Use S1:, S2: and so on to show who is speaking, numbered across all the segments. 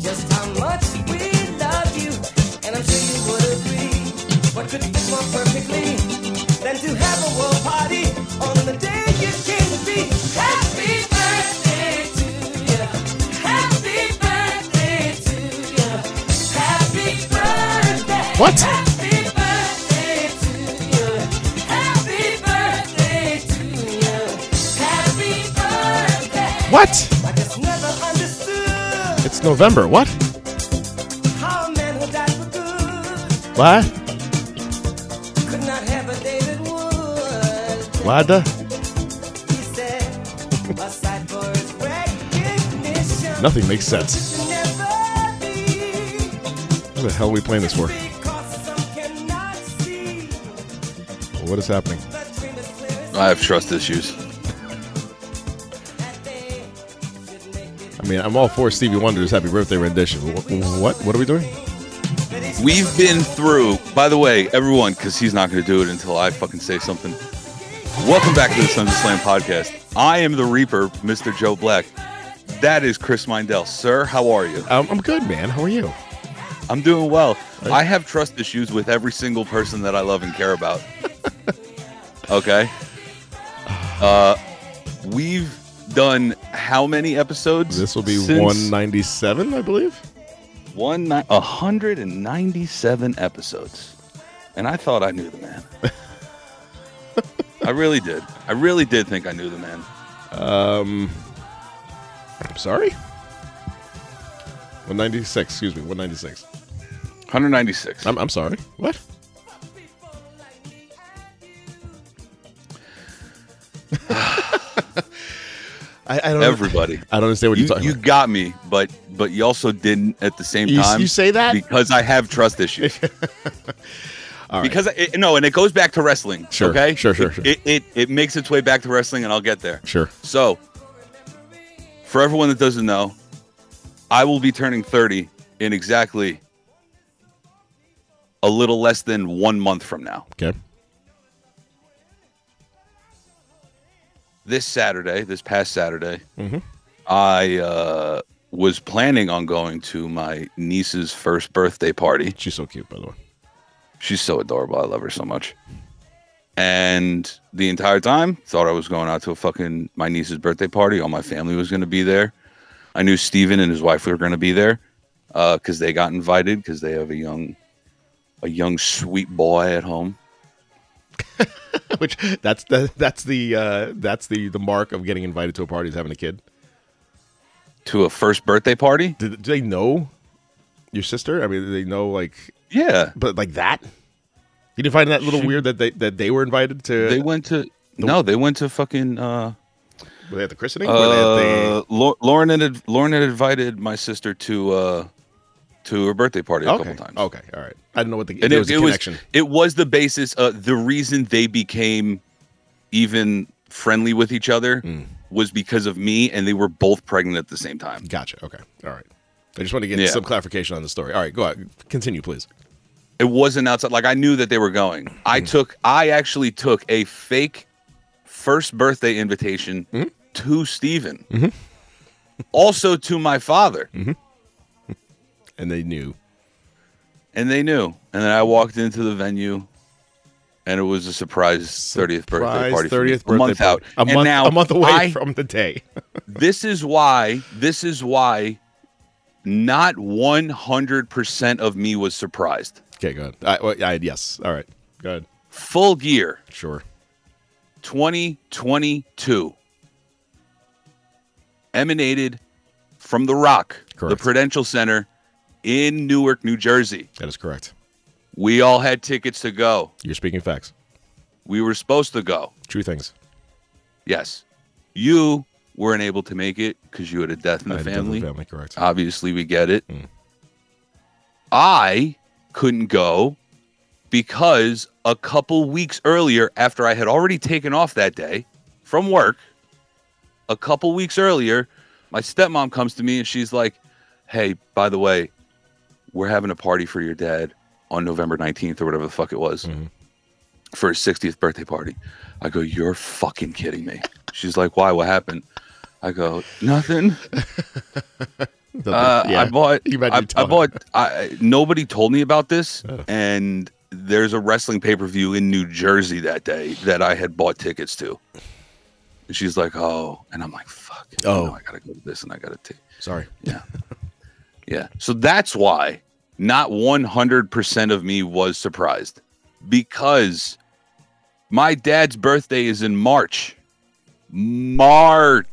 S1: Just how much we love you, and I'm sure you would agree. What could fit more perfectly than to have a world party on the day you came to be? Happy birthday to you. Happy birthday to you. Happy birthday.
S2: What?
S1: Happy birthday to you. Happy birthday to you. Happy birthday.
S3: What?
S1: I just never understood.
S3: It's November. What?
S1: How a man who died for good
S3: What?
S1: could not have a day that would.
S3: Lada?
S1: He said, aside for his recognition.
S3: Nothing makes sense.
S1: should never be.
S3: What the hell are we playing this for?
S1: Because some cannot see.
S3: What is happening?
S1: The dream is clear as
S4: I have trust issues.
S1: that they should make it
S3: I mean, I'm all for Stevie Wonder's Happy Birthday rendition. Wh- wh- What? What are we doing?
S4: We've been through, by the way, everyone, because he's not going to do it until I fucking say something. Welcome back to the Sons of Slam podcast. I am the Reaper, Mr. Joe Black. That is Chris Mindell. Sir, how are you?
S3: Um, I'm good, man. How are you?
S4: I'm doing well. I have trust issues with every single person that I love and care about. okay. Uh, we've done how many episodes?
S3: This will be
S4: since-
S3: 197, I believe.
S4: one ni- 197 episodes and i thought i knew the man i really did i really did think i knew the man
S3: I'm sorry. 196. Excuse me. 196.
S4: 196
S3: I'm, I'm sorry. What? I, I don't.
S4: everybody
S3: I don't understand what
S4: you,
S3: you're talking
S4: you
S3: about.
S4: got me but but you also didn't at the same
S3: You-
S4: time
S3: you say that?
S4: because i have trust issues because I, it, no and it goes back to wrestling
S3: Sure,
S4: okay
S3: sure, sure,
S4: It-
S3: sure.
S4: It, it it makes its way back to wrestling and i'll get there
S3: Sure.
S4: So, for everyone that doesn't know, I will be turning 30 in exactly a little less than one month from now.
S3: Okay.
S4: This Saturday, this past Saturday, I uh, was planning on going to my niece's first birthday party.
S3: She's so cute, by the way.
S4: She's so adorable. I love her so much. And the entire time, thought I was going out to a fucking my niece's birthday party. All my family was going to be there. I knew Steven and his wife were going to be there because they got invited because they have a young, a young sweet boy at home.
S3: Which that's the that's the uh, that's the the mark of getting invited to a party is having a kid.
S4: To a first birthday party?
S3: Do, do they know your sister? I mean, do they know like,
S4: Yeah,
S3: but like that. You didn't find that a little weird that they that they were invited to.
S4: they went to no, they went to fucking uh,
S3: were they at the christening? Were they at
S4: uh Lau- Lauren had Lauren had invited my sister to uh to her birthday party a
S3: the,
S4: couple
S3: okay,
S4: times.
S3: okay, all right. I didn't know what the
S4: and
S3: there
S4: it,
S3: was a
S4: it
S3: connection.
S4: was it was the basis uh the reason they became even friendly with each other
S3: Hmm.
S4: was because of me and they were both pregnant at the same time
S3: Gotcha. Okay, all right. I just want to get
S4: Yeah.
S3: some clarification on the story. All right, go on. Continue, please.
S4: it wasn't outside like i knew that they were going i
S3: Hmm.
S4: took i actually took a fake first birthday invitation
S3: Hmm.
S4: to steven
S3: Mm-hmm.
S4: also to my father
S3: And they knew.
S4: and they knew and then i walked into the venue and it was a surprise 30th birthday
S3: Prize
S4: party for me,
S3: thirtieth
S4: a
S3: birthday
S4: month out
S3: party. A
S4: And
S3: month,
S4: now
S3: a month away
S4: I
S3: from the day.
S4: this is why this is why not 100% of me was surprised
S3: okay, go ahead. I, well, I, yes. All right. Go ahead.
S4: full gear
S3: Sure.
S4: 2022 emanated from the rock the
S3: Correct.
S4: prudential center in newark new jersey
S3: That is correct.
S4: we all had tickets to go
S3: You're speaking facts.
S4: we were supposed to go
S3: True things.
S4: yes you weren't able to make it because you had a death in the
S3: I had a death in
S4: family.
S3: family, correct.
S4: Obviously, we get it.
S3: Mm.
S4: I couldn't go because a couple weeks earlier, after I had already taken off that day from work, a couple weeks earlier, my stepmom comes to me and she's like, Hey, by the way, we're having a party for your dad on November 19th or whatever the fuck it was
S3: Mhm.
S4: for his 60th birthday party. I go, You're fucking kidding me. She's like, Why? What happened? I go, Nothing. Uh, I bought.
S3: You better
S4: I, I
S3: tell
S4: bought. I, nobody told me about this, and there's a wrestling pay per view in New Jersey that day that I had bought tickets to. And she's like, "Oh," and I'm like, "Fuck." you
S3: Oh.
S4: know, I gotta go to this, and I gotta take.
S3: Sorry.
S4: Yeah. So that's why not 100% of me was surprised because my dad's birthday is in March. March.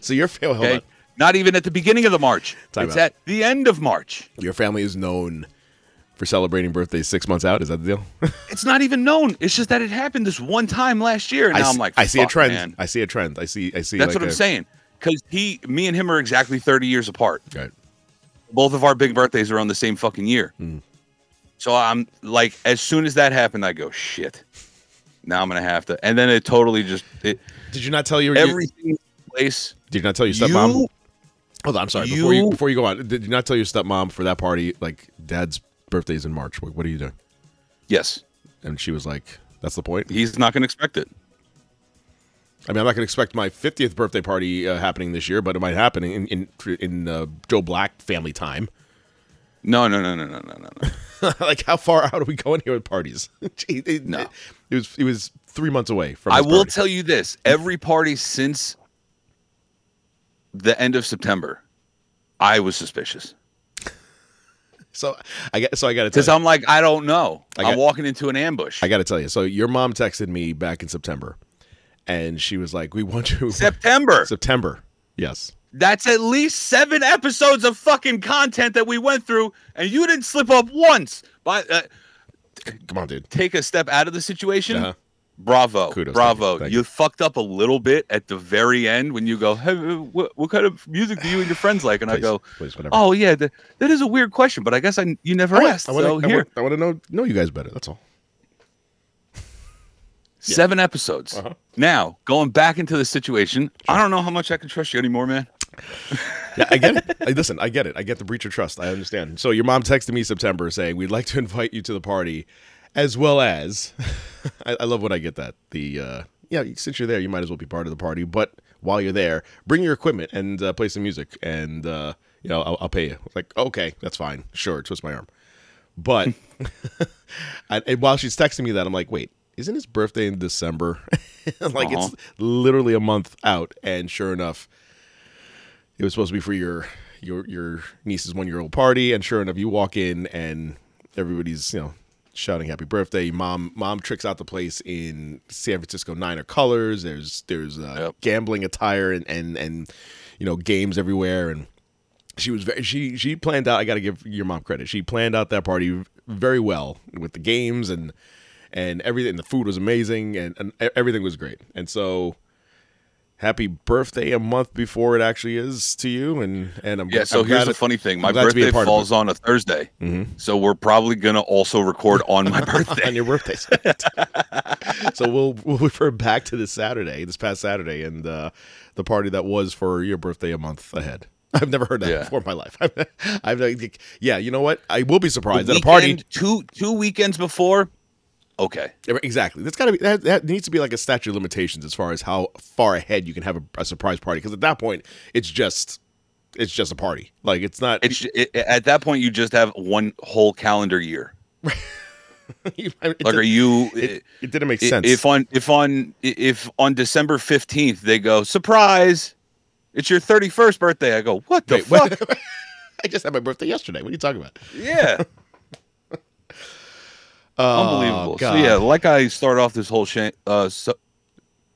S3: So your family,
S4: Okay. Not even at the beginning of the March.
S3: Time
S4: it's
S3: out.
S4: at the end of March.
S3: your family is known for celebrating birthdays six months out. Is that the deal?
S4: It's not even known. It's just that it happened this one time last year. And
S3: I
S4: now
S3: s-
S4: I'm like,
S3: I see a
S4: "Fuck,
S3: trend.
S4: man."
S3: I see a trend. I see. I see.
S4: That's
S3: like
S4: what I'm
S3: a-
S4: saying. Because he, me and him are exactly 30 years apart.
S3: Right.
S4: both of our big birthdays are on the same fucking year.
S3: Hmm.
S4: So I'm like, as soon as that happened, I go, shit. Now I'm gonna have to. And then it totally just it,
S3: Did you not tell your your-
S4: everything in place.
S3: Did you not tell your
S4: You-
S3: stepmom? Hold on, I'm sorry. before you
S4: you-
S3: before you go on, did you not tell your stepmom for that party? Like, dad's birthday's in March. What, what are you doing?
S4: Yes,
S3: And she was like, "That's the point."
S4: he's not gonna expect it.
S3: I mean, I'm not going to expect my 50th birthday party uh, happening this year, but it might happen in in, in uh, Joe Black family time.
S4: No, no, no, no, no, no, no. no.
S3: like, how far out are we going here with parties? Gee, it,
S4: No.
S3: it, it was it was three months away from.
S4: I
S3: his
S4: will
S3: party.
S4: tell you this: every party since the end of September, I was suspicious
S3: so I got so I got to
S4: because
S3: tell you,
S4: I'm like, I don't know.
S3: I
S4: I'm
S3: got-
S4: walking into an ambush.
S3: I got to tell you. So your mom texted me back in September, and she was like, "We want you
S4: September.
S3: September." Yes.
S4: That's at least seven episodes of fucking content that we went through, and you didn't slip up once. By uh,
S3: Come on, dude.
S4: take a step out of the situation.
S3: Uh-huh.
S4: Bravo,
S3: Kudos, thank
S4: bravo!
S3: you, thank
S4: you
S3: you.
S4: fucked up a little bit at the very end when you go, "Hey, uh, what, what kind of music do you and your friends like?" And I
S3: Please,
S4: go,
S3: please, whatever. Oh,
S4: "Oh yeah, th- that is a weird question, but I guess I you never asked."
S3: I want,
S4: so
S3: to, I,
S4: here,
S3: want, I want to know know you guys better. That's all.
S4: seven episodes.
S3: Uh-huh.
S4: Now going back into the situation, I don't know how much I can trust you anymore, man.
S3: Yeah, I get it. I, listen, I get it. I get the breach of trust. I understand. So your mom texted me September saying we'd like to invite you to the party, as well as, I, I love when I get that. The uh, yeah, since you're there, you might as well be part of the party. But while you're there, bring your equipment and uh, play some music, and uh, you know I'll, I'll pay you. I was like okay, that's fine. Sure, twist my arm. But and, and while she's texting me that, I'm like, wait, isn't his birthday in December? like
S4: Uh-huh.
S3: it's literally a month out, and sure enough. It was supposed to be for your your your niece's one year old party, and sure enough, you walk in and everybody's you know shouting happy birthday. Mom mom tricks out the place in San Francisco Niner colors. There's there's uh,
S4: Yep.
S3: gambling attire and and and you know games everywhere and. She was very she she planned out. I got to give your mom credit. She planned out that party very well with the games and and everything. The food was amazing and, and e- everything was great. And so, happy birthday a month before it actually is to you. And and I'm
S4: Yeah, so
S3: I'm
S4: here's
S3: glad
S4: the
S3: it-
S4: funny thing.
S3: I'm
S4: My
S3: glad to be a
S4: birthday
S3: part of
S4: falls on a Thursday. So we're probably going to also record on my
S3: it. on
S4: birthday.
S3: your birthday. so we'll we'll refer back to this Saturday, this past Saturday, and uh, the party that was for your birthday a month ahead. I've never heard that
S4: Yeah.
S3: before in my life. I've, I've like, yeah, you know what? I will be surprised at a
S4: Weekend,
S3: party.
S4: two two weekends before. Okay.
S3: Yeah, Exactly. That's got to be that, that needs to be like a statute of limitations as far as how far ahead you can have a, a surprise party because at that point it's just it's just a party. Like it's not
S4: It's it, at that point you just have one whole calendar year.
S3: you- I mean, it
S4: Like
S3: did-
S4: are you
S3: it, it didn't make
S4: i-
S3: sense.
S4: if on if on i- if on December 15th they go, "Surprise! It's your 31st birthday." I go, "What the
S3: Wait,
S4: fuck?"
S3: what? I just had my birthday yesterday. What are you talking about?
S4: Yeah. Unbelievable. So
S3: Oh, God.
S4: yeah, like I start off this whole sh- uh, so-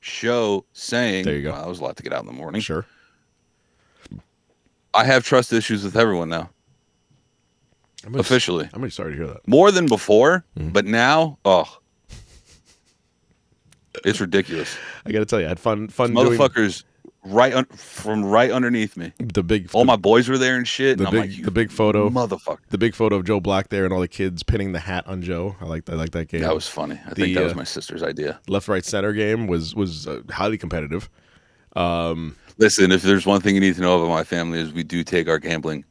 S4: show saying,
S3: There you go.
S4: Wow, that was a lot to get out in the morning.
S3: Sure.
S4: I have trust issues with everyone now,
S3: I'm really-
S4: Officially.
S3: I'm really sorry to hear that.
S4: more than before,
S3: Mm-hmm.
S4: but now, oh, it's ridiculous.
S3: I got to tell you, I had fun fun doing
S4: Motherfuckers right un- from right underneath me.
S3: The big
S4: All my boys were there and shit.
S3: the
S4: and I'm
S3: big
S4: like, you
S3: the big photo
S4: motherfucker.
S3: the big photo of Joe Black there and all the kids pinning the hat on Joe. I like I like that game.
S4: That was funny. I
S3: The,
S4: think that was
S3: uh,
S4: my sister's idea.
S3: left right center game was was uh, highly competitive.
S4: Listen, if there's one thing you need to know about my family is we do take our gambling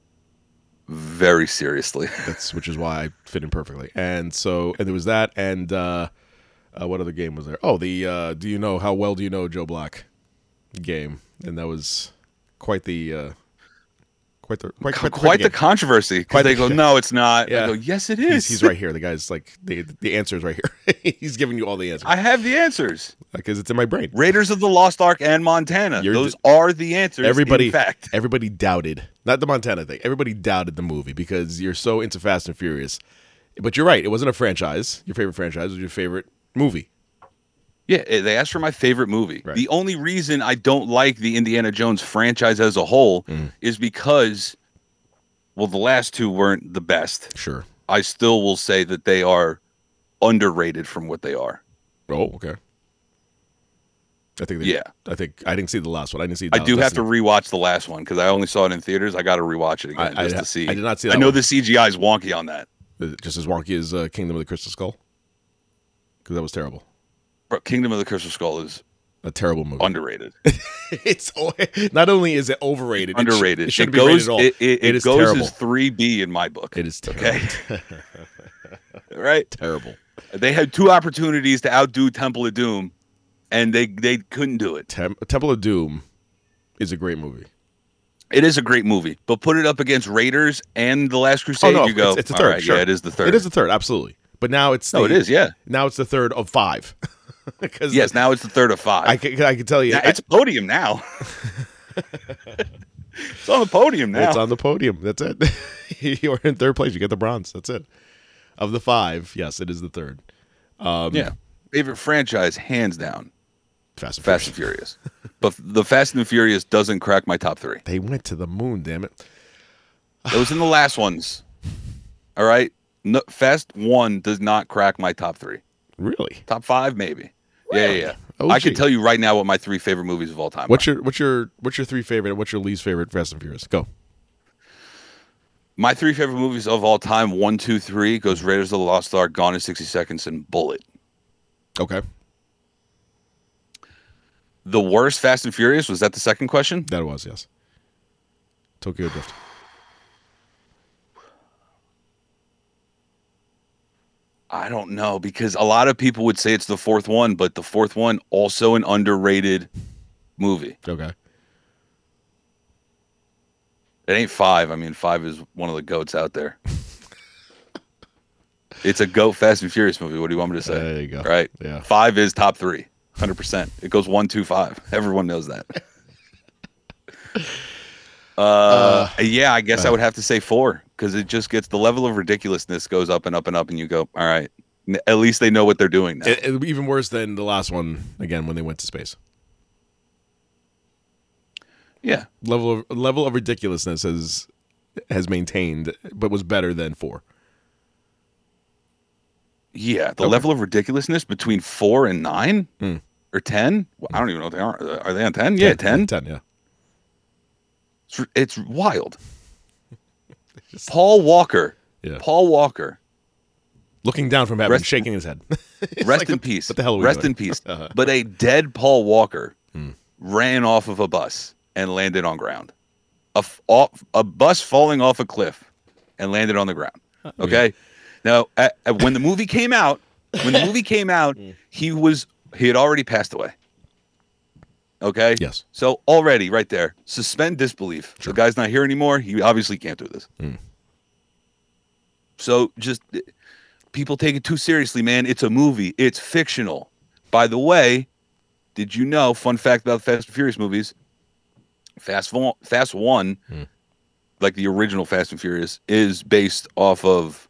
S4: very seriously.
S3: That's which is why I fit in perfectly. And so and there was that and uh, uh, what other game was there? Oh, the uh, do you know how well do you know Joe Black game? And that was quite the uh, quite the quite, quite,
S4: Quite, quite the
S3: game.
S4: controversy. 'cause
S3: Quite the-
S4: they go, no, it's not.
S3: Yeah.
S4: I go, yes, it
S3: He's,
S4: is.
S3: he's right here. The guy's like the the answer is right here. he's giving you all the answers
S4: I have the answers.
S3: because it's in my brain.
S4: Raiders of the Lost Ark and Montana.
S3: You're
S4: Those
S3: d-
S4: are the answers.
S3: everybody
S4: in fact.
S3: everybody doubted not the montana thing everybody doubted the movie because you're so into fast and furious but you're right it wasn't a franchise your favorite franchise was your favorite movie
S4: Yeah, eh, they asked for my favorite movie.
S3: Right.
S4: The only reason I don't like the Indiana Jones franchise as a whole
S3: Mm.
S4: is because, well, the last two weren't the best.
S3: sure
S4: I still will say that they are underrated from what they are.
S3: oh okay i think they,
S4: Yeah.
S3: i think i didn't see the last one i didn't see
S4: I do have to
S3: Destiny.
S4: rewatch the last one because I only saw it in theaters. I got to rewatch it again
S3: I- I-
S4: just to see.
S3: I did not see
S4: I
S3: that
S4: know
S3: one.
S4: the CGI is wonky on that.
S3: just as wonky as uh, kingdom of the crystal skull because that was terrible
S4: But Kingdom of the Crystal Skull is
S3: a terrible movie.
S4: underrated.
S3: it's o- not only is it overrated, it sh-
S4: underrated.
S3: It, shouldn't be rated
S4: goes.
S3: at all.
S4: It, it, it
S3: is
S4: goes
S3: terrible.
S4: as three B in my book.
S3: it is terrible.
S4: okay. right.
S3: terrible.
S4: They had two opportunities to outdo Temple of Doom, and they they couldn't do it.
S3: Tem- Temple of Doom is a great movie.
S4: It is a great movie, but put it up against Raiders and The Last Crusade. you
S3: Oh,
S4: go.
S3: it's, it's the
S4: "All
S3: third.
S4: right,
S3: sure.
S4: Yeah, it is the third.
S3: It is the third, absolutely. But now it's
S4: No,
S3: the-
S4: it is, yeah.
S3: Now it's the third of five. Because
S4: yes, now it's the third of five.
S3: I can, I can tell you,
S4: Now- it's podium now. it's on the podium now.
S3: it's on the podium. That's it. you are in third place. You get the bronze. That's it. Of the five, yes, it is the third.
S4: yeah, favorite franchise, hands down,
S3: Fast and
S4: Fast
S3: Furious.
S4: and Furious. but the Fast and the Furious doesn't crack my top three.
S3: They went to the moon. Damn it.
S4: Those in the last ones. All right, no, Fast One does not crack my top three.
S3: Really?
S4: Top five, maybe. Yeah, Yeah, yeah.
S3: Oh,
S4: I
S3: gee.
S4: could tell you right now what my three favorite movies of all time.
S3: What's
S4: are.
S3: your what's your what's your three favorite? and What's your least favorite Fast and Furious? Go.
S4: My three favorite movies of all time: one, two, three. Goes Raiders of the Lost Ark, Gone in sixty seconds, and Bullet.
S3: Okay,
S4: The worst Fast and Furious was that the second question?
S3: that was yes. Tokyo Drift.
S4: I don't know because a lot of people would say it's the fourth one, but the fourth one also an underrated movie.
S3: Okay.
S4: It ain't five. I mean, five is one of the goats out there. it's a goat Fast and Furious movie. What do you want me to say?
S3: There you go.
S4: Right?
S3: Yeah.
S4: Five is top three. 100%. It goes one, two, five. Everyone knows that. Uh, yeah, I guess I
S3: uh.
S4: would have to say four because it just gets the level of ridiculousness goes up and up and up, and you go, all right, n- at least they know what they're doing now.
S3: It, it, E, even worse than the last one. Again, when they went to space.
S4: yeah.
S3: level of level of ridiculousness has has maintained, but was better than four.
S4: Yeah, the level of ridiculousness between four and nine or ten. Well, I don't even know what they are. Are they on Hmm. ten? Yeah, ten.
S3: ten, yeah.
S4: It's, it's wild. Paul Walker.
S3: Yeah.
S4: Paul Walker.
S3: Looking down from heaven,
S4: Rest-
S3: shaking his head. It's
S4: Rest
S3: like,
S4: in
S3: what-
S4: peace.
S3: What the hell? Are we
S4: Rest
S3: doing? Uh-huh. Hmm.
S4: in peace. But a dead Paul Walker ran off of a bus and landed on ground. A f- off, a bus falling off a cliff and landed on the ground. Okay. Now, at, at- when the movie came out, when the movie came out, he was he had already passed away. Okay.
S3: Yes.
S4: So already, right there, suspend disbelief. The guy's not here anymore. He obviously can't do this. So just eh, people take it too seriously, man. It's a movie. It's fictional. By the way, did you know? Fun fact about Fast and Furious movies: Fast Fo- Fast One, like the original Fast and Furious, is based off of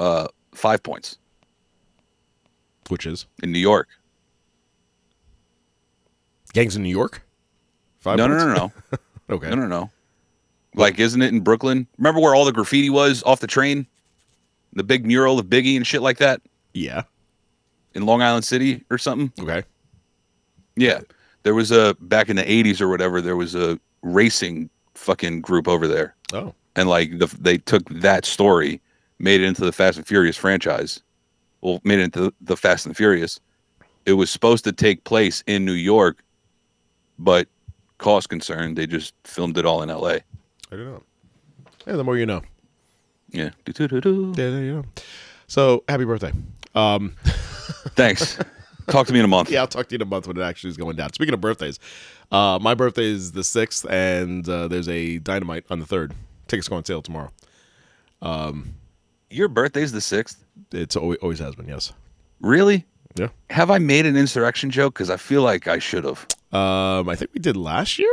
S4: uh, Five Points
S3: Which is
S4: in New York.
S3: gangs in New York. Five
S4: no, no,
S3: points?
S4: no, no,
S3: Okay.
S4: no, no, no. Like, isn't it in Brooklyn? Remember where all the graffiti was off the train, the big mural of Biggie and shit like that
S3: Yeah.
S4: in Long Island City or something?
S3: Okay.
S4: Yeah. There was a back in the '80s or whatever. There was a racing fucking group over there,
S3: Oh,
S4: and like the, they took that story, made it into the Fast and Furious franchise. Well, made it into the, the Fast and Furious. It was supposed to take place in New York, but cost concern, they just filmed it all in L.A.
S3: I don't know. Yeah, the more you know.
S4: Yeah. Do-do-do-do.
S3: Yeah, there you know. So happy birthday. Um,
S4: Thanks. Talk to me in a month.
S3: yeah, I'll talk to you in a month when it actually is going down. Speaking of birthdays, uh, my birthday is the sixth, and uh, there's a dynamite on the third. Tickets go on sale tomorrow.
S4: Your birthday's the sixth.
S3: It's always, always has been. Yes.
S4: Really?
S3: Yeah.
S4: Have I made an insurrection joke? Because I feel like I should have.
S3: Um, I think we did last year.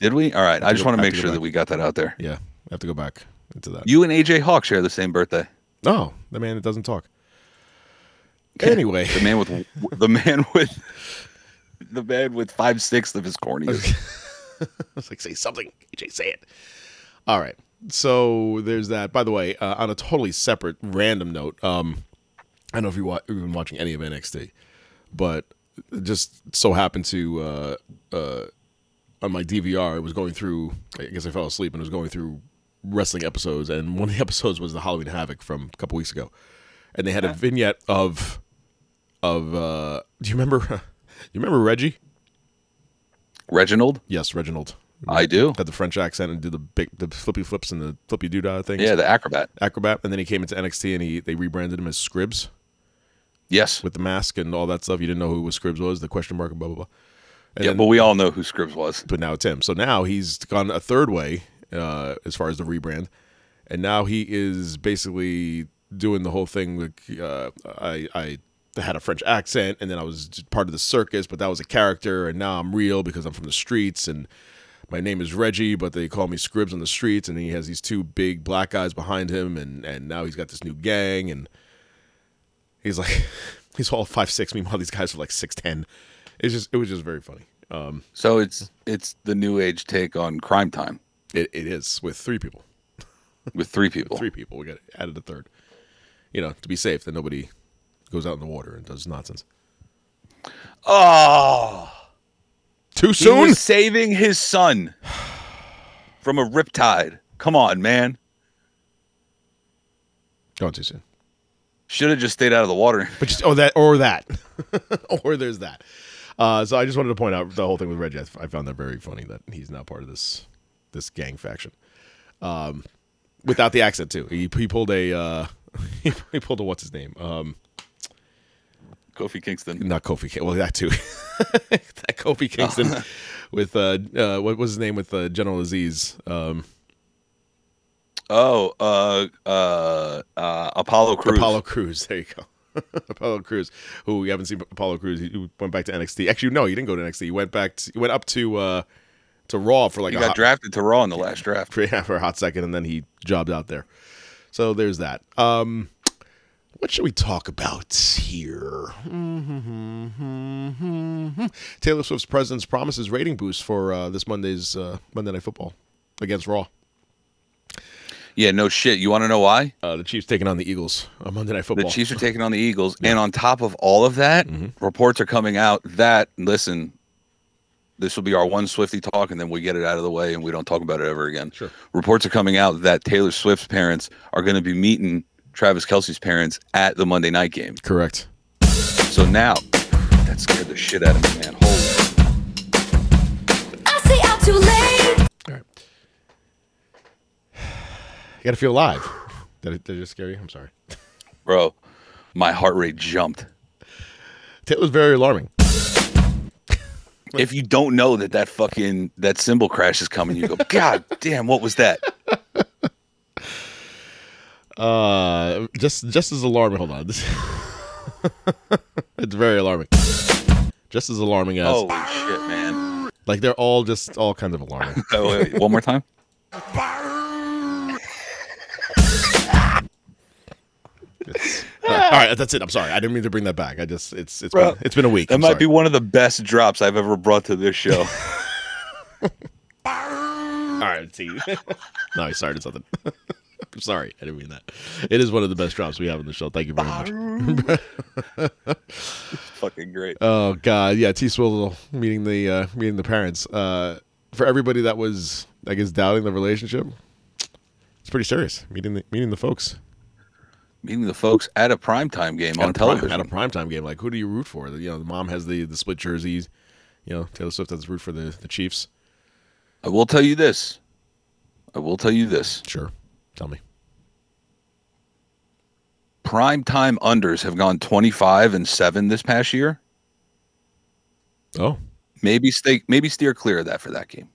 S4: Did we? All right. I just
S3: go-
S4: want to
S3: have
S4: make
S3: to go
S4: sure that
S3: back.
S4: we got that out there.
S3: Yeah, I have to go back into that.
S4: You and AJ Hawk share the same birthday.
S3: oh, the man that doesn't talk. Anyway,
S4: The man with the man with the man with five sixths of his corneas.
S3: I was like, say something, AJ, say it. All right. So there's that. By the way, uh, on a totally separate, random note, um, I don't know if you wa- you've been watching any of NXT, but it just so happened to uh, uh, on my DVR, it was going through. I guess I fell asleep and it was going through wrestling episodes, and one of the episodes was the Halloween Havoc from a couple weeks ago, and they had a vignette of of uh, do you remember? do you remember Reggie?
S4: Reginald?
S3: Yes, Reginald
S4: I do.
S3: had the French accent and did the big the flippy flips and the flippy doodah things.
S4: Yeah, the acrobat.
S3: acrobat. And then he came into NXT and he they rebranded him as Scribbs
S4: Yes.
S3: with the mask and all that stuff. You didn't know who was Scribbs was, the question mark and blah blah blah. And
S4: Yeah,
S3: then-
S4: well, we all know who Scribbs was.
S3: but now it's him. So now he's gone a third way uh, as far as the rebrand, and now he is basically doing the whole thing. Like uh, I, I had a French accent, and then I was just part of the circus, but that was a character, and now I'm real because I'm from the streets, and my name is Reggie, but they call me Scribs on the streets, and he has these two big black guys behind him, and and now he's got this new gang, and he's like. He's all five six. Meanwhile, these guys are like six ten. It's just it was just very funny.
S4: So it's it's the new age take on crime time
S3: It, it is with three people.
S4: with three people.
S3: Three people. We got added a third. You know, to be safe, that nobody goes out in the water and does nonsense.
S4: Oh
S3: Too
S4: He was saving his son from a riptide. Come on, man.
S3: Going too soon.
S4: Should have just stayed out of the water.
S3: But just, oh, that or that, or there's that. Uh, so I just wanted to point out the whole thing with Reggie. I I found that very funny that he's now part of this this gang faction. Um, without the accent too, he, he pulled a uh, he, pulled a what's his name? Um,
S4: Kofi Kingston.
S3: not Kofi. King- Well, that too. that Kofi Kingston with uh, uh, what was his name with uh, General Aziz? Um,
S4: Oh, uh, uh, uh, Apollo Crews.
S3: Apollo Cruz. There you go. Apollo Cruz, who we haven't seen Apollo Cruz, he- he went back to NXT. Actually, no, he didn't go to NXT. He went back. To, he went up to uh to Raw for like
S4: He
S3: a
S4: got
S3: hot,
S4: drafted to Raw in the last draft.
S3: Uh-huh. yeah, for a hot second, and then he jobbed out there. So there's that. Um, what should we talk about here? Taylor Swift's presence promises rating boost for uh, this Monday's uh, Monday Night Football against Raw.
S4: Yeah, no shit. You want to know why?
S3: Uh, the Chiefs taking on the Eagles on Monday Night
S4: The
S3: Football.
S4: Chiefs are taking on the Eagles, and on top of all of that, reports are coming out that listen, this will be our one Swifty talk, and then we get it out of the way, and we don't talk about it ever again. Sure. Reports are coming out that Taylor Swift's parents are going to be meeting Travis Kelsey's parents at the Monday night game.
S3: Correct.
S4: So now, that scared the shit out of me, man. Holy,
S5: I stay out too late.
S3: All right. You got to feel alive. Did it, did it just scare you? I'm sorry.
S4: bro, my heart rate jumped.
S3: Taylor's very alarming.
S4: if you don't know that that fucking that symbol crash is coming, you go, God damn, what was that?
S3: Uh, just just as alarming. Hold on. This- it's very alarming. Just as alarming as
S4: Holy shit, man!
S3: like they're all just all kinds of alarming.
S4: Oh, wait, wait, one more time.
S3: all right, that's it. I'm sorry. I didn't mean to bring that back. I just it's it's been, it's been a week.
S4: That
S3: I'm
S4: might
S3: sorry.
S4: be one of the best drops I've ever brought to this show.
S3: all right. See. no, I started something. I'm sorry, I didn't mean that. It is one of the best drops we have on the show. Thank you very much.
S4: Fucking great.
S3: oh God, yeah, T Swizzle meeting the uh, meeting the parents. Uh, for everybody that was, I guess, doubting the relationship, it's pretty serious. Meeting the meeting the folks
S4: Meeting the folks at a primetime game
S3: At
S4: on
S3: a prime-
S4: television.
S3: at a primetime game. Like, who do you root for? The, you know, the mom has the the split jerseys. You know, Taylor Swift has to root for the the Chiefs.
S4: I will tell you this. I will tell you this.
S3: Sure, tell me.
S4: Primetime unders have gone 25 and 7 this past year.
S3: Oh,
S4: Maybe stay maybe steer clear of that for that game.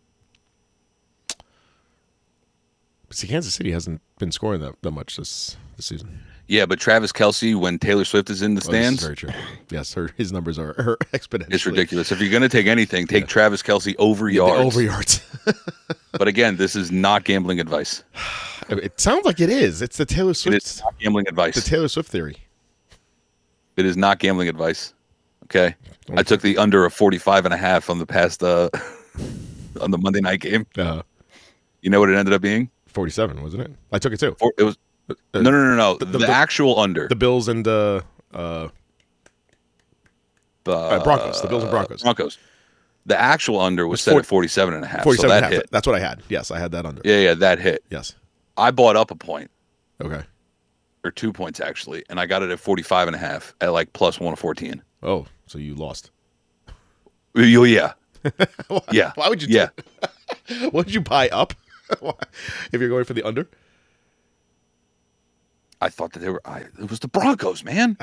S3: see, Kansas City hasn't been scoring that, that much this this season.
S4: Yeah, but Travis Kelsey, when Taylor Swift is in the
S3: Oh, this is
S4: stands,
S3: very true. Yes, her his numbers are, are exponential.
S4: it's ridiculous. If you're going to take anything, take Travis Kelsey over yards.
S3: Over yards.
S4: but again, this is not gambling advice.
S3: I mean, it sounds like it is. It's the Taylor
S4: It
S3: Swift.
S4: is not gambling
S3: the
S4: advice.
S3: Taylor Swift theory.
S4: it is not gambling advice. Okay. I took the under of 45 and a half on the past uh on the Monday night game.
S3: Uh,
S4: You know what it ended up being?
S3: Forty-seven, wasn't it? I took it too.
S4: Four, it was No, no, no, no. The,
S3: Uh, the-
S4: actual under.
S3: The Bills and uh, uh, uh, Broncos. The Bills and Broncos.
S4: Broncos. The actual under was
S3: It's
S4: set
S3: four-
S4: at 47 and a half. So
S3: Forty-seven.
S4: that
S3: and a half.
S4: hit.
S3: That's what I had. Yes, I had that under.
S4: Yeah, yeah, that hit.
S3: Yes.
S4: I bought up a point
S3: Okay.
S4: or two points actually, and I got it at 45 and a half at like plus 114.
S3: Oh, so you lost.
S4: Oh, yeah. yeah.
S3: Why would you?
S4: Yeah.
S3: Why would you buy up? Why- if you're going for the under,
S4: I thought that they were I, it was the Broncos, man.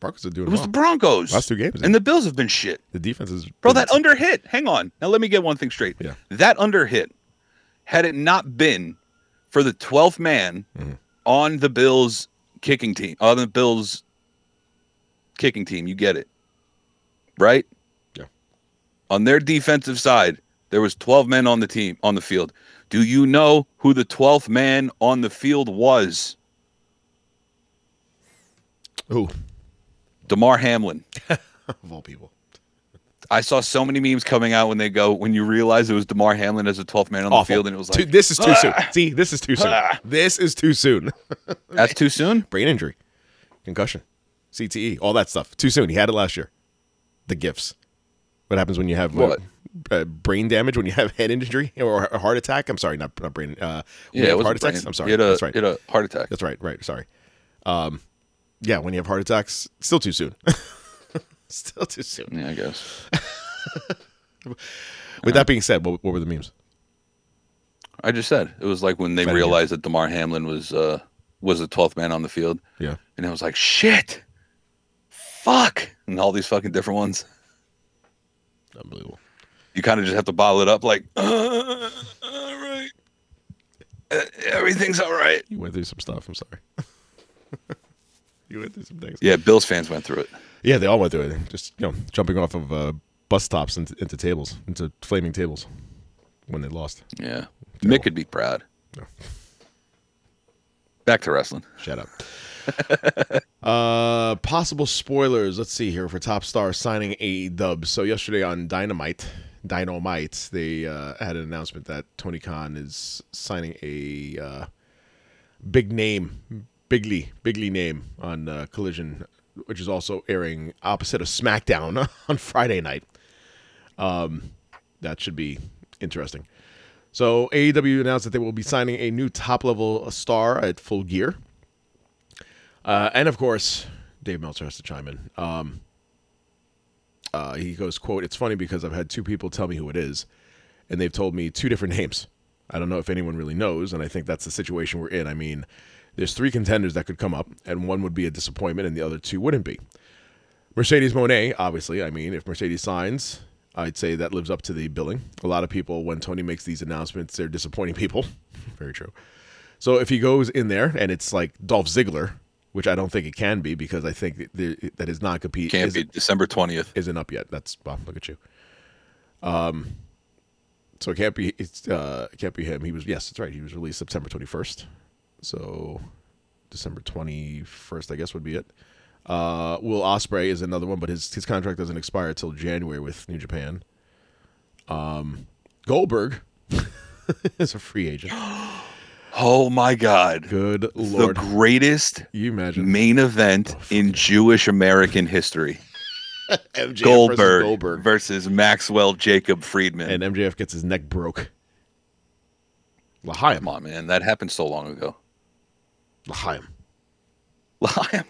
S3: Broncos are doing
S4: It was
S3: well.
S4: the Broncos.
S3: Last two games,
S4: And the Bills have been shit.
S3: the defense is
S4: Bro, that under hit. Hang on. Now let me get one thing straight.
S3: Yeah.
S4: That under hit, had it not been for the 12th man
S3: Mm-hmm.
S4: on the Bills kicking team, on the Bills kicking team, you get it. Right?
S3: Yeah.
S4: On their defensive side, there was 12 men on the team on the field. Do you know who the 12th man on the field was?
S3: Ooh,
S4: DeMar Hamlin.
S3: of all people.
S4: I saw so many memes coming out when they go when you realize it was DeMar Hamlin as a 12th man on the
S3: Awful.
S4: field, and it was like "Ah!"
S3: Too- this is too soon. See, this is too soon. this is too soon.
S4: that's too soon.
S3: Brain injury, concussion, CTE, all that stuff. Too soon. He had it last year. The gifts. What happens when you have uh,
S4: What?
S3: Uh, brain damage when you have head injury or a heart attack? I'm sorry, not, not brain. Uh, when you
S4: it
S3: have
S4: was
S3: heart
S4: a brain-
S3: attacks. I'm sorry.
S4: He had a,
S3: That's right.
S4: he had a heart attack.
S3: That's right. Right. Sorry. Um, yeah, when you have heart attacks, still too soon. still too soon.
S4: yeah, I guess.
S3: With that being said, what, what were the memes?
S4: I just said it was like when they
S3: Right.
S4: realized that DeMar Hamlin was uh was the 12th man on the field,
S3: Yeah.
S4: and I was like, shit, fuck, and all these fucking different ones.
S3: Unbelievable.
S4: You kind of just have to bottle it up, like, uh, all right, Uh, everything's all right.
S3: You went through some stuff. I'm sorry. you went through some things.
S4: Yeah, Bills fans went through it.
S3: Yeah, they all went through it. Just you know, jumping off of uh, bus stops into, into tables, into flaming tables, when they lost.
S4: Yeah,
S3: Terrible.
S4: Mick could be proud.
S3: No.
S4: Back to wrestling.
S3: Shut up. uh, possible spoilers. Let's see here for Top Star signing a dub. So yesterday on Dynamite, Dynamite, they uh, had an announcement that Tony Khan is signing a uh, big name, bigly, bigly name on uh, Collision, which is also airing opposite of SmackDown on Friday night. Um, that should be interesting. So AEW announced that they will be signing a new top level star at Full Gear. Uh, and of course, Dave Meltzer has to chime in. Um, uh, he goes, "quote It's funny because I've had two people tell me who it is, and they've told me two different names. I don't know if anyone really knows, and I think that's the situation we're in. I mean, there's three contenders that could come up, and one would be a disappointment, and the other two wouldn't be. Mercedes Monet, obviously. I mean, if Mercedes signs, I'd say that lives up to the billing. A lot of people, when Tony makes these announcements, they're disappointing people. Very true." So if he goes in there and it's like Dolph Ziggler, which I don't think it can be because I think that the- that his non compete
S4: Can't be
S3: isn't,
S4: December 20th.
S3: isn't up yet. That's wow, look at you. Um, so it can't be it's uh it can't be him. He was yes, that's right. He was released September twenty first. So December twenty first, I guess, would be it. Uh, Will Osprey is another one, but his his contract doesn't expire till January with New Japan. Um, Goldberg is a free agent.
S4: Oh my God.
S3: Good
S4: The
S3: lord.
S4: greatest
S3: you imagine Oh,
S4: main event in Jewish American history.
S3: MJF versus
S4: Goldberg, versus Maxwell Jacob Friedman.
S3: and MJF gets his neck broke. L'chaim,
S4: Come on, man. That happened so long ago.
S3: L'chaim,
S4: Lime.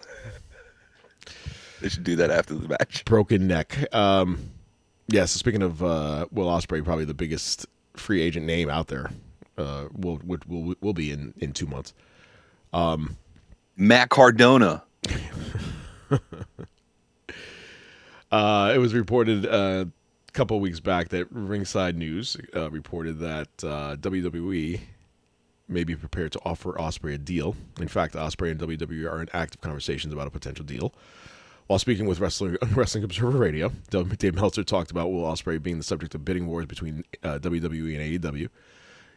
S4: they should do that after the match.
S3: broken neck. Um, yeah. So speaking of uh, Will Osprey, probably the biggest free agent name out there. Uh, will will will will be in in two months.
S4: Matt Cardona.
S3: Uh, it was reported uh, a couple weeks back that Ringside News uh, reported that uh, WWE may be prepared to offer Osprey a deal. In fact, Osprey and WWE are in active conversations about a potential deal. While speaking with Wrestling, Wrestling Observer Radio, Dave Dave Meltzer talked about Will Osprey being the subject of bidding wars between uh, WWE and AEW.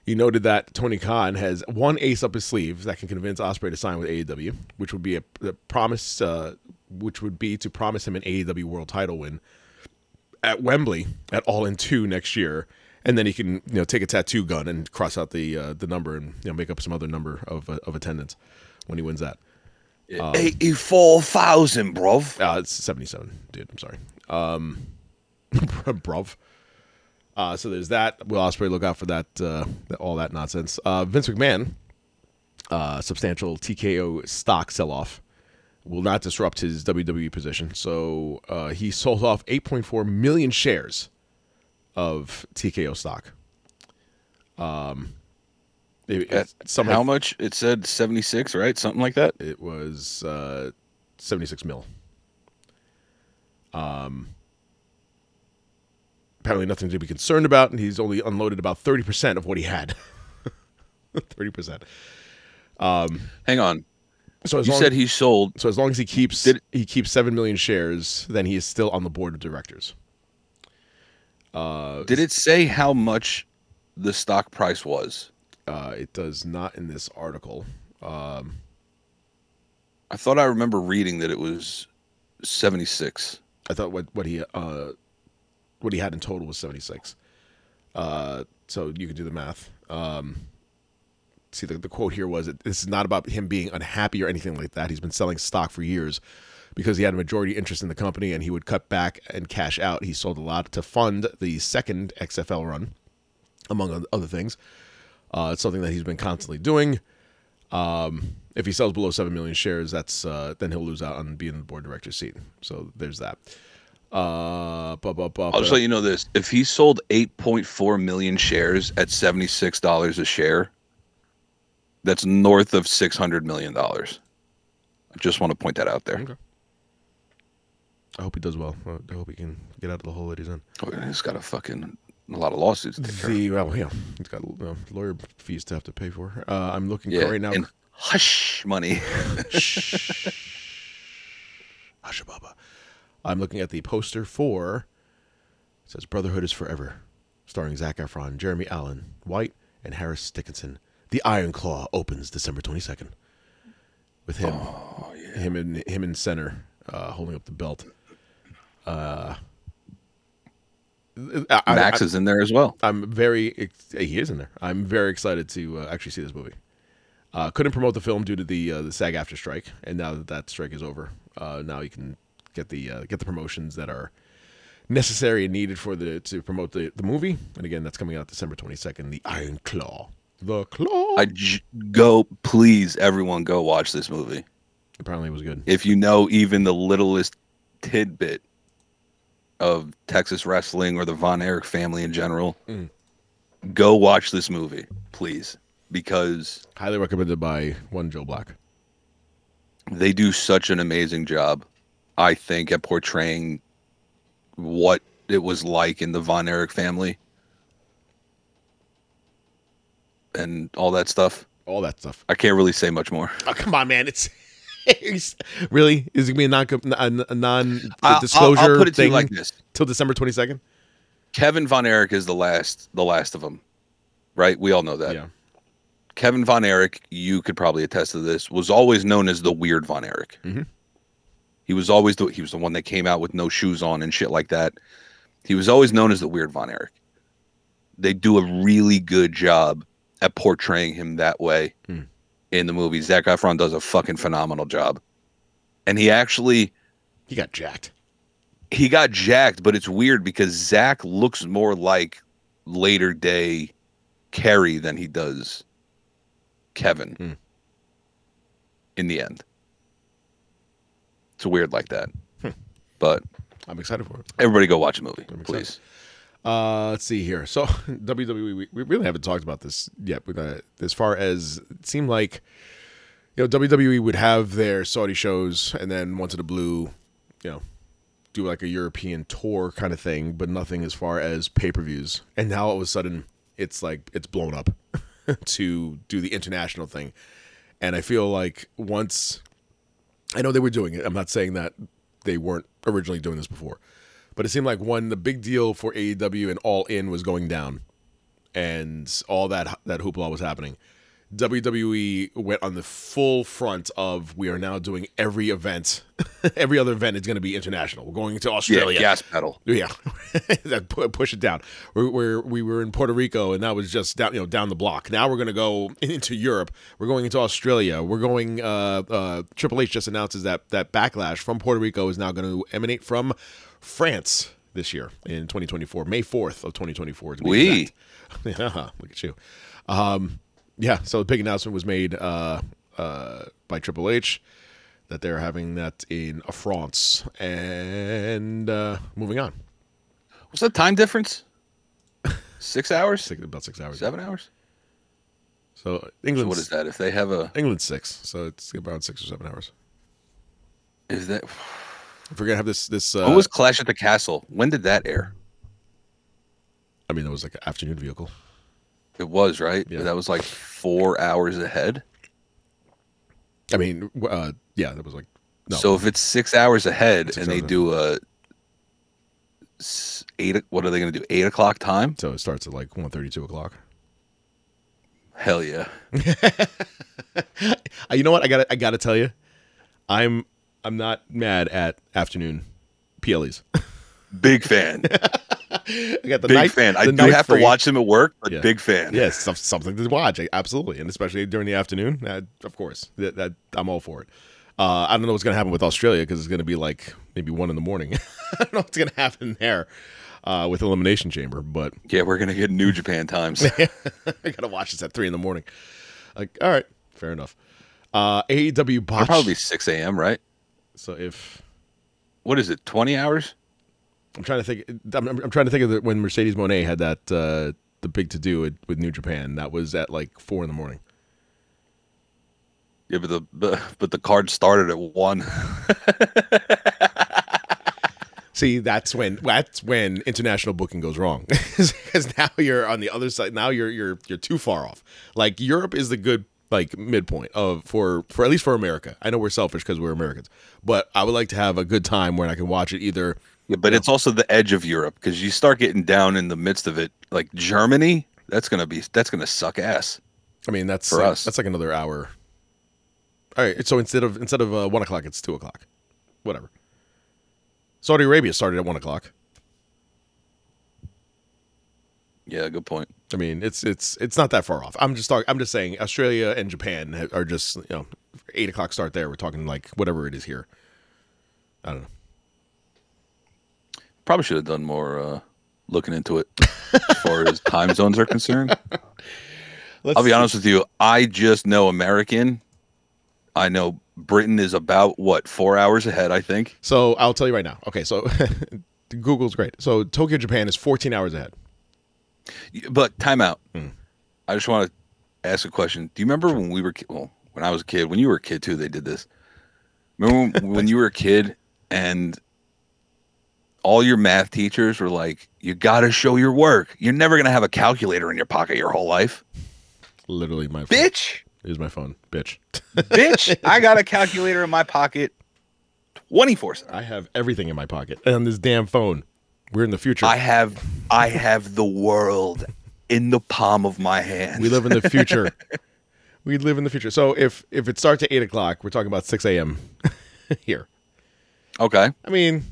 S3: He noted that Tony Khan has one ace up his sleeve that can convince Osprey to sign with AEW, which would be a, a promise, uh, which would be to promise him an AEW World Title win at Wembley at All In Two next year, and then he can you know take a tattoo gun and cross out the uh, the number and you know make up some other number of uh, of attendance when he wins that. Um,
S4: 84,000, bruv.
S3: Uh, it's 77, dude. I'm sorry. Um, bruv. Uh, so there's that. Will Osprey look out for that? Uh, that- all that nonsense. Uh, Vince McMahon, uh, substantial TKO stock sell off, will not disrupt his WWE position. So uh, he sold off 8.4 million shares of TKO stock. Um, it, it, somehow
S4: How much? It said 76, right? Something like that.
S3: it was uh, 76 mil. Um, apparently, nothing to be concerned about, and he's only unloaded about 30% of what he had. 30%.
S4: Hang on.
S3: So as,
S4: You
S3: long,
S4: said he sold.
S3: so as long as he keeps
S4: Did-
S3: he keeps 7 million shares, then he is still on the board of directors. Oh,
S4: Did it say how much the stock price was?
S3: Uh, it does not in this article.
S4: I thought I remember reading that it was 76.
S3: I thought what what he uh, what he had in total was 76. Uh, so you can do the math. Um, see, the, the quote here was, "This is not about him being unhappy or anything like that. He's been selling stock for years because he had a majority interest in the company, and he would cut back and cash out. He sold a lot to fund the second XFL run, among oth- other things. Uh, it's something that he's been constantly doing." Um, if he sells below seven million shares, that's uh, then he'll lose out on being in the board director seat. So there's that. Uh, bu- bu- bu-
S4: I'll just
S3: bu-
S4: let you know this. If he sold 8.4 million shares at $76 a share, that's north of $600 million. I just want to point that out there.
S3: I hope he does well. I hope he can get out of the hole that he's in.
S4: Oh, yeah, He's got a fucking a lot of lawsuits. To take care of.
S3: The well, yeah, he's got uh, lawyer fees to have to pay for. Uh, I'm looking
S4: Yeah,
S3: right now.
S4: and hush money.
S3: Ashababa. I'm looking at the poster for. It says Brotherhood is Forever, starring Zach Efron, Jeremy Allen White, and Harris Dickinson. The Iron Claw opens December 22nd. With him, him and him and center uh, holding up the belt. Uh, I- I-
S4: Max is in there as well.
S3: I'm very ex- he is in there. I'm very excited to uh, actually see this movie. Uh, couldn't promote the film due to the uh, the SAG after strike, and now that that strike is over, uh, now you can get the uh, get the promotions that are necessary and needed for the to promote the, the movie. And again, that's coming out December twenty second. The Iron Claw, the Claw.
S4: I j- go, please, everyone, go watch this movie.
S3: Apparently, it was good.
S4: If you know even the littlest tidbit of Texas wrestling or the Von Erich family in general, go watch this movie, please, because
S3: Highly recommended by one Joe Black.
S4: they do such an amazing job, I think, at portraying what it was like in the Von Erich family and all that stuff.
S3: All that stuff.
S4: I can't really say much more.
S3: Oh, come on, man! It's. it's- really is it gonna be a non a non
S4: I'll-
S3: disclosure
S4: I'll put it to you
S3: thing
S4: like this.
S3: till December twenty second.
S4: Kevin Von Erich is the last, the last of them, right? We all know that.
S3: Yeah,
S4: Kevin Von Erich, you could probably attest to this, was always known as the weird Von Erich. He was always the he was the one that came out with no shoes on and shit like that. He was always known as the weird Von Erich. They do a really good job at portraying him that way in the movie. Zach Efron does a fucking phenomenal job, and he actually
S3: He got jacked.
S4: he got jacked, but it's weird because Zach looks more like later day Carrie than he does Kevin
S3: Hmm.
S4: in the end. It's weird like that.
S3: Hmm.
S4: But
S3: I'm excited for it.
S4: everybody go watch a movie, please.
S3: Uh, let's see here. So WWE, we, we really haven't talked about this yet. But, uh, as far as it seemed like, you know, WWE would have their Saudi shows, and then once in a blue, you know, do like a European tour kind of thing, but nothing as far as pay per views. And now all of a sudden, it's like it's blown up to do the international thing. And I feel like once I know they were doing it. I'm not saying that they weren't originally doing this before, but it seemed like when the big deal for AEW and All In was going down, and all that that hoopla was happening, WWE went on the full front of we are now doing every event, every other event is going to be international. We're going to
S4: Yeah,
S3: Australia.
S4: gas pedal.
S3: Yeah, That pu- push it down. We're, we're we were in Puerto Rico, and that was just down you know down the block. Now we're gonna go into Europe. We're going into Australia. We're going. Uh, uh, Triple H just announces that that backlash from Puerto Rico is now going to emanate from France this year in 2024, May 4th of 2024. to be
S4: We.
S3: exact. yeah, look at you. Um, yeah, so the big announcement was made uh, uh, by Triple H that they're having that in France. And uh, moving on.
S4: What's the time difference? Six hours?
S3: Six, about six hours.
S4: Seven hours?
S3: So
S4: So
S3: England,
S4: what is that? If they have a
S3: England's six. So it's about six or seven hours.
S4: if that
S3: Uh, If we're gonna have this, this uh,
S4: what was Clash at the Castle? When did that air?
S3: I mean, that was like an afternoon vehicle.
S4: It was, right?
S3: Yeah.
S4: That was like four hours ahead.
S3: I mean, w- uh, yeah, that was like no.
S4: So if it's six hours ahead
S3: Six
S4: and they
S3: hours
S4: do a s- eight, what are they going to do? Eight o'clock time?
S3: so it starts at like 1.30, 2 o'clock.
S4: Hell yeah!
S3: Uh, you know what? I got to I got to tell you, I'm I'm not mad at afternoon PLEs.
S4: Big fan,
S3: I got the
S4: big
S3: night-
S4: fan. I
S3: the
S4: do
S3: night
S4: have
S3: free.
S4: to watch them at work, but
S3: Yeah.
S4: big fan.
S3: Yes, some- something to watch, eh, absolutely, and especially during the afternoon. That, of course, that, that I'm all for it. Uh, I don't know what's going to happen with Australia because it's going to be like maybe one in the morning. I don't know what's going to happen there uh, with Elimination Chamber, but
S4: yeah, we're gonna get New Japan times.
S3: I got to watch this at three in the morning. Like, all right, fair enough. Uh, AEW botch.
S4: Probably six a.m. Right?
S3: So if
S4: What is it? Twenty hours?
S3: I'm trying to think, I'm, I'm trying to think of the, when Mercedes Monet had that uh, the big to do with New Japan. That was at like four in the morning.
S4: Yeah, but the but, but the card started at one.
S3: See, that's when that's when international booking goes wrong, because now you're on the other side. Now you're you're you're too far off. Like Europe is the good like midpoint of for for at least for America. I know we're selfish because we're Americans, but I would like to have a good time when I can watch it either.
S4: Yeah, but it's also the edge of Europe because you start getting down in the midst of it, like Germany. That's gonna be that's gonna suck ass.
S3: I mean, that's
S4: For
S3: like,
S4: us.
S3: that's like another hour. All right, so instead of instead of uh, one o'clock, it's two o'clock, whatever. Saudi Arabia started at one o'clock.
S4: Yeah, good point.
S3: I mean, it's it's it's not that far off. I'm just talking. I'm just saying Australia and Japan ha- are just you know eight o'clock start there. We're talking like whatever it is here. I don't know.
S4: Probably should have done more uh, looking into it as far as time zones are concerned.
S3: Let's
S4: I'll be honest with you. I just know American. I know Britain is about what four hours ahead. I think.
S3: So I'll tell you right now. Okay, so Google's great. So Tokyo, Japan is 14 hours ahead.
S4: But timeout. I just want to ask a question. Do you remember when we were ki- well when I was a kid? When you were a kid too, they did this. Remember when, when you were a kid and all your math teachers were like, "You got to show your work. You're never gonna have a calculator in your pocket your whole life,
S3: Literally, my phone.
S4: bitch."
S3: Here's my phone, bitch.
S4: bitch, I got a calculator in my pocket 24 7.
S3: I have everything in my pocket and this damn phone. We're in the future.
S4: I have I have the world in the palm of my hand.
S3: we live in the future. we live in the future. So if if it starts at eight o'clock, we're talking about 6 a.m. here.
S4: Okay.
S3: I mean,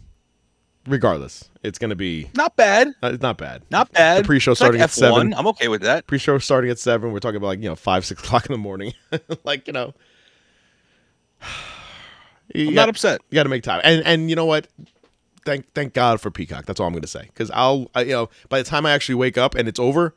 S3: regardless, it's gonna be
S4: Not bad.
S3: uh, it's not bad.
S4: Not bad.
S3: The pre-show
S4: It's like
S3: starting at
S4: F1.
S3: seven.
S4: I'm okay with that.
S3: Pre-show starting at seven. We're talking about like you know five, six o'clock in the morning. like you know, you
S4: I'm
S3: got-
S4: not upset.
S3: You got to make time, and and you know what? Thank thank God for Peacock. That's all I'm gonna say because I'll I, you know by the time I actually wake up and it's over,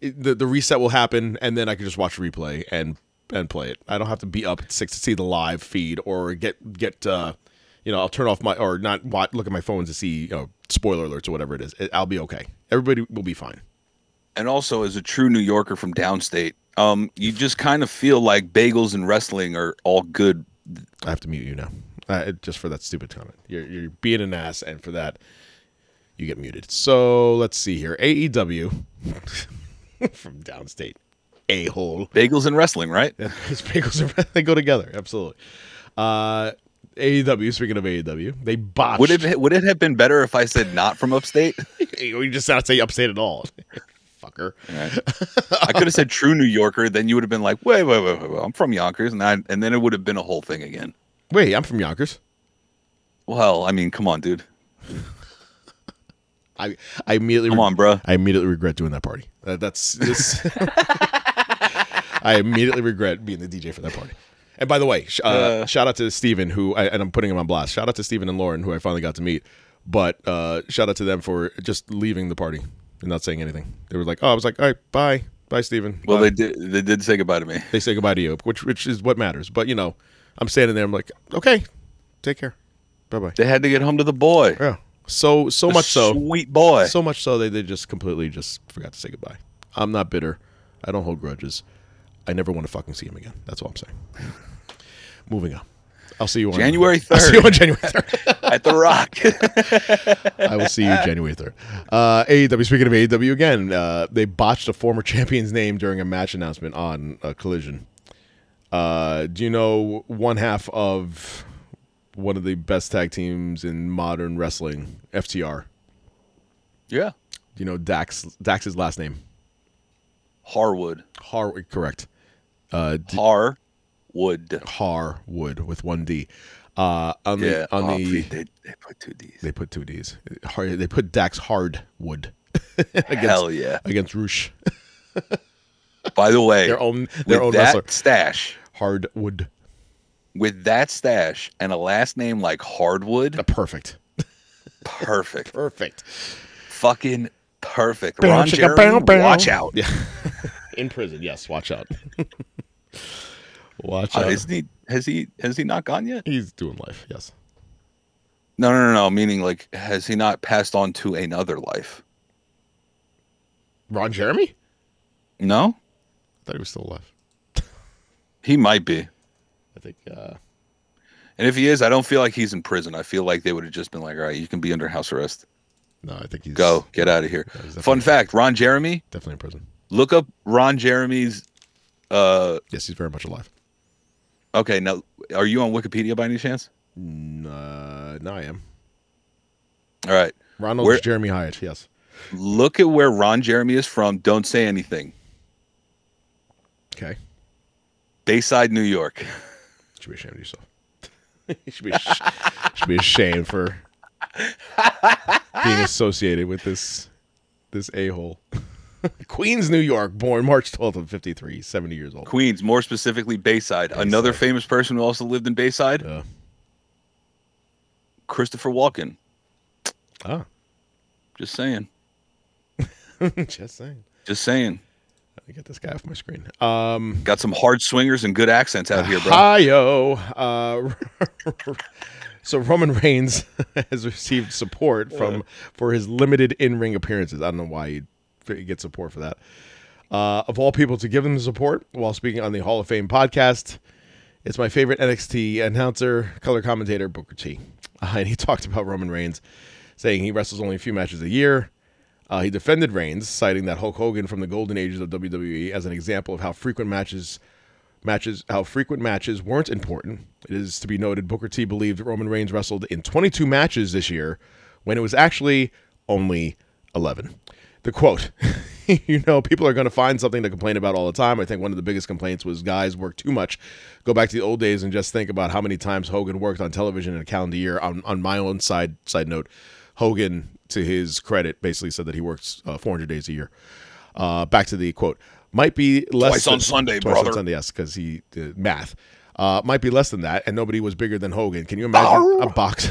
S3: it, the the reset will happen, and then I can just watch a replay and and play it. I don't have to be up at six to see the live feed or get get. uh you know, I'll turn off my or not watch, look at my phone to see you know, spoiler alerts or whatever it is. It, I'll be okay. Everybody will be fine.
S4: and also as a true New Yorker from downstate, um, you just kind of feel like bagels and wrestling are all good.
S3: I have to mute you now, uh, it- just for that stupid comment. You're, you're being an ass, and for that, you get muted. So let's see here. AEW from downstate, a hole.
S4: Bagels and wrestling, right?
S3: Because bagels and they go together. Absolutely. Uh, AEW. Speaking of AEW, they botched.
S4: Would it would it have been better if I said not from upstate?
S3: we just not say upstate at all, fucker.
S4: I could have said true New Yorker. Then you would have been like, wait, wait, wait, wait, wait. I'm from Yonkers, and I, and then it would have been a whole thing again.
S3: Wait, I'm from Yonkers.
S4: Well, I mean, come on, dude.
S3: I I immediately
S4: Come on, bruh.
S3: I immediately regret doing that party. Uh, that's this. I immediately regret being the DJ for that party. And by the way, sh- uh, shout out to Steven, who I, and I'm putting him on blast. Shout out to Steven and Lauren, who I finally got to meet. But uh, shout out to them for just leaving the party and not saying anything. They were like, "Oh, I was like, all right, bye, bye, Steven.
S4: Well,
S3: Bye."
S4: they did they did say goodbye to me.
S3: they say goodbye to you, which which is what matters. But you know, I'm standing there. I'm like, okay, take care, bye bye.
S4: They had to get home to the boy.
S3: Yeah. So so
S4: The
S3: much so
S4: sweet boy.
S3: so much so that they just completely just forgot to say goodbye. I'm not bitter. I don't hold grudges. I never want to fucking see him again. That's all I'm saying. Moving on. I'll see you on
S4: January
S3: I'll see you
S4: 3rd.
S3: on January 3rd.
S4: at the Rock.
S3: I will see you January 3rd. Uh, AEW, speaking of AEW again, uh, they botched a former champion's name during a match announcement on uh, Collision. Uh, do you know one half of one of the best tag teams in modern wrestling, FTR?
S4: yeah,
S3: Do you know Dax Dax's last name?
S4: Harwood.
S3: Harwood, correct. Uh, D-
S4: Harwood.
S3: Harwood with one D. Uh, on the
S4: Yeah,
S3: on
S4: oh,
S3: the
S4: they, they put two D's.
S3: they put two D's. Har- they put Dax Hardwood against
S4: Hell yeah.
S3: against Roosh,
S4: By the way,
S3: their own their
S4: with
S3: own
S4: that
S3: wrestler
S4: stash,
S3: Hardwood.
S4: with that stash and a last name like Hardwood,
S3: Perfect,
S4: perfect,
S3: perfect.
S4: fucking perfect.
S6: Bow,
S4: Ron
S6: chicka,
S4: Jeremy,
S6: bow, bow.
S4: watch out!
S3: Yeah, in prison. Yes, watch out. watch
S4: Uh,
S3: out.
S4: isn't he? Has he? Has he not gone yet?
S3: He's doing life. Yes.
S4: No, no, no, no. Meaning like, has he not passed on to another life?
S3: Ron Jeremy.
S4: No,
S3: I thought he was still alive.
S4: he might be.
S3: I think. Uh,
S4: And if he is, I don't feel like he's in prison. I feel like they would have just been like, all right, you can be under house arrest.
S3: no, I think he's
S4: Go, get out of here.
S3: definitely-
S4: Fun fact: Ron Jeremy.
S3: definitely in prison.
S4: Look up Ron Jeremy's. Uh,
S3: Yes, he's very much alive.
S4: okay, now are you on Wikipedia by any chance?
S3: Uh, now I am.
S4: All right.
S3: Ronald
S4: Where-
S3: Jeremy Hyatt. Yes.
S4: Look at where Ron Jeremy is from. Don't say anything.
S3: Okay.
S4: Bayside, New York.
S3: should be ashamed of yourself. you should be ash- should be ashamed for being associated with this this a hole. Queens, New York, born March 12th of 53, 70 years old.
S4: Queens, more specifically Bayside. Another famous person who also lived in Bayside,
S3: Uh,
S4: Christopher Walken.
S3: ah,
S4: Just saying.
S3: just saying.
S4: Just saying.
S3: Let me get this guy off my screen. Um,
S4: Got some hard swingers and good accents out here, bro.
S3: Ohio. Uh, so Roman Reigns has received support from for his limited in ring appearances. I don't know why he gets support for that. uh, of all people to give them support while speaking on the Hall of Fame podcast. It's my favorite NXT announcer, color commentator, Booker T. Uh, and he talked about Roman Reigns, saying he wrestles only a few matches a year. Uh, he defended Reigns, citing that Hulk Hogan from the golden ages of WWE as an example of how frequent matches matches how frequent matches weren't important. It is to be noted Booker T believed that Roman Reigns wrestled in 22 matches this year when it was actually only 11. The quote, you know, people are going to find something to complain about all the time. I think one of the biggest complaints was guys work too much. Go back to the old days and just think about how many times Hogan worked on television in a calendar year. On, on my own side side note, Hogan, to his credit, basically said that he works uh, 400 days a year. Uh, back to the quote. Might be less
S4: Twice on Sunday,
S3: twice
S4: brother.
S3: On Sunday, yes, because he did math. Uh, might be less than that, and nobody was bigger than Hogan. Can you imagine a box?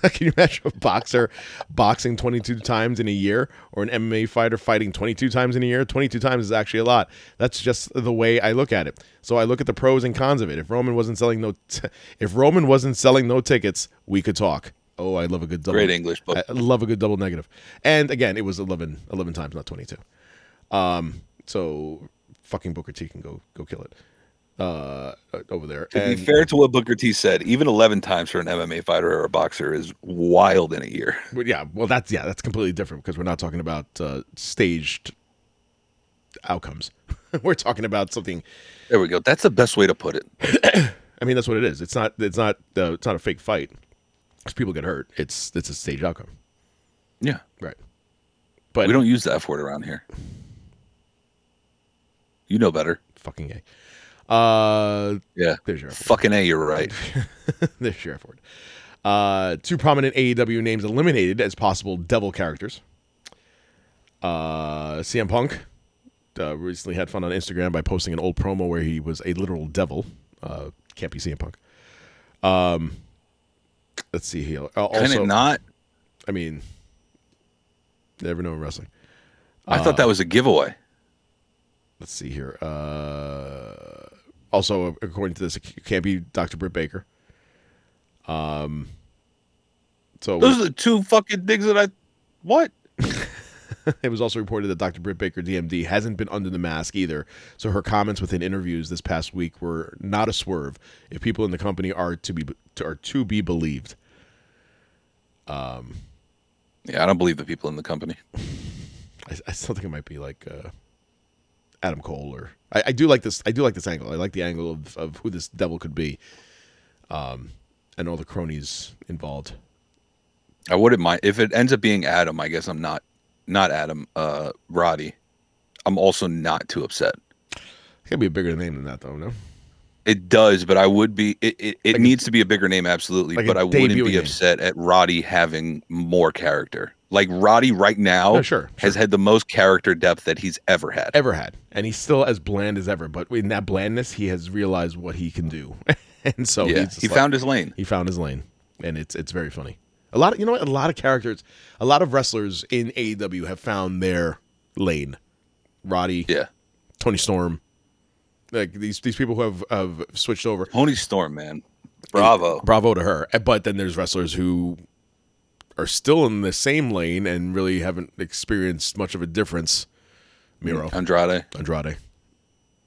S3: can you imagine a boxer boxing 22 times in a year, or an MMA fighter fighting 22 times in a year? 22 times is actually a lot. That's just the way I look at it. So I look at the pros and cons of it. If Roman wasn't selling no, t- if Roman wasn't selling no tickets, we could talk. Oh, I love a good double.
S4: Great English book.
S3: I love a good double negative. And again, it was 11, 11 times, not 22. Um, so fucking Booker T can go go kill it uh, over there.
S4: To be
S3: And-
S4: fair to what Booker T said, even 11 times for an MMA fighter or a boxer is wild in a year.
S3: Well, yeah, well, that's yeah, that's completely different because we're not talking about uh, staged outcomes. we're talking about something.
S4: There we go. That's the best way to put it.
S3: I mean, that's what it is. It's not. It's not. Uh, it's not a fake fight. 'Cause people get hurt. It's it's a staged outcome,
S4: Yeah.
S3: right? But
S4: we don't use the F word around here. You know better.
S3: fucking a. Uh,
S4: Yeah.
S3: There's your effort.
S4: Fucking A, you're right.
S3: there's your effort. Uh, two prominent AEW names eliminated as possible devil characters. Uh, CM Punk uh, recently had fun on Instagram by posting an old promo where he was a literal devil. Uh, can't be CM Punk. Um, let's see here. Uh,
S4: Can
S3: also,
S4: it not?
S3: I mean, never know in wrestling.
S4: I
S3: uh,
S4: thought that was a giveaway.
S3: Let's see here. Uh, also, according to this, it can't be Dr. Britt Baker. Um, so
S4: Those are the two fucking things that I. What?
S3: It was also reported that Dr. Britt Baker, DMD, hasn't been under the mask either. So her comments within interviews this past week were not a swerve. If people in the company are to be are to be believed,
S4: Yeah, I don't believe the people in the company.
S3: I, I still think it might be like uh, Adam Cole or I, I do like this. I do like this angle. I like the angle of, of who this devil could be, um, and all the cronies involved.
S4: I wouldn't mind if it ends up being Adam. I guess I'm not, not Adam. Uh, Roddy. I'm also not too upset.
S3: It's gotta be a bigger name than that, though. No,
S4: It does, but I would be. It it, it
S3: Like a-
S4: needs to be a bigger name, absolutely.
S3: like a
S4: but I wouldn't
S3: debut
S4: be
S3: name.
S4: upset at Roddy having more character. Like Roddy right now
S3: No, sure,
S4: has had the most character depth that he's ever had.
S3: ever had, and he's still as bland as ever. But in that blandness, he has realized what he can do, and so
S4: yeah,
S3: he's just
S4: he
S3: like-
S4: found his lane.
S3: He found his lane, and it's it's very funny. A lot of you know what? A lot of characters, a lot of wrestlers in AEW have found their lane. Roddy,
S4: Yeah,
S3: Tony Storm, like these these people who have have switched over.
S4: Tony Storm, man, bravo.
S3: Bravo to her. Eh, But then there's wrestlers who are still in the same lane and really haven't experienced much of a difference. Miro,
S4: Mm. Andrade,
S3: Andrade,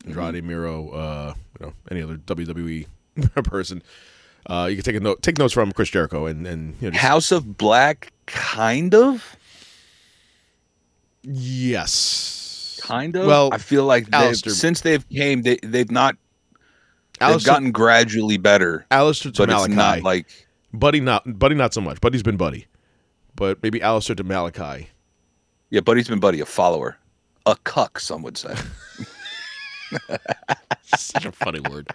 S3: Andrade, Miro, uh, you know, any other WWE person. Uh, you can take a note, take notes from Chris Jericho, and and you know, just-
S4: House of Black, kind of,
S3: yes,
S4: kind of.
S3: Well,
S4: I feel like they've,
S3: Alistair-
S4: since they've came, they they've not. They've
S3: Alistair,
S4: gotten gradually better,
S3: Alistair to
S4: but it's
S3: Malachi,
S4: not like
S3: Buddy, not Buddy, not so much. Buddy's been Buddy, but maybe Alistair to Malachi.
S4: yeah. Buddy's been buddy, a follower, a cuck, some would say.
S3: Such a funny word.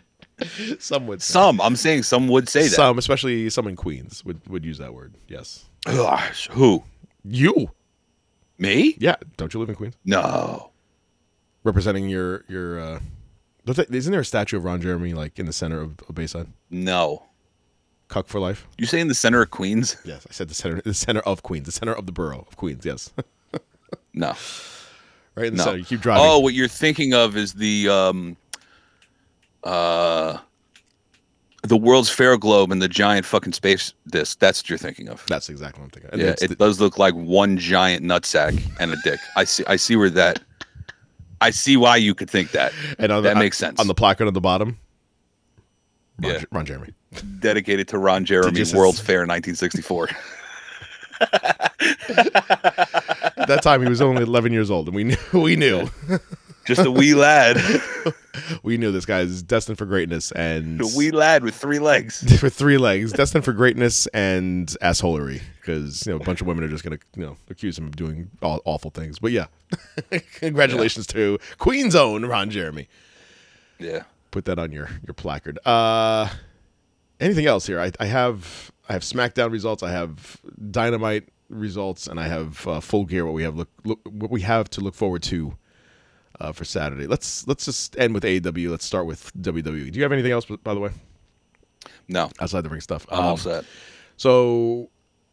S3: some would say.
S4: Some, I'm saying, some would say that.
S3: some, especially some in Queens, would would use that word. Yes,
S4: Ugh, who?
S3: you,
S4: Me?
S3: yeah. Don't you live in Queens?
S4: No.
S3: Representing your your. uh don't they- isn't there a statue of Ron Jeremy like in the center of, of Bayside?
S4: No.
S3: Cuck for life.
S4: You say in the center of Queens?
S3: Yes, I said the center, the center of Queens, the center of the borough of Queens. Yes,
S4: No.
S3: right in the
S4: No.
S3: center. You keep driving.
S4: Oh, what you're thinking of is the um uh the World's Fair globe and the giant fucking space disc. That's what you're thinking of.
S3: that's exactly what I'm thinking. And
S4: yeah,
S3: it's
S4: it
S3: the-
S4: does look like one giant nutsack and a dick. I see I see where that I see why you could think that.
S3: and on
S4: that
S3: the,
S4: makes sense.
S3: On the placard on the bottom, Ron,
S4: Yeah.
S3: Jer- Ron Jeremy.
S4: Dedicated to Ron Jeremy,
S3: just-
S4: World's Fair 1964.
S3: At that time, he was only 11 years old, and we knew we knew
S4: Just a wee lad.
S3: we knew this guy is destined for greatness and
S4: a wee lad with three legs.
S3: for three legs, destined for greatness and assholery because you know a bunch of women are just gonna you know accuse him of doing aw- awful things. But yeah, congratulations to Queen's own Ron Jeremy.
S4: Yeah.
S3: put that on your your placard. Uh, anything else here? I, I have I have SmackDown results. I have Dynamite results, and I have uh, Full Gear. What we have look, look what we have to look forward to uh, for Saturday. Let's let's just end with AEW. Let's start with WWE. Do you have anything else, by the way,
S4: No,
S3: outside the ring stuff?
S4: I'm all
S3: Um,
S4: set.
S3: so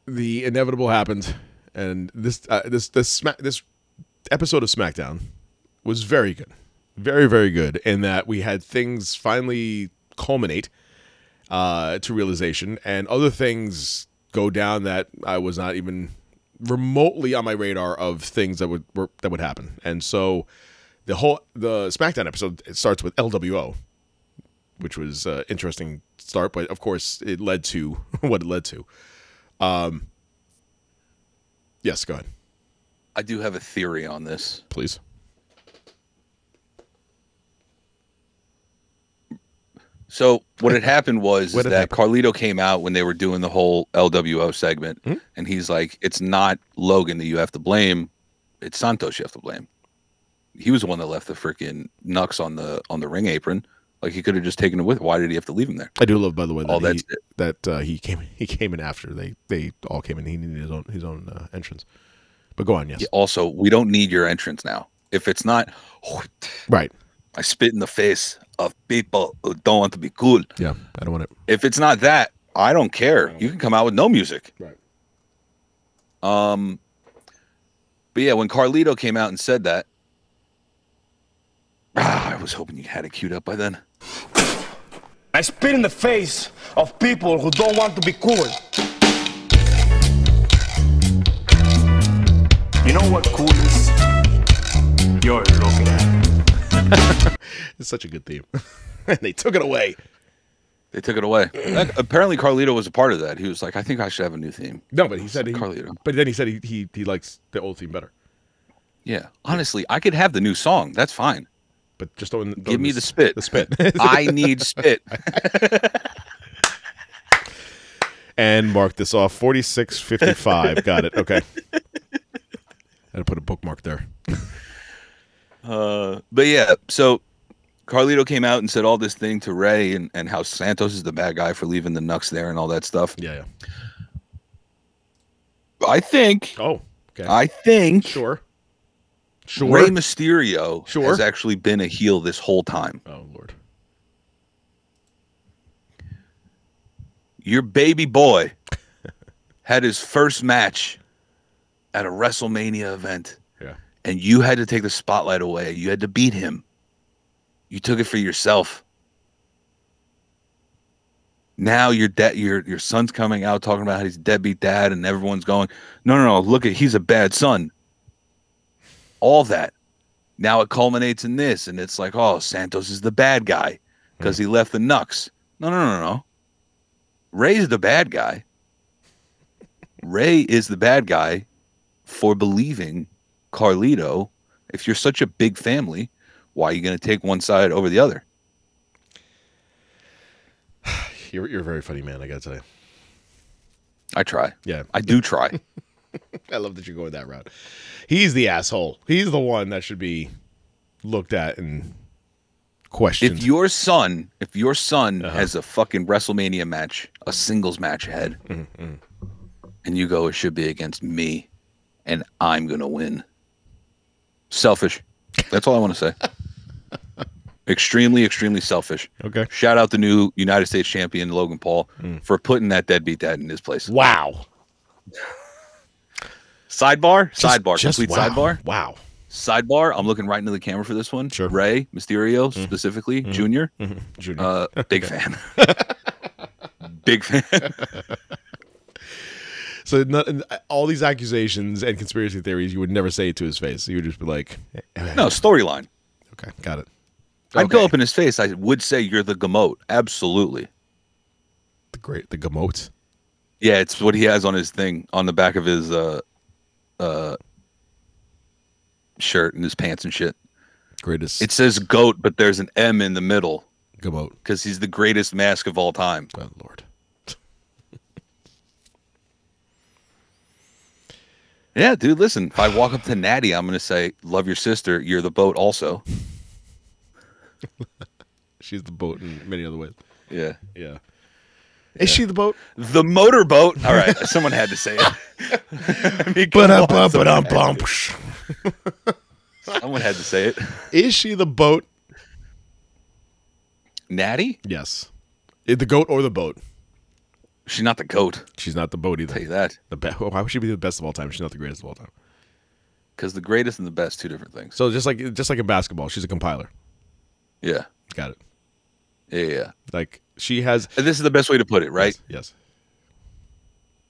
S3: the inevitable happened, and this uh, this this smack this episode of SmackDown was very good, very very good, in that we had things finally culminate uh, to realization, and other things go down that I was not even remotely on my radar of things that would were, that would happen, and so the whole the SmackDown episode it starts with LWO, which was uh, interesting start, but of course it led to what it led to. Um, yes, go ahead,
S4: I do have a theory on this.
S3: please.
S4: So what had happened was
S3: What
S4: is
S3: had
S4: that Carlito came out when they were doing the whole LWO segment,
S3: Hmm?
S4: and he's like, "It's not Logan that you have to blame; it's Santos you have to blame." He was the one that left the freaking Nux on the on the ring apron. Like he could have just taken him with. Why did he have to leave him there?
S3: I do love, by the way, that
S4: Oh,
S3: he,
S4: that's it.
S3: that uh, he came he came in after they they all came in. He needed his own his own uh, entrance. But go on, yes,
S4: Also, we don't need your entrance now. If it's not,
S3: right,
S4: I spit in the face of people who don't want to be cool.
S3: yeah. I don't want it.
S4: If it's not that, I don't care. You can come out with no music. Um,
S3: Right.
S4: But yeah, when Carlito came out and said that, ah, I was hoping you had it queued up by then.
S6: I spit in the face of people who don't want to be cool. You know what cool is? You're looking at.
S3: It's such a good theme, and they took it away.
S4: They took it away. Like, apparently, Carlito was a part of that. He was like, I think I should have a new theme.
S3: No, but he said he,
S4: Carlito.
S3: But then he said he, he he likes the old theme better.
S4: Yeah. Honestly, I could have the new song. That's fine.
S3: But just don't, don't
S4: Give me the spit.
S3: The spit.
S4: I need spit.
S3: and mark this off 4655 got it okay i'll put a bookmark there
S4: But yeah, so Carlito came out and said all this thing to Ray and, and how Santos is the bad guy for leaving the Nux there and all that stuff.
S3: yeah yeah
S4: I think,
S3: oh okay
S4: I think
S3: sure sure
S4: Ray Mysterio
S3: Sure.
S4: has actually been a heel this whole time.
S3: oh lord
S4: Your baby boy had his first match at a WrestleMania event,
S3: yeah
S4: and you had to take the spotlight away. You had to beat him. You took it for yourself. Now your dad, your your son's coming out talking about how he's a deadbeat dad, and everyone's going, "No, no, no! Look at he's a bad son." All that. Now it culminates in this, and it's like, "Oh, Santos is the bad guy because he left the Nux." No, no, no, no. Ray's the bad guy. Ray is the bad guy for believing Carlito. If you're such a big family, why are you going to take one side over the other?
S3: you're, you're a very funny man i gotta tell you
S4: I try.
S3: Yeah.
S4: I do try.
S3: i love that you're going that route he's the asshole he's the one that should be looked at and questioned
S4: if your son, if your son
S3: Uh-huh.
S4: has a fucking WrestleMania match, a singles match ahead,
S3: Mm-hmm,
S4: and you go, it should be against me, and I'm going to win. Selfish. That's all I want to say. extremely, extremely selfish.
S3: okay Mm.
S4: Shout out the new United States champion Logan Paul for putting that deadbeat dad in his place.
S3: wow
S4: Sidebar,
S3: Just-
S4: sidebar,
S3: just
S4: complete
S3: wow.
S4: sidebar,
S3: wow
S4: sidebar. I'm looking right into the camera for this one.
S3: Sure. Mm-hmm.
S4: Ray Mysterio specifically, Junior,
S3: Junior.
S4: uh, big fan, big fan.
S3: so not, and all these accusations and conspiracy theories you would never say to his face you would just be like eh,
S4: no storyline.
S3: okay got it
S4: I'd go
S3: Okay.
S4: up in his face. I would say you're the gamote. Absolutely.
S3: the great the gamote
S4: Yeah, it's what he has on his thing on the back of his uh, uh, shirt and his pants and shit.
S3: greatest
S4: It says goat, but there's an M in the middle.
S3: gamote
S4: because he's the greatest mask of all time.
S3: Oh Lord.
S4: Yeah, dude. Listen, if I walk up to Natty, I'm gonna say, "Love your sister. You're the boat." Also,
S3: She's the boat in many other ways.
S4: yeah.
S3: Yeah. Is she the boat?
S4: The motorboat. All right, someone had to say it. I mean, come on, someone, had
S3: Ba-da-ba-ba-dum-bum.
S4: to- someone had to say it.
S3: Is she the boat?
S4: Natty?
S3: Yes. Eh, The goat or the boat?
S4: She's not the goat.
S3: She's not the boat either.
S4: I'll tell you that.
S3: The be- why would she be the best of all time? She's not the greatest of all time.
S4: Because the greatest and the best, two different things.
S3: So just like just like in basketball, she's a compiler.
S4: Yeah.
S3: Got it.
S4: Yeah. yeah.
S3: Like she has.
S4: And this is the best way to put it, right?
S3: Yes.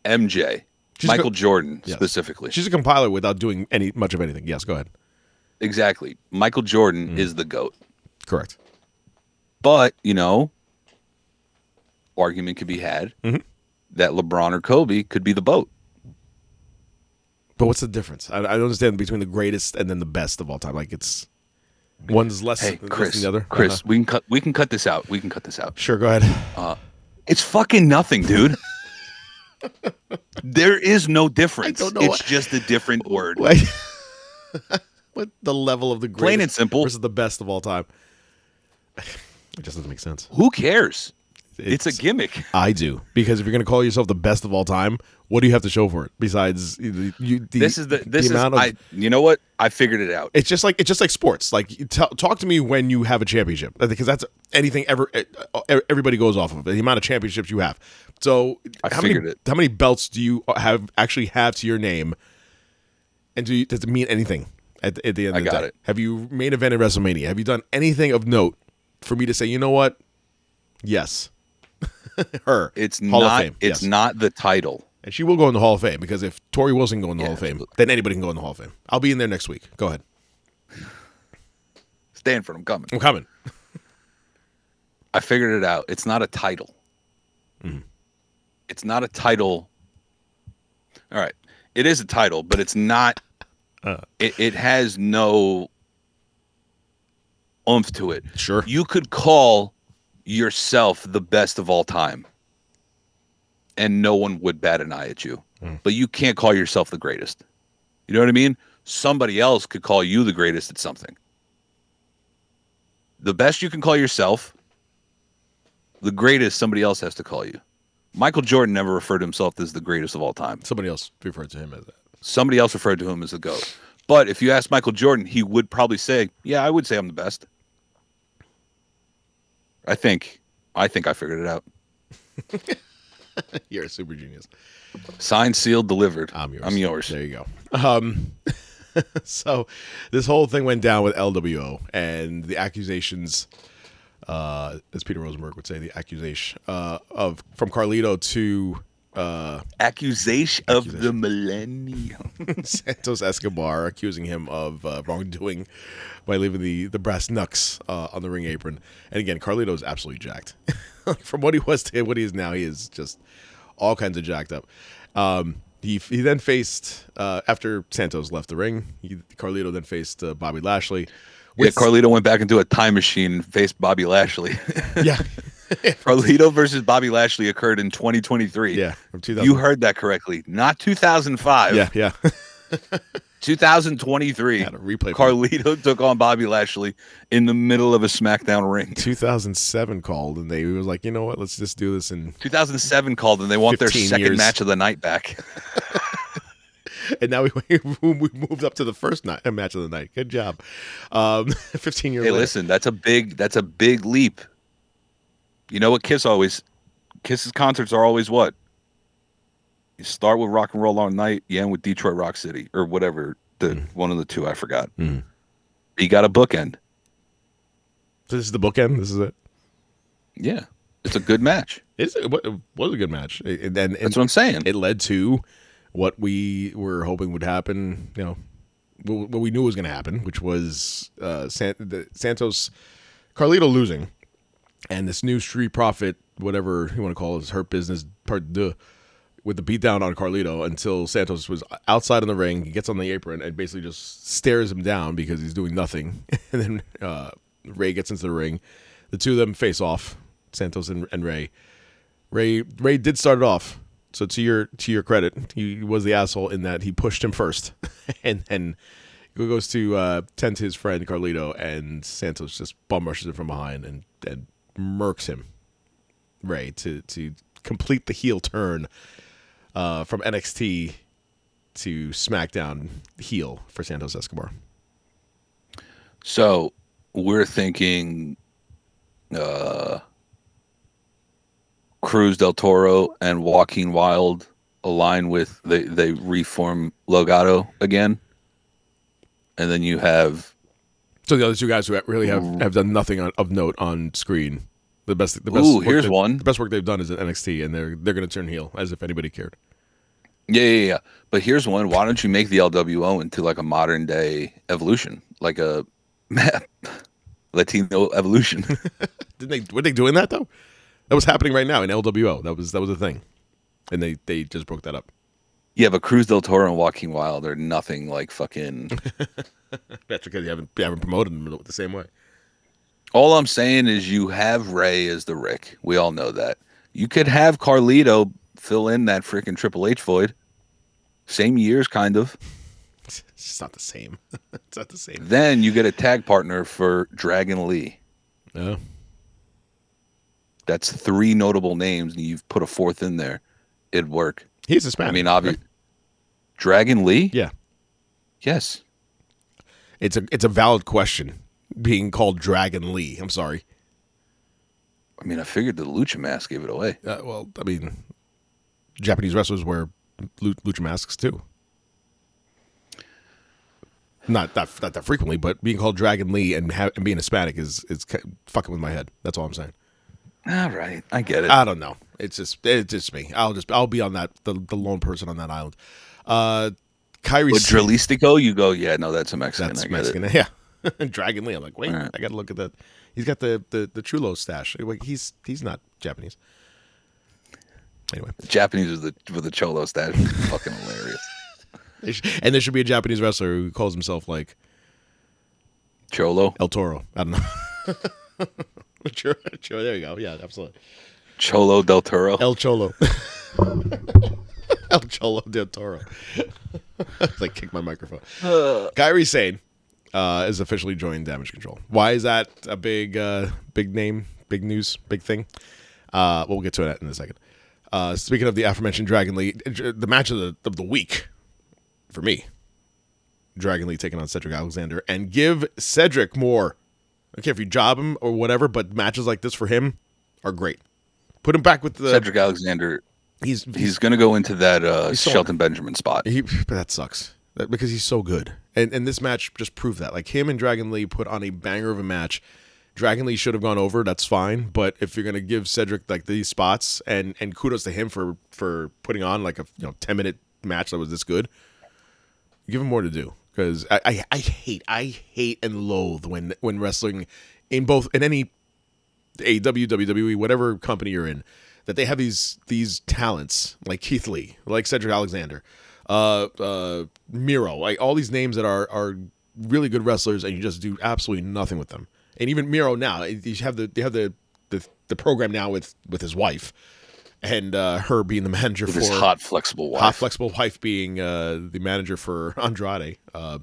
S4: MJ.
S3: She's
S4: Michael
S3: go-
S4: Jordan,
S3: Yes.
S4: specifically.
S3: She's a compiler without doing any much of anything. Yes. Go ahead.
S4: exactly. Michael Jordan is the goat.
S3: Correct.
S4: But, you know, argument could be had
S3: Mm-hmm.
S4: that LeBron or Kobe could be the boat.
S3: But what's the difference? I, I don't understand between the greatest and then the best of all time. Like it's one's less
S4: Hey,
S3: than
S4: Chris.
S3: the other.
S4: Chris,
S3: Uh-huh.
S4: we can cut we can cut this out. We can cut this out.
S3: Sure. Go ahead.
S4: It's fucking nothing, dude. there is no difference.
S3: don't know
S4: it's
S3: what-
S4: just a different word.
S3: Like, what the level of the greatest
S4: Plain and simple.
S3: versus the best of all time? It just doesn't make sense.
S4: Who cares? It's, a gimmick.
S3: I do because if you're going to call yourself the best of all time, what do you have to show for it besides you? you- The,
S4: This is the this is
S3: amount of,
S4: I you know what? I figured it out.
S3: It's just like it's just like sports. Like you tell talk to me when you have a championship because that's anything ever eh, everybody goes off of the amount of championships you have. So
S4: I
S3: how many
S4: figured it.
S3: how many belts do you uh, have actually have to your name? And do you, does it mean anything at, the- at the end
S4: I
S3: of the
S4: got
S3: day?
S4: it.
S3: Have you main event at WrestleMania? Have you done anything of note for me to say? You know what? Yes, her.
S4: It's
S3: Hall
S4: not
S3: Of Fame.
S4: it's
S3: yes.
S4: not the title.
S3: And she will go in the Hall of Fame because if Tori Wilson go in the
S4: Yeah,
S3: Hall of Fame,
S4: absolutely.
S3: then anybody can go in the Hall of Fame. I'll be in there next week. Go ahead.
S4: Stanford, I'm coming.
S3: I'm coming.
S4: I figured it out. It's not a title. It's not a title. All right. It is a title, but it's not it, it has no oomph to it.
S3: Sure.
S4: You could call yourself the best of all time. And no one would bat an eye at you. But you can't call yourself the greatest. You know what I mean? Somebody else could call you the greatest at something. The best you can call yourself the greatest somebody else has to call you. Michael Jordan never referred to himself as the greatest of all time.
S3: Somebody else referred to him as that.
S4: Somebody else referred to him as the GOAT. But if you ask Michael Jordan, he would probably say, "Yeah, I would say I'm the best." I think I think I figured it out.
S3: You're a super genius.
S4: Signed, sealed, delivered.
S3: I'm yours.
S4: I'm yours.
S3: There you go. Um, so this whole thing went down with LWO and the accusations, uh, as Peter Rosenberg would say, the accusation uh, of from Carlito to uh,
S4: Accusation of the millennium.
S3: Santos Escobar, accusing him of uh, wrongdoing by leaving the the brass knucks uh, on the ring apron. And again, Carlito is absolutely jacked. From what he was to what he is now, he is just all kinds of jacked up. Um, he he then faced uh, after Santos left the ring. He, Carlito then faced uh, Bobby Lashley.
S4: yeah,
S3: with-
S4: Carlito went back into a time machine and faced Bobby Lashley.
S3: yeah,
S4: Carlito versus Bobby Lashley occurred in 2023.
S3: Yeah, from 2000.
S4: You heard that correctly. Not 2005.
S3: yeah, yeah.
S4: 2023.
S3: Had a replay for
S4: Carlito took on Bobby Lashley in the middle of a SmackDown ring.
S3: 2007 called and they was like, you know what? Let's just do this and
S4: 2007 called and they want their
S3: 15
S4: second
S3: years.
S4: match of the night back.
S3: and now we we moved up to the first night uh, match of the night. Good job. Um, 15 years
S4: Hey,
S3: later.
S4: listen, that's a big that's a big leap. You know what Kiss always Kiss's concerts are always what? You start with rock and roll all night, you end with Detroit Rock City or whatever the
S3: Mm.
S4: one of the two I forgot. You got a bookend.
S3: So this is the bookend. This is it.
S4: Yeah. It's a good match.
S3: It's, it wa- it was a good match, It- and then
S4: That's what I'm saying.
S3: it led to what we were hoping would happen. You know, wh- what we knew was going to happen, which was uh, San- the Santos Carlito losing, and this new street profit, whatever you want to call his hurt business part de, with the beatdown on Carlito until Santos was outside in the ring. He gets on the apron and basically just stares him down because he's doing nothing. And then uh, Ray gets into the ring. The two of them face off, Santos and, and Ray. Ray Ray did start it off. So to your to your credit, he was the asshole in that he pushed him first, and then goes to uh, tend to his friend Carlito, and Santos just bum rushes him from behind and and murks him. Ray to to complete the heel turn uh, from NXT to SmackDown heel for Santos Escobar.
S4: So we're thinking uh Cruz del Toro and Joaquin Wild align with they they reform Logato again. And then you have
S3: So the other two guys who really have, have done nothing on, of note on screen. The best, the best.
S4: Ooh,
S3: work
S4: here's
S3: they-
S4: one.
S3: The best work they've done is at NXT, and they're they're going to turn heel as if anybody cared.
S4: yeah, yeah, yeah. But here's one. Why don't you make the LWO into like a modern day evolution? Like a Latino evolution.
S3: Didn't they? Were they doing that though? That was happening right now in LWO. That was that was a thing, and they they just broke that up.
S4: yeah, but Cruz del Toro and Walking Wild are nothing like fucking
S3: That's because you haven't you haven't promoted them the same way.
S4: All I'm saying is you have Ray as the Rick. We all know that. You could have Carlito fill in that freaking Triple H void. Same years, kind of.
S3: It's just not the same. it's not the same.
S4: Then you get a tag partner for Dragon Lee.
S3: No.
S4: That's three notable names, and you've put a fourth in there. It'd work.
S3: He's Hispanic.
S4: I mean, obviously, Dragon Lee.
S3: Yeah,
S4: Yes.
S3: it's a it's a valid question. Being called Dragon Lee. I'm sorry.
S4: I mean, I figured the Lucha Mask gave it away.
S3: Uh, well, I mean, Japanese wrestlers wear lu- lucha masks too. Not that not that frequently, but being called Dragon Lee and, ha- and being Hispanic is is ki- fucking with my head. That's all I'm saying.
S4: All right, I get it.
S3: I don't know. It's just it's just me. I'll just I'll be on that the, the lone person on that island. Uh, Kyrie
S4: With
S3: Sane-
S4: Drilistico, you go, yeah, no, that's a Mexican. I
S3: That's
S4: get
S3: Mexican.
S4: It.
S3: Yeah. Dragon Lee. I'm like, wait,
S4: Alright.
S3: I gotta look at that. He's got the the, the chulo stash. Like he's he's not Japanese. Anyway,
S4: Japanese with the with the cholo stash, fucking hilarious.
S3: They sh- and there should be a Japanese wrestler who calls himself like
S4: Cholo.
S3: El Toro. I don't know. Sure, sure, there you go. Yeah, absolutely.
S4: Cholo del Toro.
S3: El Cholo. El Cholo del Toro. It's like kick my microphone. Kyrie Sane uh, is officially joined Damage Control. Why is that a big, uh, big name, big news, big thing? Uh, well, we'll get to that in a second. Uh, speaking of the aforementioned Dragon Lee, the match of the of the week for me, Dragon Lee taking on Cedric Alexander, and give Cedric more. I don't care if you job him or whatever, but matches like this for him are great. Put him back with the
S4: Cedric Alexander.
S3: He's
S4: He's going to go into that uh,
S3: someone-
S4: Shelton Benjamin spot.
S3: He, but that sucks That- because he's so good. And and this match just proved that. Like him and Dragon Lee put on a banger of a match. Dragon Lee should have gone over. That's fine. But if you're gonna give Cedric like these spots, and and kudos to him for for putting on like a you know ten minute match that was this good. Give him more to do because I, I I hate I hate and loathe when when wrestling in both in any AW, WWE, E, whatever company you're in, that they have these these talents like Keith Lee, like Cedric Alexander, uh, uh, Miro, like all these names that are are really good wrestlers, and you just do absolutely nothing with them. And even Miro now, you have the you have the the, the program now with with his wife, and uh, her being the manager
S4: With
S3: for
S4: his hot, flexible wife.
S3: Hot flexible wife being uh, the manager for Andrade. Uh,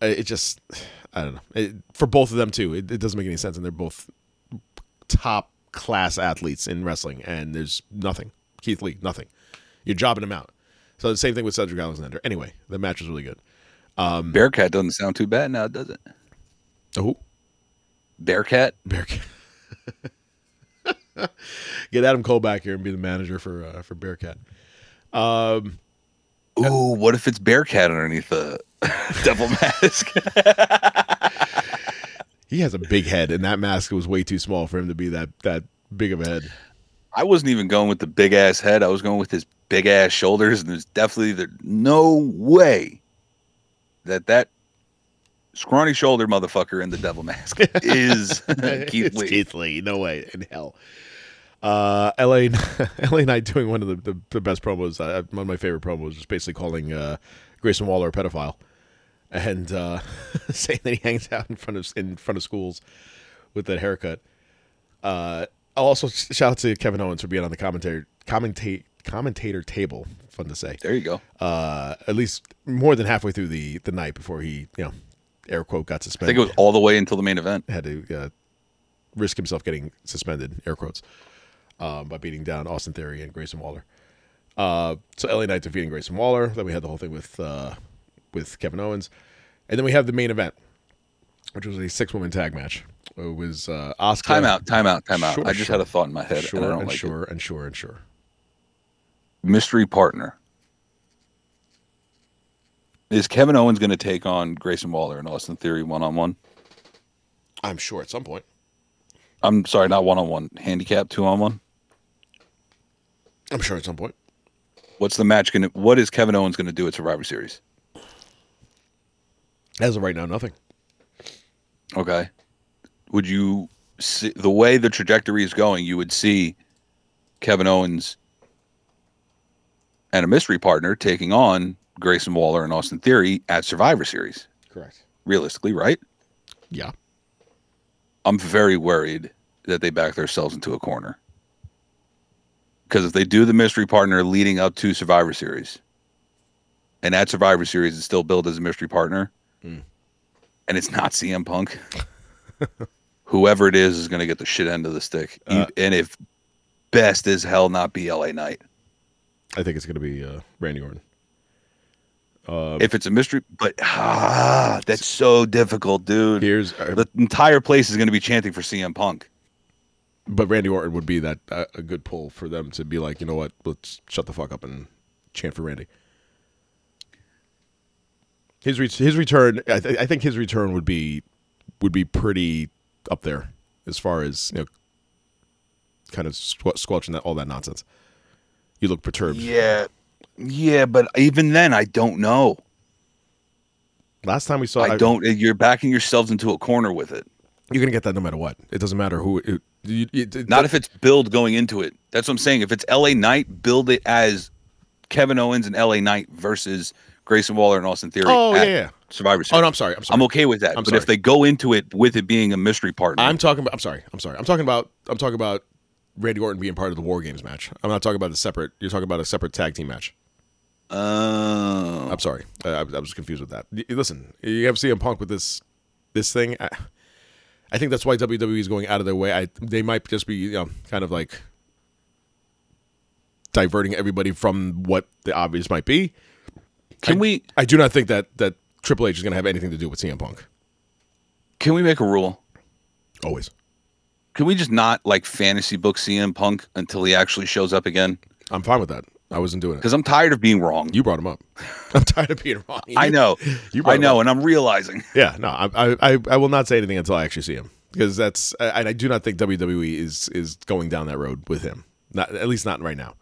S3: it just, I don't know. It, for both of them too, it, it doesn't make any sense, and they're both top class athletes in wrestling, and there's nothing. Keith Lee, nothing. You're jobbing him out. So the same thing with Cedric Alexander. Anyway, the match was really good.
S4: Bearcat doesn't sound too bad now, does it?
S3: Oh,
S4: Bearcat?
S3: Bearcat. Get Adam Cole back here and be the manager for uh, for Bearcat.
S4: Ooh, what if it's Bearcat underneath the devil mask?
S3: He has a big head, and that mask was way too small for him to be that that big of a head.
S4: I wasn't even going with the big ass head. I was going with his big ass shoulders, and there's definitely there, no way that that scrawny shoulder motherfucker in the devil mask is Keith
S3: It's
S4: Lee.
S3: Keith Lee. No way in hell. Uh, LA, LA Knight doing one of the, the, the best promos. Uh, one of my favorite promos, just basically calling uh, Grayson Waller a pedophile, and uh, saying that he hangs out in front of in front of schools with that haircut. Uh, I'll also sh- shout out to Kevin Owens for being on the commentator commentate commentator table. Fun to say
S4: There you go.
S3: uh, at least more than halfway through the the night before he, you know, air quote got
S4: I
S3: suspended.
S4: think it was all the way until the main event.
S3: had to uh, risk himself getting suspended, air quotes. um, by beating down Austin Theory and Grayson Waller. Uh, so LA Knight defeating Grayson Waller. Then we had the whole thing with uh, with Kevin Owens, and then we have the main event, which was a six woman tag match. It was uh, Oscar.
S4: Time out, time out, time out.
S3: Sure,
S4: I just
S3: sure.
S4: had a thought in my head.
S3: Sure
S4: and I
S3: and,
S4: don't like it.
S3: sure and sure and sure.
S4: mystery partner. Is Kevin Owens going to take on Grayson Waller and Austin Theory one on one?
S3: I'm sure at some point.
S4: I'm sorry, not one on one. Handicap two on one.
S3: I'm sure at some point.
S4: What's the match going to? What is Kevin Owens going to do at Survivor Series?
S3: As of right now, nothing.
S4: Okay. Would you see the way the trajectory is going? You would see Kevin Owens and a mystery partner taking on Grayson Waller and Austin Theory at Survivor Series.
S3: Correct.
S4: Realistically, right?
S3: Yeah.
S4: I'm very worried that they back themselves into a corner. Because if they do the mystery partner leading up to Survivor Series, and at Survivor Series it's still billed as a mystery partner, and it's not CM Punk, whoever it is is going to get the shit end of the stick. E- and if best as hell not be LA Knight,
S3: I think it's going to be uh, Randy Orton.
S4: if it's a mystery, but ah, that's so difficult, dude.
S3: Here's, uh,
S4: the entire place is going to be chanting for CM Punk.
S3: but Randy Orton would be that uh, a good pull for them to be like, you know what, let's shut the fuck up and chant for Randy. His re- his return, I, th- I think his return would be would be pretty up there as far as you know, kind of squ- squelching that all that nonsense. You look perturbed.
S4: Yeah. Yeah, but even then, I don't know.
S3: Last time we saw,
S4: I don't. eh, You're backing yourselves into a corner with it.
S3: You're gonna get that no matter what. It doesn't matter who. It, you- it- it-
S4: Not if it's build going into it. That's what I'm saying. If it's LA Knight, build it as Kevin Owens and LA Knight versus Grayson Waller and Austin Theory.
S3: Oh,
S4: at
S3: yeah, yeah.
S4: Survivor Series.
S3: Oh, no, I'm sorry. I'm sorry.
S4: I'm okay with that.
S3: I'm
S4: but if
S3: sorry.
S4: they go into it with it being a mystery partner,
S3: I'm talking about. I'm sorry. I'm sorry. I'm talking about. I'm talking about Randy Orton being part of the War Games match. I'm not talking about the separate. You're talking about a separate tag team match.
S4: Oh.
S3: I'm sorry. I, I was- I was confused with that. Y- Listen, you have CM Punk with this this thing. I, I think that's why WWE is going out of their way. I they might just be you know, kind of like diverting everybody from what the obvious might be.
S4: can we
S3: I do not think that that Triple H is going to have anything to do with CM Punk.
S4: can we make a rule?
S3: Always.
S4: Can we just not like fantasy book CM Punk until he actually shows up again?
S3: I'm fine with that. I wasn't doing it.
S4: Because I'm tired of being wrong.
S3: You brought him up. I'm tired of being wrong.
S4: I know.
S3: You brought
S4: I
S3: him
S4: know,
S3: up.
S4: and I'm realizing.
S3: Yeah, no, I, I, I- I will not say anything until I actually see him because that's, I- and I do not think WWE is is going down that road with him. Not at least not right now.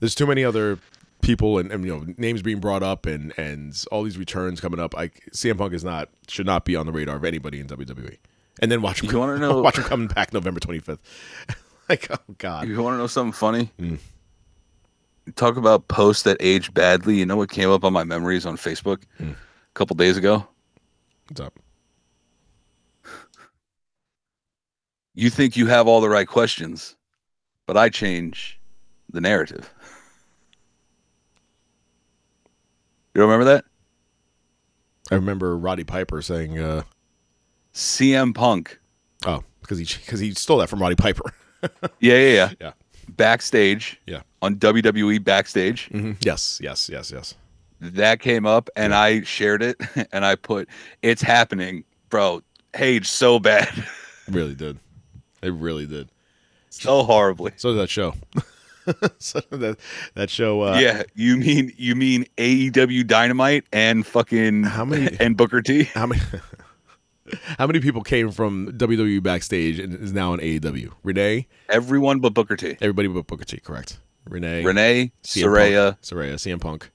S3: There's too many other people and, and you know names being brought up and and all these returns coming up. I CM Punk is not should not be on the radar of anybody in WWE. And then watch him.
S4: You
S3: come-
S4: wanna know-
S3: Watch him coming back November 25th. like, oh god,
S4: You want to know something funny? Talk about posts that age badly. You know what came up on my memories on Facebook a couple days ago?
S3: what's up?
S4: You think you have all the right questions, but I change the narrative. You remember that?
S3: I remember Roddy Piper saying, uh,
S4: CM Punk.
S3: "Oh, because he because he stole that from Roddy Piper."
S4: Yeah, yeah, yeah.
S3: yeah,
S4: Backstage
S3: yeah.
S4: on WWE Backstage.
S3: Mm-hmm. Yes, yes, yes, yes.
S4: that came up and I shared it and I put it's happening, bro. Hage so bad,
S3: Really did. It really did.
S4: so horribly.
S3: So did that show. so did that that show. Uh,
S4: Yeah, you mean you mean AEW Dynamite and fucking
S3: How many-
S4: and Booker T?
S3: How many? how many people came from WWE backstage and is now in AEW? Renee,
S4: Everyone but Booker T.
S3: everybody but Booker T. Correct. Renee,
S4: Renee,
S3: CM
S4: Soraya,
S3: Punk, Soraya, CM Punk,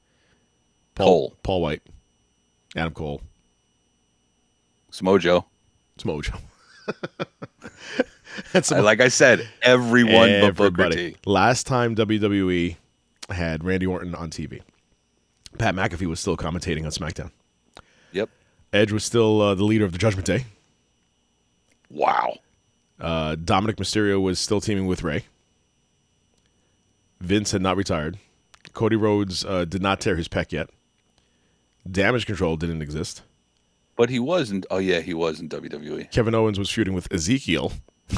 S4: Cole,
S3: Paul White, Adam Cole,
S4: Smojo.
S3: Smojo. That's
S4: I- Like I said, everyone but Booker T.
S3: Last time WWE had Randy Orton on TV, Pat McAfee was still commentating on SmackDown.
S4: Yep.
S3: Edge was still uh, the leader of the Judgment Day.
S4: Wow.
S3: Uh, Dominic Mysterio was still teaming with Ray. Vince had not retired. Cody Rhodes uh, did not tear his pec yet. Damage control didn't exist.
S4: But he wasn't. Oh yeah, he was in WWE.
S3: Kevin Owens was feuding with Ezekiel.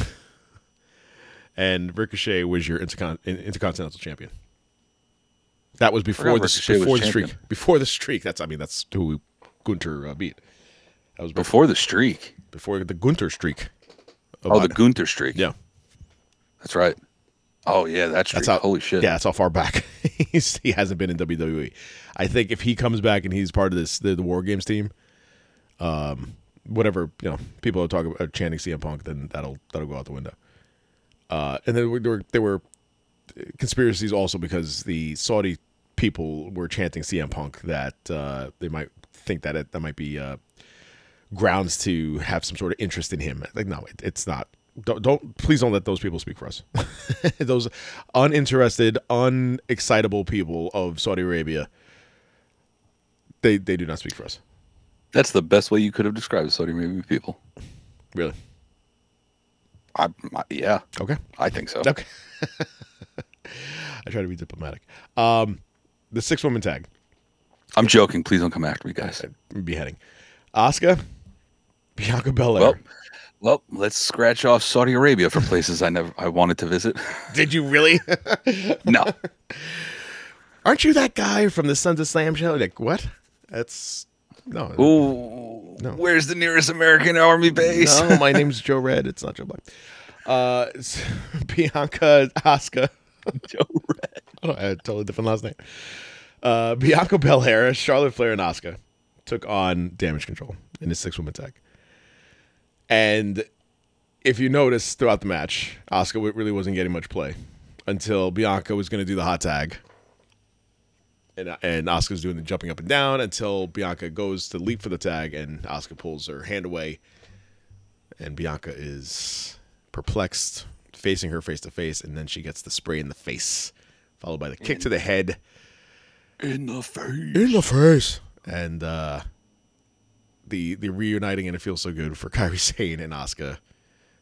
S3: and Ricochet was your intercon- in- intercontinental champion. That was before the
S4: Ricochet was
S3: before the
S4: champion.
S3: streak. Before the streak. That's I mean that's who Gunter uh, beat. That was before,
S4: Before the streak.
S3: before the Gunter streak. of
S4: Oh, the
S3: Odd.
S4: Gunter streak.
S3: yeah.
S4: That's right. Oh yeah, that's
S3: That's how
S4: streak. Holy shit.
S3: Yeah, that's how far back he's, he hasn't been in WWE. I think if he comes back and he's part of this the, the War Games team, um, whatever you know, people are talking about chanting CM Punk, then that'll that'll go out the window. Uh, and then there were, there were conspiracies also because the Saudi people were chanting CM Punk that uh, they might think that it, that might be uh, grounds to have some sort of interest in him. Like, no, it, it's not. Don't, don't please don't let those people speak for us. those uninterested, unexcitable people of Saudi Arabia. They they do not speak for us.
S4: That's the best way you could have described Saudi Arabian people.
S3: Really?
S4: I, I yeah,
S3: Okay.
S4: I think so.
S3: Okay. I try to be diplomatic. Um, the six woman tag
S4: I'm joking. Please don't come after me, guys.
S3: beheading, Asuka, Bianca Belair.
S4: Well, well, let's scratch off Saudi Arabia for places I never I wanted to visit.
S3: Did you really?
S4: no,
S3: Aren't you that guy from the Sons of Slam show? Like what? That's no.
S4: Ooh, where's the nearest American Army base?
S3: No, my name's Joe Red. It's not Joe Black. Uh, it's Bianca Asuka. Joe Red. I don't- I had a totally different last name. Uh, Bianca Belair, Charlotte Flair, and Asuka took on Damage Control in a six woman tag. And if you notice throughout the match, Asuka wa- really wasn't getting much play until Bianca was going to do the hot tag. And, and Asuka's doing the jumping up and down until Bianca goes to leap for the tag and Asuka pulls her hand away and Bianca is perplexed, facing her face to face, and then she gets the spray in the face, followed by the kick to the head
S4: In the face.
S3: in the face, and uh, the the reuniting, and it feels so good for Kyrie Sane and Asuka,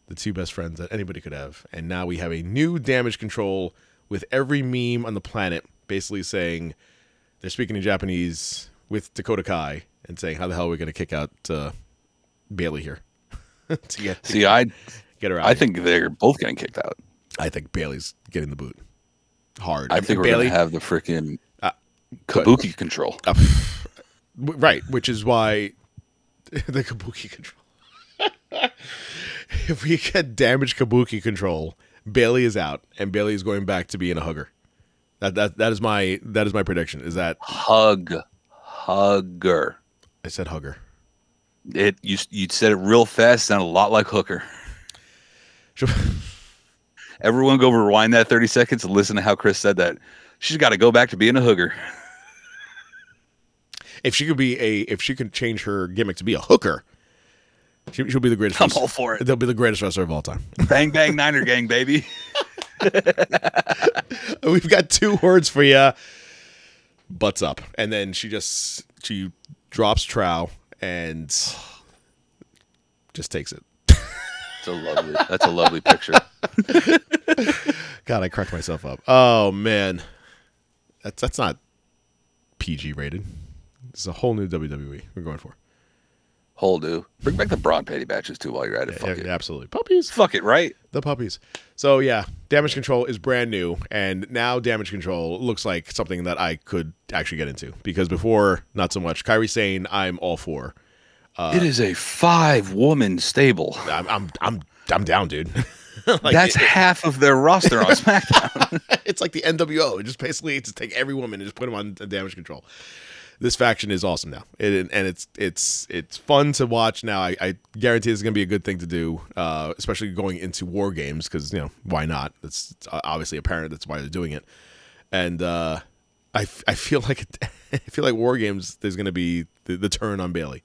S3: the two best friends that anybody could have, and now we have a new damage control with every meme on the planet, basically saying they're speaking in Japanese with Dakota Kai and saying how the hell are we going to kick out uh, Bailey here to get to
S4: See, I
S3: get her out.
S4: I
S3: of here.
S4: think they're both getting kicked out.
S3: I think Bailey's getting the boot hard.
S4: I think we're
S3: Bailey, Uh, Oh.
S4: gonna have the freaking kabuki control.
S3: w- right, which is why the Kabuki control. if we get damaged Kabuki control, Bailey is out, and Bailey is going back to being a hugger. That that that is my that is my prediction. Is that
S4: Hug, hugger.
S3: I said hugger.
S4: It you you said it real fast. Sounded a lot like hooker.
S3: She'll-
S4: Everyone, go rewind that thirty seconds and listen to how Chris said that. She's got to go back to being a hooker.
S3: if she could be a if she could change her gimmick to be a hooker, she, she'll be the greatest.
S4: I'm
S3: wrestler-
S4: all for it.
S3: They'll be the greatest wrestler of all time.
S4: bang bang Niner gang baby.
S3: We've got two words for you. Butts up, and then she just she drops trow and just takes it.
S4: It's a lovely. That's a lovely picture.
S3: God, I cracked myself up. Oh man, that's that's not PG rated. This is a whole new WWE we're going for.
S4: Whole do. Bring back the brawn patty batches too while you're at it. Fuck
S3: Yeah,
S4: it.
S3: absolutely, puppies.
S4: Fuck it. Right.
S3: the puppies. So yeah, damage control is brand new, and now damage control looks like something that I could actually get into because before not so much. Kyrie Sane, I'm all for. Uh,
S4: it is a five woman stable.
S3: I'm I'm I'm, I'm down, dude.
S4: That's half of their roster on SmackDown.
S3: it's like the NWO. It just basically just take every woman and just put them on damage control. This faction is awesome now, it, and it's it's it's fun to watch now. I, I guarantee it's going to be a good thing to do, uh, especially going into war games because you know why not? It's, it's obviously apparent that's why they're doing it, and uh, I, f- I feel like it, I feel like war games. There's going to be the, the turn on Bailey.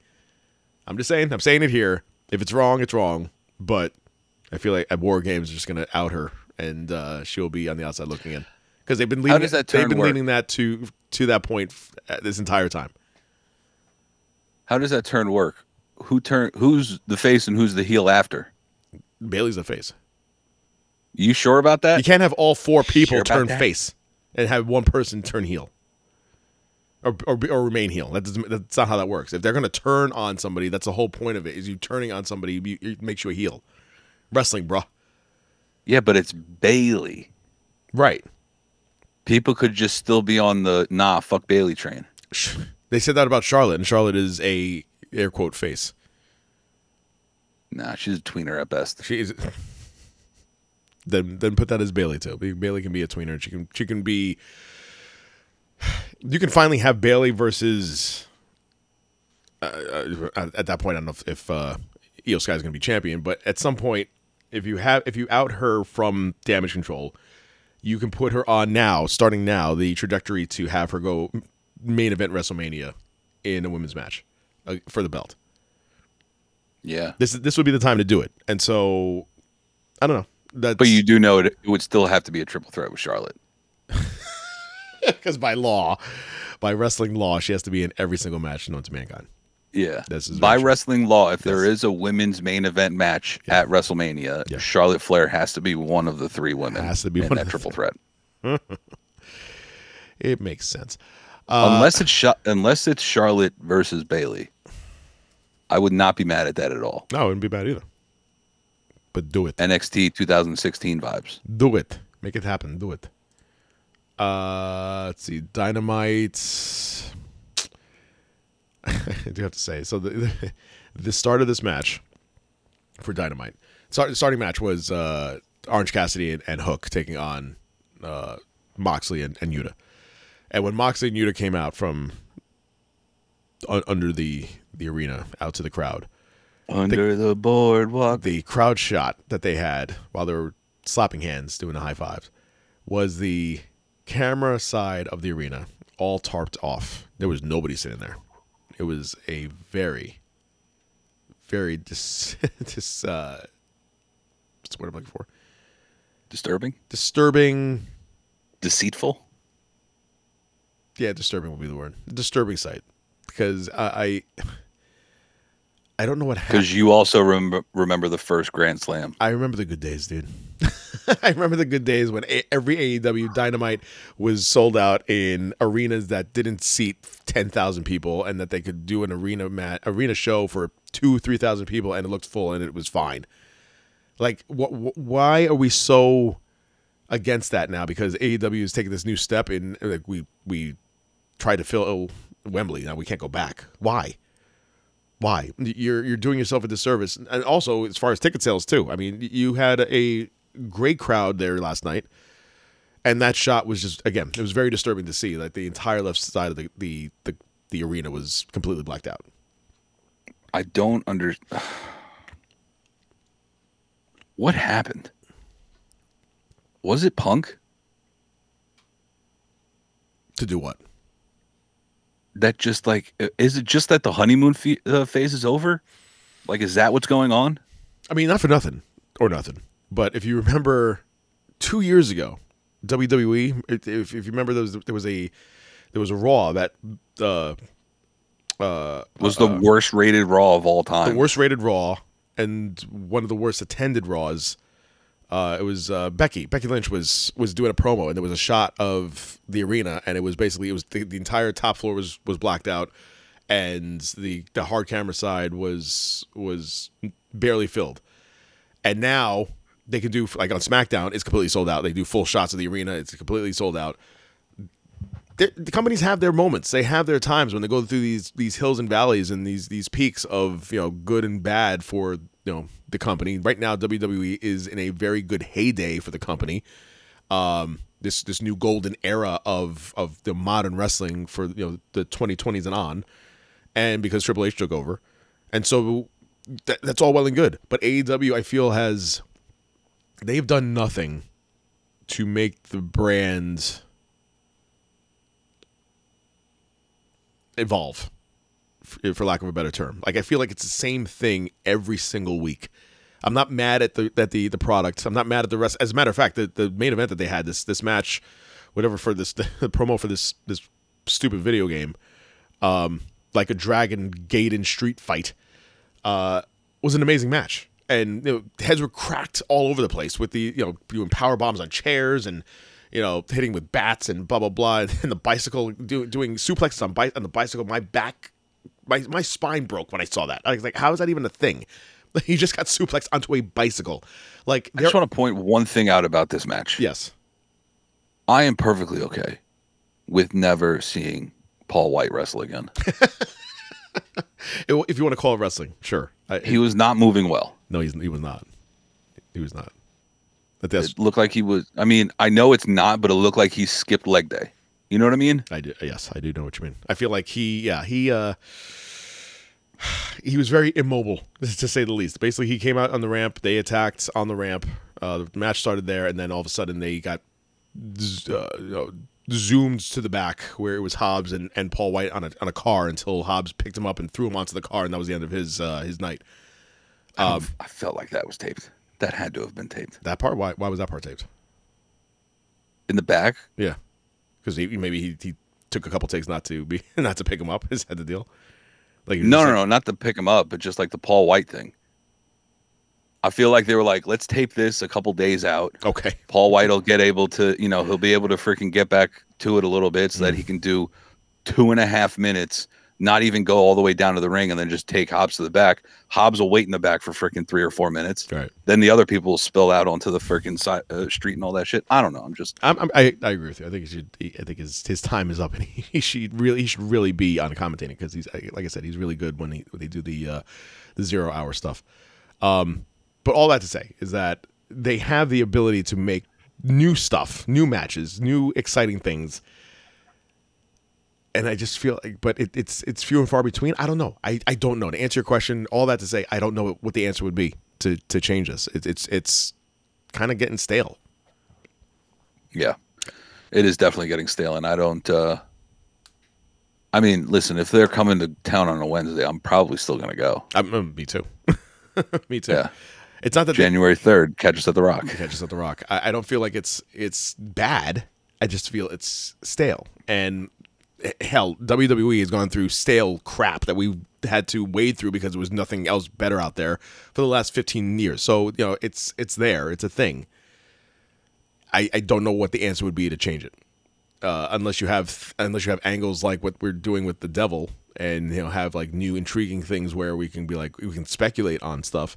S3: I'm just saying. I'm saying it here. If it's wrong, it's wrong. But I feel like at War Games, they're just going to out her, and uh, she'll be on the outside looking in because they've been leading.
S4: does that
S3: they've
S4: turn
S3: been
S4: work?
S3: leading that to to that point f- uh, this entire time.
S4: How does that turn work? Who turn? Who's the face and who's the heel after?
S3: Bailey's the face.
S4: You sure about
S3: You
S4: that?
S3: can't have all four people
S4: Sure about
S3: turn
S4: that?
S3: face and have one person turn heel. Or, or, be- or remain heel. That doesn't. That's not how that works. If they're going to turn on somebody, that's the whole point of it. Is you turning on somebody you, it makes you a heel. Wrestling, bruh.
S4: Yeah, but it's Bailey.
S3: Right.
S4: People could just still be on the nah, fuck Bailey train.
S3: Sh- They said that about Charlotte, and Charlotte is a air quote face.
S4: Nah, she's a tweener at best.
S3: She is. Then then put that as Bailey too. Bailey can be a tweener. She can she can be. You can finally have Bailey versus. Uh, uh, at- at that point, I don't know if, if uh, Io Sky is going to be champion, but at some point, if you have if you out her from Damage Control, you can put her on now, starting now, the trajectory to have her go m- main event WrestleMania in a women's match uh, for the belt
S4: Yeah.
S3: this this would be the time to do it. And so I don't know. That's
S4: But you do know it, it would still have to be a triple threat with Charlotte.
S3: because by law, by wrestling law, she has to be in every single match known to mankind.
S4: Yeah.
S3: This is
S4: By
S3: very true.
S4: wrestling law, if there is a women's main event match at WrestleMania,
S3: Yeah.
S4: Charlotte Flair has to be one of the three women.
S3: Has to be
S4: in
S3: one
S4: that
S3: of the
S4: triple
S3: three.
S4: threat.
S3: It makes sense. Uh,
S4: unless it's Sha- unless it's Charlotte versus Bailey. I would not be mad at that at all.
S3: No, it wouldn't be bad either. But do it.
S4: NXT 2016 vibes.
S3: Do it. Make it happen. Do it. Uh let's see. Dynamite. I do have to say. So the the start of this match for Dynamite. Start, starting match was uh Orange Cassidy and, and Hook taking on uh Moxley and, and Yuta. And when Moxley and Yuta came out from un- under the the arena out to the crowd,
S4: Under the, boardwalk.
S3: the crowd shot that they had while they were slapping hands doing the high fives was the camera side of the arena all tarped off there was nobody sitting there it was a very very dis, dis uh what's the word i'm looking for
S4: Disturbing.
S3: disturbing
S4: Deceitful.
S3: yeah disturbing would be the word disturbing sight because i i, I don't know what happened
S4: Because you also remember remember the first Grand Slam.
S3: I remember the good days, dude. I remember the good days when a- every AEW Dynamite was sold out in arenas that didn't seat ten thousand people, and that they could do an arena mat arena show for two three thousand people, and it looked full, and it was fine. Like, wh- wh- why are we so against that now? Because AEW is taking this new step in. Like, we we tried to fill Wembley, now we can't go back. Why? why you're you're doing yourself a disservice and also as far as ticket sales too i mean you had a great crowd there last night and that shot was just again it was very disturbing to see like the entire left side of the the the, the arena was completely blacked out
S4: I don't under. what happened? Was it Punk
S3: to do what
S4: that just like i- is it just that the honeymoon fe- uh, phase is over? Like is that what's going on?
S3: i mean not for nothing or nothing but if you remember two years ago wwe if, if you remember there was there was a there was a raw that uh
S4: Was the worst rated Raw of all time?
S3: the worst rated Raw and one of the worst attended Raws. Uh, it was uh, Becky. Becky Lynch was was doing a promo, and there was a shot of the arena, and it was basically it was the, the entire top floor was was blacked out, and the the hard camera side was was barely filled. And now they can do like on SmackDown, it's completely sold out. They do full shots of the arena, it's completely sold out the, the companies have their moments. They have their times when they go through these these hills and valleys and these these peaks of you know good and bad for you know the company. Right now, WWE is in a very good heyday for the company. Um, this this new golden era of of the modern wrestling for you know the 2020s and on, and because Triple H took over, and so that, that's all well and good. But AEW, I feel, has they've done nothing to make the brand evolve, f- for lack of a better term. Like I feel like it's the same thing every single week. I'm not mad at the at the the product. I'm not mad at the rest. As a matter of fact, the, the main event that they had this this match, whatever for this the promo for this this stupid video game, um, like a dragon gate and street fight, uh, was an amazing match. And you know, heads were cracked all over the place with the you know doing power bombs on chairs and you know hitting with bats and blah blah blah and the bicycle do, doing suplexes on bi- on the bicycle. My back, my my spine broke when I saw that. I was like, how is that even a thing? He just got suplexed onto a bicycle. Like,
S4: I
S3: there-
S4: just want to point one thing out about this match.
S3: yes,
S4: I am perfectly okay with never seeing Paul White wrestle again.
S3: It- if you want to call it wrestling, sure. I,
S4: He was not moving well.
S3: no, he's, he was not. He was not. But that's
S4: It looked like he was. I mean, I know it's not, but it looked like he skipped leg day. You know what I mean?
S3: I do. Yes, I do know what you mean. I feel like he, yeah, he, uh, he was very immobile to say the least. Basically, he came out on the ramp. They attacked on the ramp. Uh, the match started there, and then all of a sudden they got z- uh, you know, zoomed to the back where it was Hobbs and, and Paul White on a on a car until Hobbs picked him up and threw him onto the car, and that was the end of his uh, his night.
S4: I felt like that was taped. That had to have been taped
S3: That part. Why? Why was that part taped?
S4: in the back.
S3: Yeah, because he, maybe he, he took a couple takes not to be not to pick him up. Is that the deal? Like he was
S4: No,
S3: just
S4: no,
S3: like-
S4: no, not to pick him up, but just like the Paul White thing. I feel like they were like, let's tape this a couple days out.
S3: Okay.
S4: Paul White will get able to, you know, he'll be able to freaking get back to it a little bit so that he can do two and a half minutes, not even go all the way down to the ring and then just take Hobbs to the back. Hobbs will wait in the back for freaking three or four minutes.
S3: Right.
S4: Then the other people will spill out onto the freaking side, uh, street and all that shit. I don't know. I'm just,
S3: I'm, I'm, I, I agree with you. I think he should. He, I think his his time is up, and he, he should really he should really be on commentating because he's I- like I said, he's really good when he when they do the uh, the zero hour stuff. Um, but all that to say is that they have the ability to make new stuff, new matches, new exciting things. And I just feel like, but it, it's it's few and far between. I don't know. I, I don't know. To answer your question, all that to say, I don't know what the answer would be to to change this. It, it's it's kind of getting stale.
S4: yeah, it is definitely getting stale. And I don't, uh, I mean, listen, if they're coming to town on a Wednesday, I'm probably still going to go.
S3: I'm, um, me too. me too.
S4: Yeah.
S3: It's not that they
S4: January 3rd, catch us at the Rock.
S3: catch us at the rock. I, I don't feel like it's it's bad. I just feel it's stale. And eh, hell, WWE has gone through stale crap that we had to wade through because there was nothing else better out there for the last 15 years. So you know, it's it's there. It's a thing. I, I don't know what the answer would be to change it, uh, unless you have unless you have angles like what we're doing with the devil, and you know have like new intriguing things where we can be like we can speculate on stuff,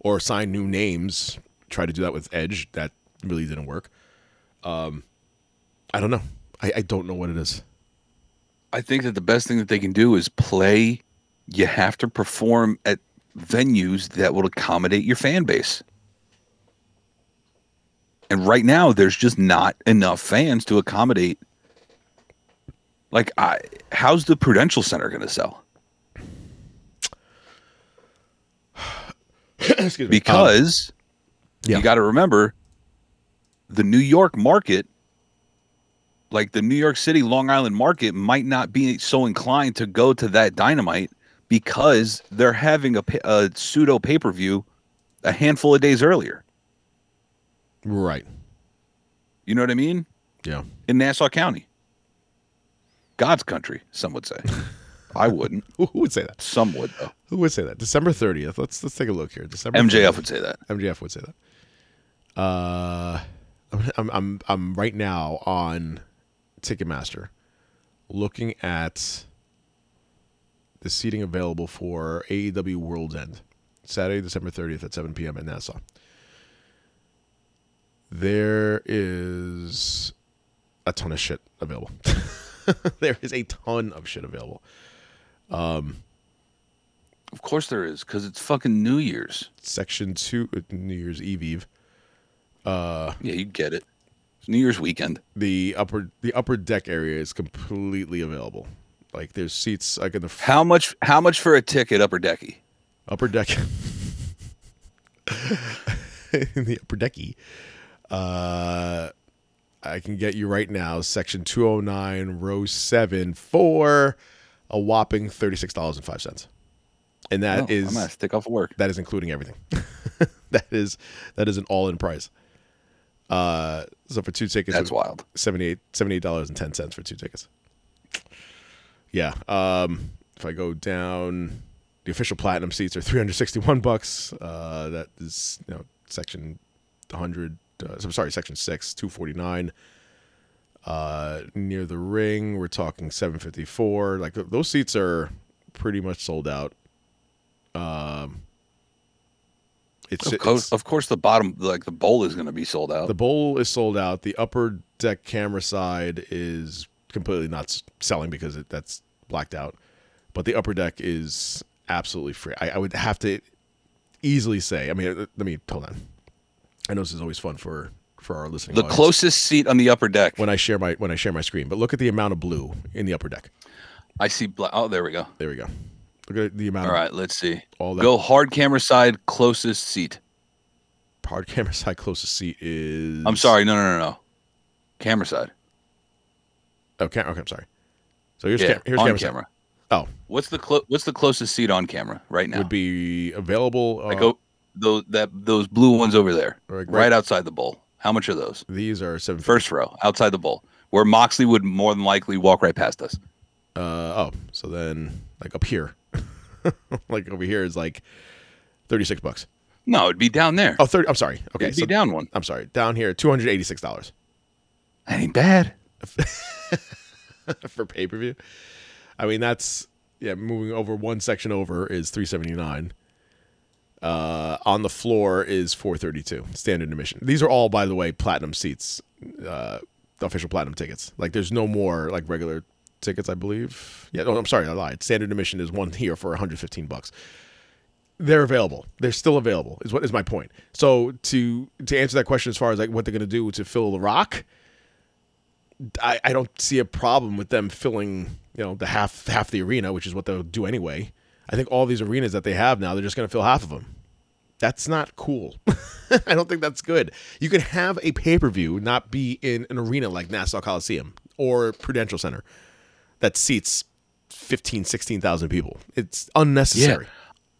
S3: or assign new names. Try to do that with Edge. That really didn't work. Um, I don't know. I, I don't know what it is.
S4: I think that the best thing that they can do is play. You have to perform at venues that will accommodate your fan base. And right now, there's just not enough fans to accommodate. Like, I, how's the Prudential Center going to sell?
S3: Excuse me. Um,
S4: Because
S3: yeah.
S4: you got to remember the New York market, like the New York City, Long Island market, might not be so inclined to go to that dynamite because they're having a, pa- a pseudo pay per view a handful of days earlier.
S3: right.
S4: You know what I mean?
S3: Yeah.
S4: In Nassau County, God's country, some would say. I wouldn't.
S3: Who, who would say that?
S4: Some would, though.
S3: Who would say that? December thirtieth. Let's let's take a look here. December.
S4: MJF
S3: 30th.
S4: would say that.
S3: MJF would say that. Uh, I'm I'm I'm right now on Ticketmaster, looking at the seating available for AEW World's End, Saturday, December 30th at 7 p.m. in Nassau. There is a ton of shit available. there is a ton of shit available.
S4: Of course there is, because it's fucking New Year's.
S3: Section two, uh, New Year's Eve Eve.
S4: Yeah, you get it. It's New Year's weekend.
S3: the upper the upper deck area is completely available. Like there's seats like in the f-
S4: How much? How much for a ticket, Upper Decky?
S3: upper deck. in the upper decky, uh, I can get you right now section 209, row seven for a whopping thirty six dollars and five cents, and that
S4: Oh, I'm
S3: is
S4: gonna stick off work.
S3: that is including everything. that is that is an all in price. Uh, so for two tickets,
S4: That's
S3: it-
S4: wild.
S3: 78 dollars and ten cents for two tickets. Yeah. Um, if I go down, the official platinum seats are three hundred sixty-one bucks. Uh, that is you know section hundred. Uh, so- sorry, section six, two forty-nine. Uh, near the ring, we're talking seven fifty-four. Like th- those seats are pretty much sold out. Um, It's,
S4: Of
S3: it's
S4: course, of course, the bottom, like the bowl, is going to be sold out.
S3: the bowl is sold out. The upper deck camera side is completely not s- selling because it, that's blacked out. But the upper deck is absolutely free. I, I would have to easily say. I mean, uh, let me hold on. I know this is always fun for for our listening.
S4: The
S3: audience
S4: closest seat on the upper deck.
S3: when I share my when I share my screen. But look at the amount of blue in the upper deck.
S4: I see. Bla- oh, there we go.
S3: There we go. Look at the amount.
S4: All
S3: of
S4: right, let's see.
S3: All that-
S4: Go hard camera side, closest seat.
S3: Hard camera side closest seat is.
S4: I'm sorry. No, no, no, no. Camera side.
S3: Oh, cam- okay. I'm sorry. So here's
S4: yeah,
S3: cam- here's
S4: on
S3: camera.
S4: camera.
S3: side. Oh,
S4: What's the clo- What's the closest seat on camera right now?
S3: would be available. Uh,
S4: like oh, those that those blue ones over there,
S3: Like,
S4: right,
S3: right-
S4: outside the bowl. How much are those?
S3: these are seven.
S4: First row, outside the bowl, where Moxley would more than likely walk right past us.
S3: Uh, oh, so then like up here, like over here is like thirty six bucks.
S4: No, it'd be down there.
S3: Oh, 30 I'm sorry. Okay,
S4: it'd be down one.
S3: I'm sorry. Down here, two hundred eighty six dollars
S4: That ain't bad.
S3: for pay per view. I mean, that's yeah. Moving over one section over is three seventy nine. Uh, on the floor is four thirty two standard admission. These are all, by the way, platinum seats. Uh, the official platinum tickets. Like, there's no more like regular tickets. I believe. Yeah. No, I'm sorry. I lied. Standard admission is one here for one hundred fifteen bucks. They're available. They're still available. Is what is my point. So to to answer that question, as far as like what they're gonna do to fill the rock, I, I don't see a problem with them filling, you know, the half half the arena, which is what they'll do anyway. I think all these arenas that they have now, they're just going to fill half of them. That's not cool. I don't think that's good. You can have a pay per view not be in an arena like Nassau Coliseum or Prudential Center that seats 15, 16,000 people. It's unnecessary.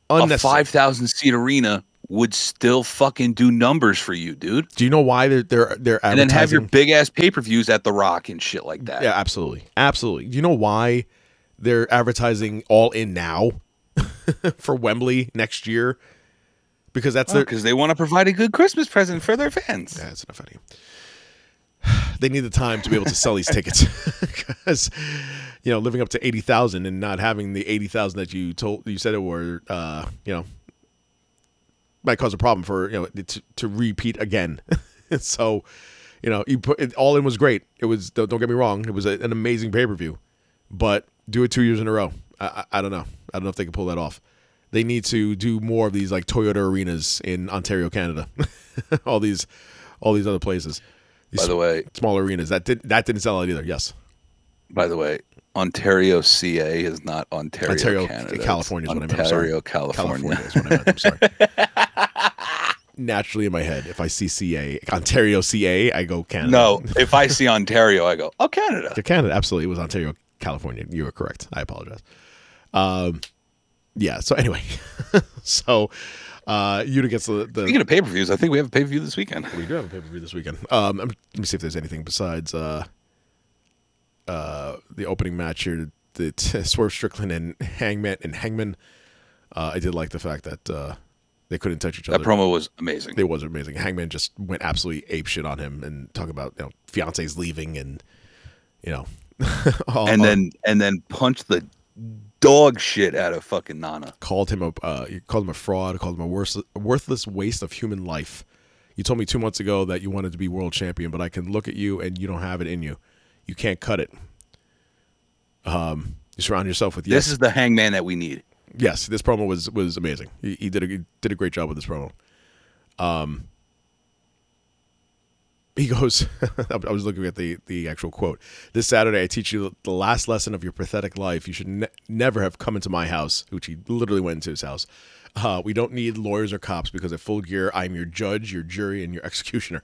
S4: a
S3: Unnecessary.
S4: five thousand seat arena would still fucking do numbers for you, dude.
S3: do you know why they're they're they're
S4: And then have your
S3: advertising-
S4: big ass pay per views at The Rock and shit like that.
S3: Yeah, absolutely. Absolutely. Do you know why they're advertising all in now for Wembley next year? Because that's their
S4: because they want to provide a good Christmas present for their fans.
S3: that's enough out of you. They need the time to be able to sell these tickets because you know living up to eighty thousand and not having the eighty thousand that you told you said it were uh, you know might cause a problem for you know it to, to repeat again. so you know you put it, all in was great. It was don't, don't get me wrong. It was a, an amazing pay per view, but do it two years in a row. I, I, I don't know. I don't know if they can pull that off. They need to do more of these like Toyota arenas in Ontario, Canada. all these, all these other places. These
S4: By the way,
S3: small arenas that did that didn't sell out either. Yes,
S4: by the way, Ontario, CA is not Ontario,
S3: Ontario,
S4: Canada. It's
S3: California is what I meant. I'm sorry.
S4: Ontario, California.
S3: California is what I meant. I'm sorry. Naturally, in my head, if I see CA, Ontario CA, I go Canada.
S4: No, if I see Ontario, I go, oh, Canada.
S3: Yeah, Canada, absolutely. It was Ontario, California. You were correct. I apologize. Um, yeah. So anyway, so uh, Utah gets the, the
S4: Speaking of pay per views, I think we have a pay per view this weekend.
S3: we do have a pay per view this weekend. Um, um, let me see if there's anything besides uh, uh, the opening match here. The Swerve Strickland and Hangman and Hangman. Uh, I did like the fact that uh, they couldn't touch each
S4: That
S3: other.
S4: promo was amazing.
S3: It was amazing. Hangman just went absolutely ape shit on him and talking about you know fiance's leaving and you know all-
S4: and
S3: all-
S4: then and then punched the dog shit out of fucking Nana.
S3: called him a uh, you called him a fraud, called him a worse, worthless waste of human life. You told me two months ago that you wanted to be world champion, but I can look at you and you don't have it in you. You can't cut it. Um, you surround yourself with yes,
S4: This is the hangman that we need.
S3: yes. This promo was was amazing. He, he did a he did a great job with this promo. Um, he goes. I was looking at the the actual quote. This Saturday, I teach you the last lesson of your pathetic life. You should ne- never have come into my house, which he literally went into his house. Uh, we don't need lawyers or cops because at Full Gear, I'm your judge, your jury, and your executioner.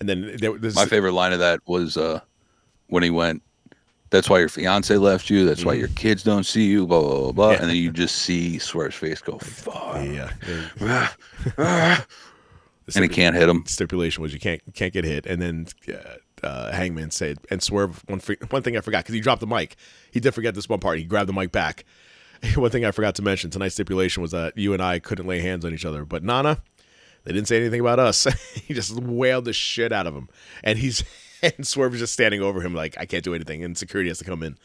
S3: And then there, this,
S4: My favorite line of that was uh, when he went, "That's why your fiance left you. That's why
S3: Mm-hmm.
S4: your kids don't see you." Blah blah blah. blah. And then you just see Swerve's face go, "Fuck,"
S3: yeah, the
S4: and he can't hit him.
S3: stipulation was you can't you can't get hit. And then uh, uh, Hangman said, and Swerve one fre- one thing I forgot because he dropped the mic. He did forget this one part. He grabbed the mic back. one thing I forgot to mention tonight's stipulation was that you and I couldn't lay hands on each other. But Nana, they didn't say anything about us. he just wailed the shit out of him, and he's and Swerve is just standing over him like I can't do anything, and security has to come in.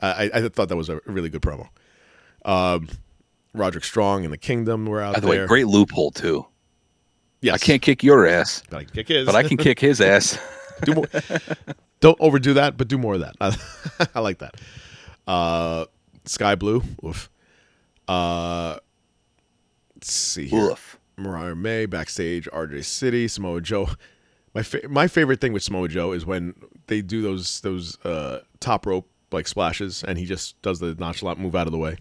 S3: Uh, I, I thought that was a really good promo. Um, Roderick Strong and the Kingdom were out
S4: By the
S3: there.
S4: way, great loophole too.
S3: Yes.
S4: I can't kick your ass,
S3: But I can kick his.
S4: but I can kick his ass.
S3: do more. Don't overdo that, but do more of that. I, I like that. Uh, Sky Blue. Oof. Uh, let's see here.
S4: Oof.
S3: Mariah May backstage, RJ City, Samoa Joe. My fa- my favorite thing with Samoa Joe is when they do those those uh, top rope like splashes, and he just does the nonchalant move out of the way.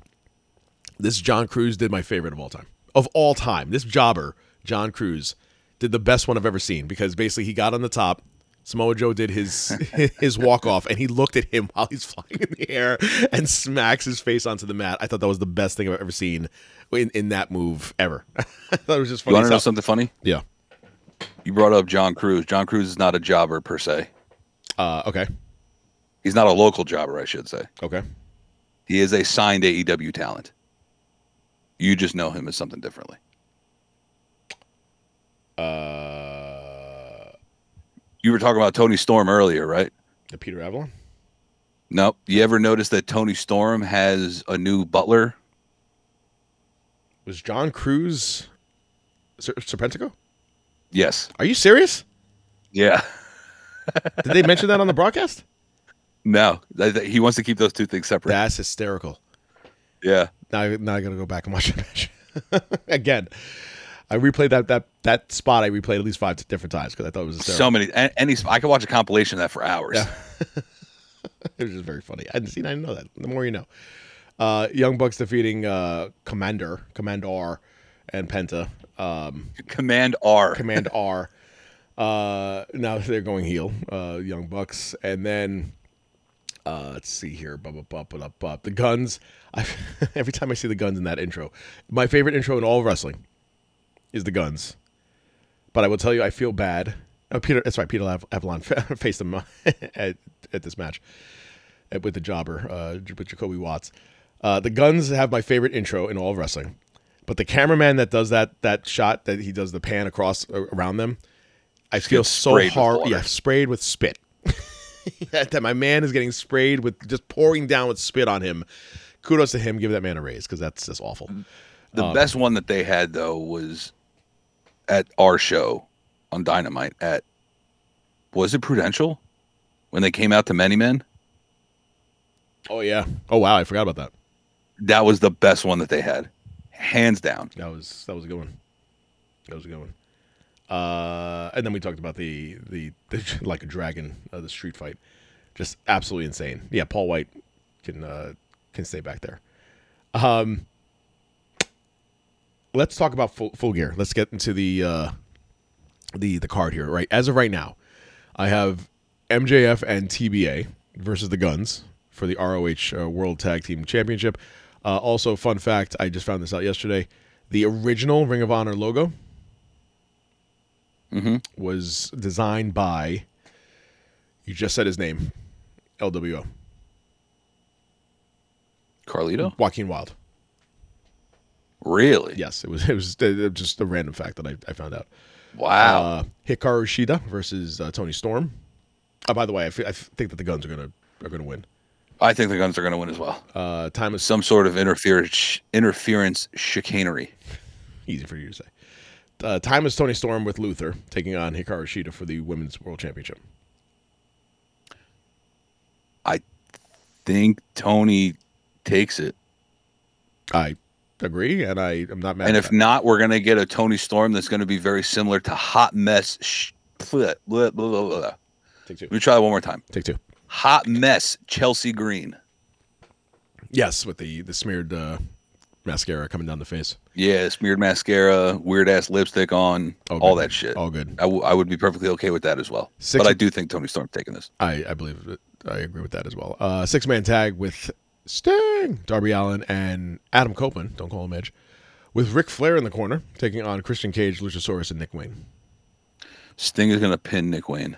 S3: This John Cruz did my favorite of all time. Of all time, this jobber John Cruz did the best one I've ever seen because basically he got on the top. Samoa Joe did his his walk off, and he looked at him while he's flying in the air and smacks his face onto the mat. I thought that was the best thing I've ever seen in, in that move ever. that was just
S4: You
S3: funny.
S4: want
S3: as
S4: to know
S3: hell.
S4: something funny?
S3: Yeah.
S4: You brought up John Cruz. John Cruz is not a jobber per se.
S3: Uh, okay.
S4: He's not a local jobber, I should say.
S3: Okay.
S4: He is a signed AEW talent. You just know him as something differently.
S3: Uh,
S4: You were talking about Tony Storm earlier, right?
S3: the Peter Avalon.
S4: No. You ever notice that Tony Storm has a new butler?
S3: Was John Cruz Ser- Serpentico?
S4: Yes.
S3: Are you serious?
S4: Yeah.
S3: Did they mention that on the broadcast?
S4: No. Th- th- He wants to keep those two things separate.
S3: That's hysterical.
S4: yeah.
S3: Now, I- now I gotta go back and watch the match again. I replayed that that that spot. I replayed at least five different times because I thought it was hysterical.
S4: So many. a- Any. I could watch a compilation of that for hours.
S3: it was just very funny. I didn't see. I didn't know that. The more you know. Uh, Young Bucks defeating uh, Commander, Commandar, and Penta. Um,
S4: Command R.
S3: Command R. Uh, now they're going heel, uh, Young Bucks, and then uh, let's see here, blah, blah, blah, blah, blah. the guns. I, every time I see the guns in that intro, my favorite intro in all of wrestling is the guns. But I will tell you, I feel bad. Oh, Peter, that's right. Peter Av- Avalon faced him at, at this match at- with the jobber, uh, J- with Jacoby Watts. Uh, the guns have my favorite intro in all of wrestling, but the cameraman that does that that shot that he does the pan across a- around them, I feel
S4: gets
S3: so
S4: sprayed with
S3: hard.
S4: water.
S3: Yeah, sprayed with spit. that, that my man is getting sprayed with just pouring down with spit on him. Kudos to him. Give that man a raise because that's just awful.
S4: Mm. The best one that they had though was at our show on Dynamite at was it Prudential when they came out to Many Men.
S3: Oh yeah. Oh wow. I forgot about that.
S4: That was the best one that they had, hands down.
S3: That was that was a good one. That was a good one. Uh, and then we talked about the the, the like a dragon uh, the street fight, just absolutely insane. Yeah, Paul White can uh, can stay back there. Um, let's talk about full, full gear. Let's get into the uh, the the card here. Right as of right now, I have MJF and TBA versus the Guns for the ROH uh, World Tag Team Championship. Uh, also, fun fact: I just found this out yesterday. The original Ring of Honor logo was designed by. You just said his name, LWO
S4: Carlito,
S3: Joaquin Wild.
S4: really?
S3: Yes, it was. It was uh, just a random fact that I, I found out.
S4: Wow.
S3: Uh, Hikaru Shida versus uh, Tony Storm. Oh, by the way, I fe- I f- think that the Guns are gonna are gonna win.
S4: I think the Guns are going to win as well.
S3: Uh, time is
S4: Some sort of interference, interference chicanery.
S3: easy for you to say. Uh, time is Tony Storm with Luther taking on Hikaru Shida for the Women's World Championship.
S4: I think Tony takes it,
S3: I agree, and I am not mad.
S4: and
S3: at
S4: if
S3: that.
S4: not, we're going to get a Tony Storm that's going to be very similar to Hot Mess. Sh- blah, blah, blah, blah, blah.
S3: take two,
S4: Let me try that one more time.
S3: take two.
S4: Hot mess, Chelsea Green.
S3: Yes, with the the smeared uh, mascara coming down the face.
S4: Yeah, smeared mascara, weird ass lipstick on,
S3: All
S4: all
S3: good.
S4: that shit.
S3: All good.
S4: I, w- I would be perfectly okay with that as well.
S3: Six-
S4: but I do think Tony Storm taking this.
S3: I I believe that- I agree with that as well. Uh, six man tag with Sting, Darby Allen, and Adam Copeland. Don't call him Edge. With Ric Flair in the corner, taking on Christian Cage, Luchasaurus, and Nick Wayne.
S4: Sting is gonna pin Nick Wayne.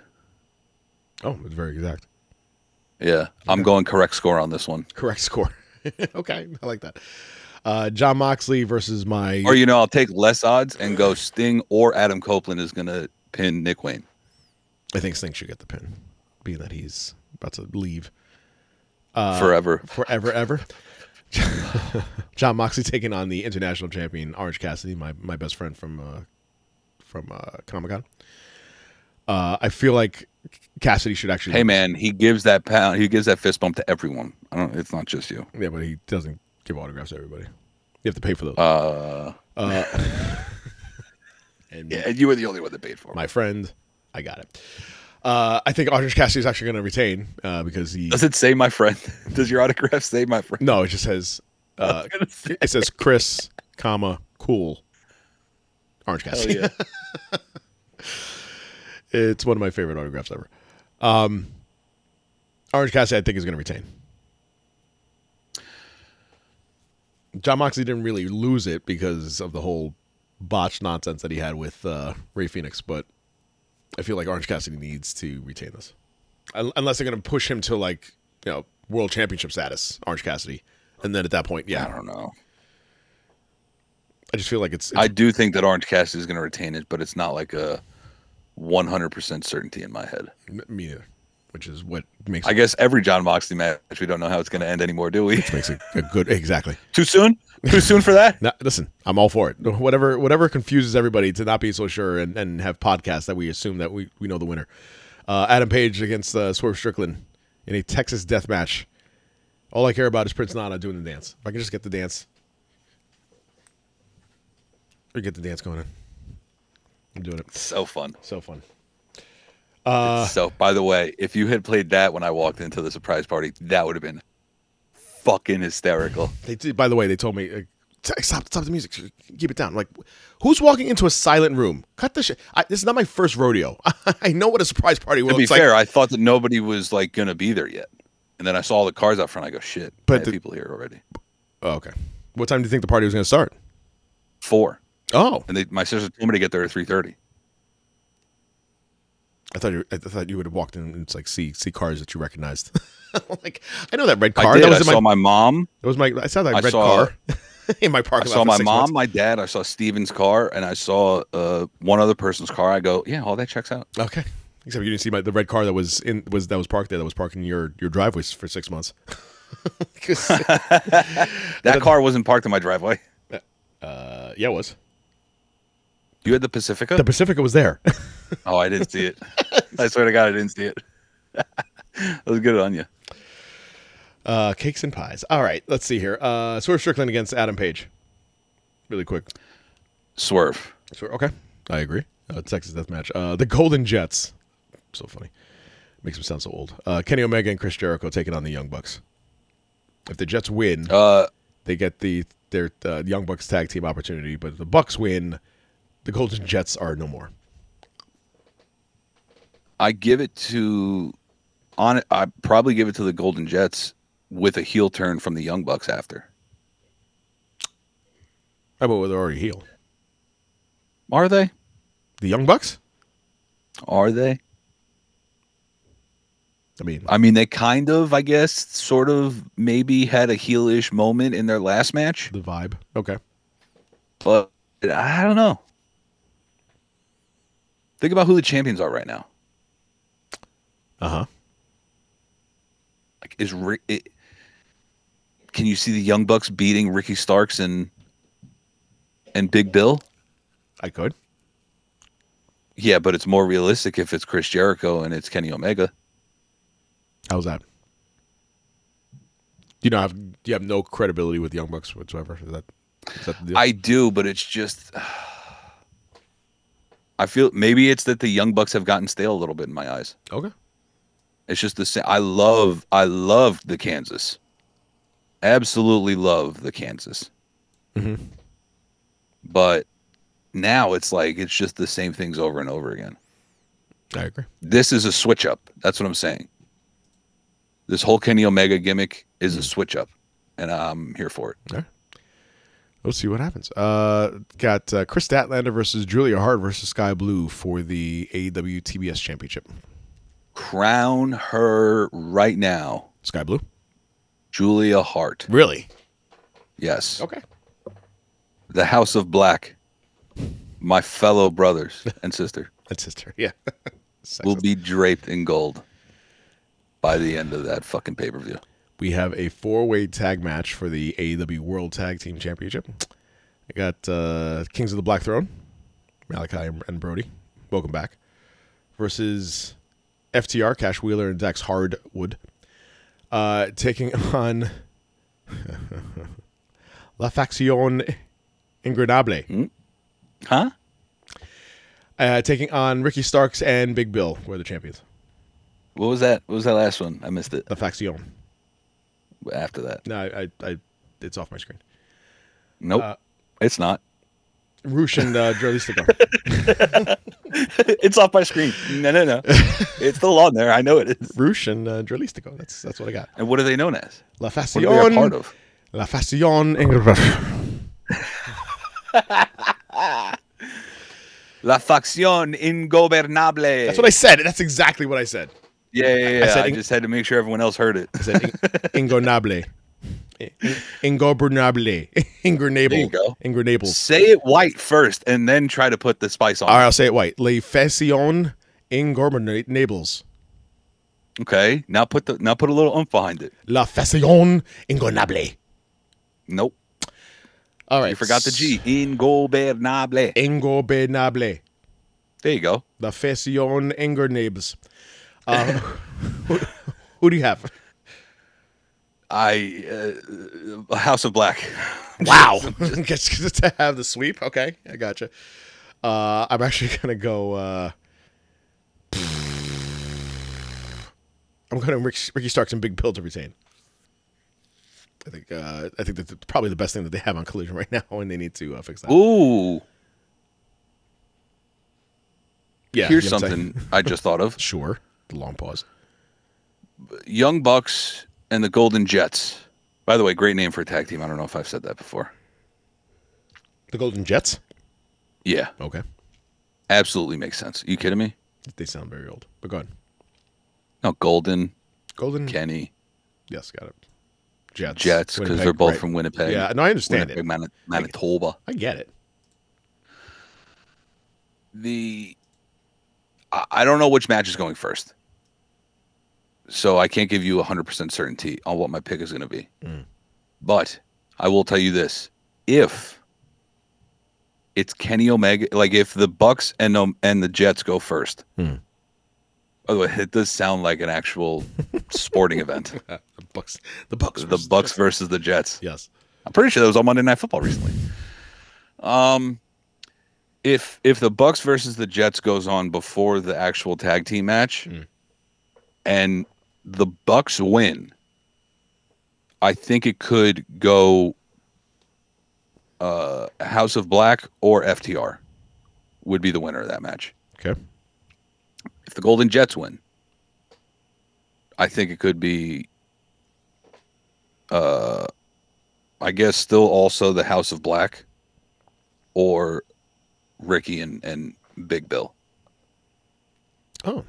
S3: Oh, it's very exact.
S4: Yeah, I'm going correct score on this one.
S3: Correct score. okay, I like that. Uh, John Moxley versus my.
S4: Or you know, I'll take less odds and go Sting or Adam Copeland is gonna pin Nick Wayne.
S3: I think Sting should get the pin, being that he's about to leave
S4: forever.
S3: forever, ever. John Moxley taking on the international champion Orange Cassidy, my my best friend from uh, from uh, Comic Con. Uh, I feel like Cassidy should actually.
S4: Hey man, he gives that pound. He gives that fist bump to everyone. I don't. It's not just you.
S3: Yeah, but he doesn't give autographs to everybody. You have to pay for those.
S4: Uh,
S3: and
S4: yeah, and you were the only one that paid for. it.
S3: my friend, I got it. Uh, I think Orange Cassidy is actually going to retain uh, because he.
S4: Does it say my friend? Does your autograph say my friend?
S3: No, it just says uh, it says Chris, comma cool, Orange Cassidy.
S4: Oh, yeah.
S3: it's one of my favorite autographs ever. Um, Orange Cassidy, I think, is going to retain. John Moxley didn't really lose it because of the whole botched nonsense that he had with uh, Ray Phoenix, but I feel like Orange Cassidy needs to retain this, Un- unless they're going to push him to like you know world championship status, Orange Cassidy, and then at that point,
S4: I
S3: yeah,
S4: don't know.
S3: I just feel like it's, it's
S4: I do think that Orange Cassidy is going to retain it, but it's not like a 100% certainty in my head.
S3: m- me neither, which is what makes
S4: I guess every John Moxley match, we don't know how it's going to end anymore, do we?
S3: makes it a good exactly.
S4: Too soon? Too soon for that?
S3: No, listen, I'm all for it. Whatever, whatever confuses everybody to not be so sure and, and have podcasts that we assume that we, we know the winner. Uh, Adam Page against uh, Swerve Strickland in a Texas death match. All I care about is Prince Nana doing the dance. If I can just get the dance, or get the dance going on. I'm doing it.
S4: So fun.
S3: So fun.
S4: so, by the way, if you had played that when I walked into the surprise party, that would have been fucking hysterical.
S3: They did, by the way, they told me uh, "T- stop, stop the music, keep it down. I'm like, who's walking into a silent room? Cut the shit. I- This is not my first rodeo. I know what a surprise party will
S4: to be
S3: it's like-
S4: fair, I thought that nobody was like going to be there yet. And then I saw all the cars out front. I go, shit,
S3: But
S4: but I have
S3: the-
S4: people here already.
S3: Oh, okay. What time do you think the party was going to start?
S4: Four.
S3: Oh,
S4: And they, my sister told me to get there at 3.30.
S3: I thought you, I thought you would have walked in and it's like see see cars that you recognized. like I know that red car.
S4: I did.
S3: That was
S4: I
S3: in
S4: saw
S3: my,
S4: my mom.
S3: that was my. I saw that
S4: I
S3: red
S4: saw-
S3: car in my
S4: I
S3: parking lot.
S4: saw
S3: for
S4: my
S3: six
S4: mom,
S3: months.
S4: my dad. I saw Steven's car, and I saw uh, one other person's car. I go, yeah, all that checks out.
S3: Okay. Except you didn't see my the red car that was in was that was parked there that was parked in your your driveway for six months. 'Cause-
S4: That car wasn't parked in my driveway.
S3: uh, yeah, it was.
S4: You had the Pacifica?
S3: The Pacifica was there.
S4: oh, I didn't see it. I swear to God, I didn't see it. that was good on you.
S3: Uh, cakes and pies. All right, let's see here. Uh, Swerve Strickland against Adam Page. Really quick.
S4: Swerve.
S3: Sure. Okay. I agree. Uh, Texas death match. Uh, the Golden Jets. So funny. Makes them sound so old. Uh, Kenny Omega and Chris Jericho taking on the Young Bucks. If the Jets win,
S4: Uh,
S3: they get the their uh, Young Bucks tag team opportunity. But if the Bucks win, the Golden Jets are no more.
S4: I give it to on. I probably give it to the Golden Jets with a heel turn from the Young Bucks after.
S3: Oh, but they're already heel.
S4: Are they?
S3: The Young Bucks.
S4: Are they?
S3: I mean,
S4: I mean, they kind of, I guess, sort of, maybe had a heelish moment in their last match,
S3: the vibe. Okay.
S4: but I don't know. Think about who the champions are right now.
S3: Uh huh.
S4: Like, is Rick? It, can you see the Young Bucks beating Ricky Starks and and Big Bill?
S3: I could.
S4: Yeah, but it's more realistic if it's Chris Jericho and it's Kenny Omega.
S3: How's that? Do you not have? Do you have no credibility with Young Bucks whatsoever? Is that? Is that the deal?
S4: I do, but it's just I feel maybe it's that the Young Bucks have gotten stale a little bit in my eyes.
S3: okay.
S4: It's just the same. I love, I love the Kansas. Absolutely love the Kansas. But now it's like it's just the same things over and over again.
S3: I agree.
S4: This is a switch up. That's what I'm saying. This whole Kenny Omega gimmick is a switch up, and I'm here for it.
S3: We'll see what happens. Uh, got uh, Chris Statlander versus Julia Hart versus Sky Blue for the E AEW TBS Championship.
S4: Crown her right now,
S3: Sky Blue,
S4: Julia Hart.
S3: really?
S4: Yes.
S3: Okay.
S4: The House of Black, my fellow brothers and sister,
S3: That's sister. Yeah.
S4: will be draped in gold by the end of that fucking pay per view.
S3: we have a four-way tag match for the AEW World Tag Team Championship. I got uh, Kings of the Black Throne, Malachi and and Brody. Welcome back. Versus FTR, Cash Wheeler, and Dax Hardwood. Uh, taking on La Faction Ingrenable.
S4: Huh?
S3: Uh, taking on Ricky Starks and Big Bill, who are the champions.
S4: What was that? What was that last one? I missed it.
S3: La Faction.
S4: After that,
S3: No, I, I, I, it's off my screen.
S4: nope,
S3: Uh,
S4: it's not.
S3: Roosh and uh, Drelistico.
S4: it's off my screen. No, no, no. it's still on there. I know it is.
S3: Roosh and uh, Drelistico. That's that's what I got.
S4: And what are they known as?
S3: La
S4: What are they a
S3: Faction.
S4: part of?
S3: La Faction Ingrenable.
S4: La facción ingobernable.
S3: That's what I said. That's exactly what I said.
S4: Yeah, yeah, yeah. I,
S3: said ing-
S4: just had to make sure everyone else heard it.
S3: I said in- Ingonable. In- Ingobernable.
S4: There you
S3: Ingrenable.
S4: go.
S3: Ingrenables.
S4: Say it white first, and then try to put the spice on.
S3: All
S4: it.
S3: right, I'll say it white. La Faction Ingorbernables.
S4: Okay. Now put the now put a little umph behind it.
S3: La Faction Ingonable.
S4: Nope.
S3: All right.
S4: You forgot the G. Ingobernable.
S3: Ingobernable.
S4: There you go.
S3: La Faction Ingornables. Uh, who, who do you have?
S4: I uh, House of Black.
S3: Wow. just, just to have the sweep. Okay, I gotcha. Uh, I'm actually gonna go. Uh, I'm going to Rick, Ricky Starks and Big Bill to retain. I think uh, I think that's probably the best thing that they have on Collision right now, and they need to uh, fix that.
S4: Ooh.
S3: yeah,
S4: Here's
S3: you know what I'm saying?
S4: something I just thought of.
S3: Sure. The long pause.
S4: Young Bucks and the Golden Jets. By the way, great name for a tag team. I don't know if I've said that before.
S3: The Golden Jets.
S4: Yeah,
S3: Okay,
S4: absolutely makes sense. you kidding me?
S3: they sound very old, but go on.
S4: No, Golden,
S3: Golden.
S4: Kenny,
S3: Yes, got it. Jets.
S4: Jets, because they're
S3: Winnipeg,
S4: both
S3: right.
S4: from Winnipeg.
S3: Yeah, no, I understand
S4: Winnipeg,
S3: it.
S4: Manit- Manitoba.
S3: I get it.
S4: The I, I don't know which match is going first, so I can't give you 100% certainty on what my pick is going to be. But I will tell you this: if it's Kenny Omega, like if the Bucks and um, and the Jets go first. By the way, it does sound like an actual sporting event.
S3: The Bucks. The Bucks.
S4: The Bucks versus the Jets.
S3: Yes.
S4: I'm pretty sure that was on Monday Night Football recently. Um, if if the Bucks versus the Jets goes on before the actual tag team match, and the Bucks win, I think it could go uh, House of Black or FTR would be the winner of that match.
S3: Okay.
S4: If the Golden Jets win, I think it could be, uh, I guess, still also the House of Black, or Ricky and and Big Bill.
S3: Oh,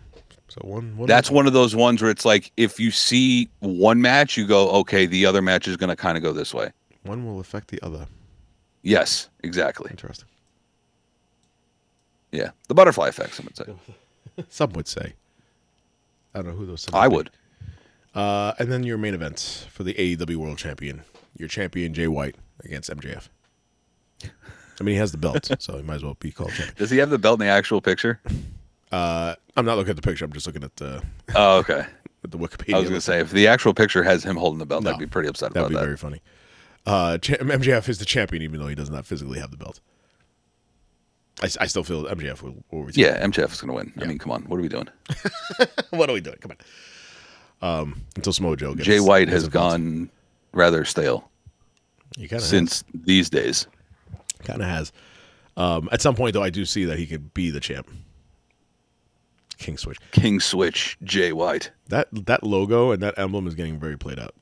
S3: so one. one
S4: That's one of those ones where it's like if you see one match, you go, okay, the other match is going to kind of go this way.
S3: one will affect the other.
S4: Yes, exactly.
S3: Interesting.
S4: Yeah, the butterfly effect. Some would say.
S3: Some would say. I don't know who those. some
S4: I
S3: be.
S4: would.
S3: Uh, and then your main event for the AEW World Champion, your champion Jay White against MJF. I mean, he has the belt, so he might as well be called champion.
S4: Does he have the belt in the actual picture?
S3: Uh, I'm not looking at the picture. I'm just looking at the
S4: Oh, okay.
S3: at the Wikipedia.
S4: I was going to
S3: list.
S4: say if the actual picture has him holding the belt,
S3: No.
S4: I'd be pretty upset
S3: that'd
S4: about
S3: be
S4: that.
S3: very funny. Uh, cha- MJF is the champion, even though he does not physically have the belt. I, s- I still feel MJF will, will retain.
S4: Yeah, MJF is going to win. I mean, come on, what are we doing?
S3: what are we doing? Come on. Um, until Samoa Joe gets
S4: Jay White
S3: gets
S4: has
S3: the belt.
S4: gone rather stale
S3: He kinda has.
S4: since these days.
S3: kind of has. Um, at some point, though, I do see that he could be the champ. King Switch.
S4: King Switch, Jay White.
S3: That that logo and that emblem is getting very played out.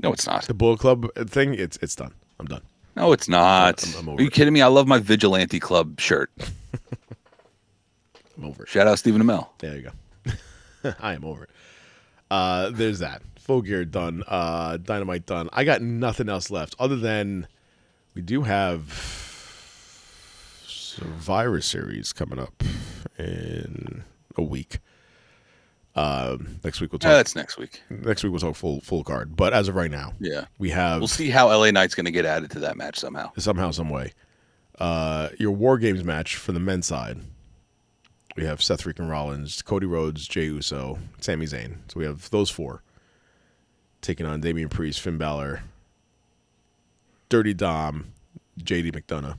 S4: No, it's not.
S3: The Bull Club thing, it's it's done. I'm done.
S4: No, it's not.
S3: I'm- I'm
S4: Are
S3: over
S4: you
S3: it.
S4: kidding me? I love my Vigilante Club shirt.
S3: I'm over it.
S4: Shout out Stephen Amell.
S3: There you go. I am over it. Uh, there's that. Full gear done. Uh, dynamite done. I got nothing else left other than we do have Survivor Series coming up in a week. Um, next week we'll
S4: Yeah,
S3: talk.
S4: that's next week.
S3: next week we'll talk full full card. But as of right now,
S4: Yeah.
S3: we have
S4: We'll see how LA Knight's going to get added to that match somehow.
S3: somehow, some way. Uh, your War Games match for the men's side. We have Seth freaking Rollins, Cody Rhodes, Jey Uso, Sami Zayn. So we have those four taking on Damian Priest, Finn Balor, Dirty Dom, JD McDonough.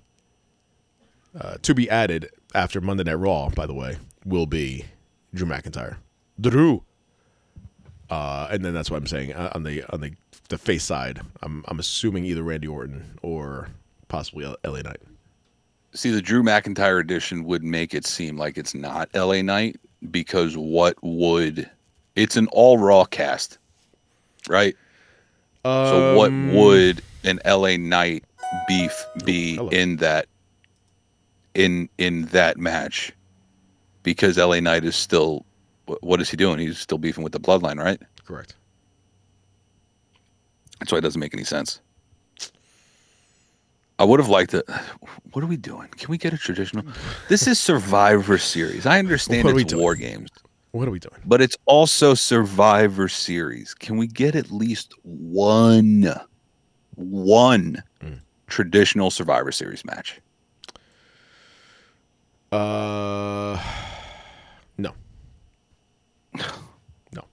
S3: Uh, to be added after Monday Night Raw, by the way, will be Drew McIntyre. Drew. Uh, and then that's what I'm saying uh, on the on the the face side. I'm I'm assuming either Randy Orton or possibly L- LA Knight.
S4: See, the Drew McIntyre edition would make it seem like it's not LA Knight because what would. It's an all Raw cast, right? so what would an LA Knight beef be
S3: hello.
S4: in that in in that match? Because LA Knight is still wh- what is he doing? He's still beefing with the bloodline, right?
S3: Correct.
S4: That's why it doesn't make any sense. I would have liked it. What are we doing? Can we get a traditional? This is Survivor Series. I understand
S3: What are we
S4: it's
S3: doing?
S4: War Games,
S3: What are we doing?
S4: but it's also Survivor Series. Can we get at least one, one
S3: Hmm.
S4: traditional Survivor Series match?
S3: Uh, no, no,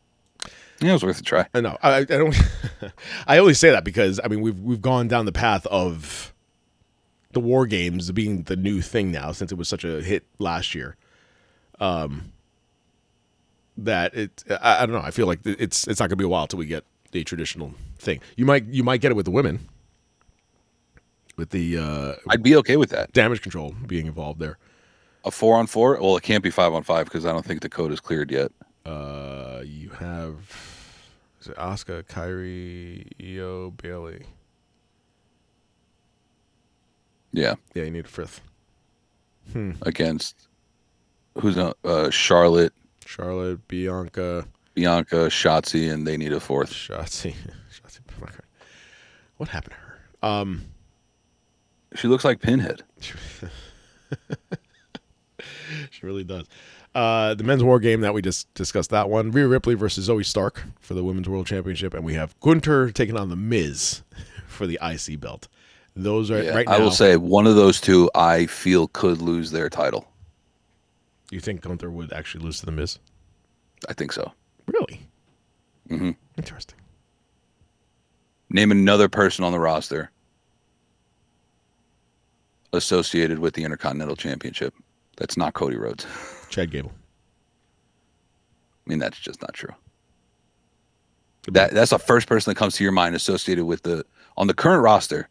S4: Yeah, it was worth a try.
S3: I know. Uh, I, I don't. I only say that because I mean we've we've gone down the path of the war games being the new thing now since it was such a hit last year. Um, that it I, I don't know. I feel like it- it's it's not gonna be a while till we get the traditional thing. You might you might get it with the women. With the uh,
S4: I'd be okay with that.
S3: damage control being involved there.
S4: A four on four. Well, it can't be five on five because I don't think the code is cleared yet.
S3: Uh, you have is it Oscar, Kyrie, Io, Bailey.
S4: Yeah,
S3: Yeah, you need a fifth.
S4: against who's not uh, Charlotte,
S3: Charlotte, Bianca,
S4: Bianca, Shotzi, and they need a fourth.
S3: Shotzi. Shotzi. oh my God. What happened to her? Um,
S4: She looks like Pinhead.
S3: she really does. Uh, the men's war game that we just discussed that one. Rhea Ripley versus Zoe Stark for the women's world championship, and we have Gunter taking on the Miz for the IC belt. Those are
S4: Yeah,
S3: right now.
S4: I will say one of those two I feel could lose their title.
S3: you think Gunther would actually lose to the Miz?
S4: I think so.
S3: Really? Mm-hmm. Interesting.
S4: Name another person on the roster associated with the Intercontinental Championship. That's not Cody Rhodes. I
S3: Chad Gable.
S4: mean, that's just not true. That that's the first person that comes to your mind associated with the on the current roster.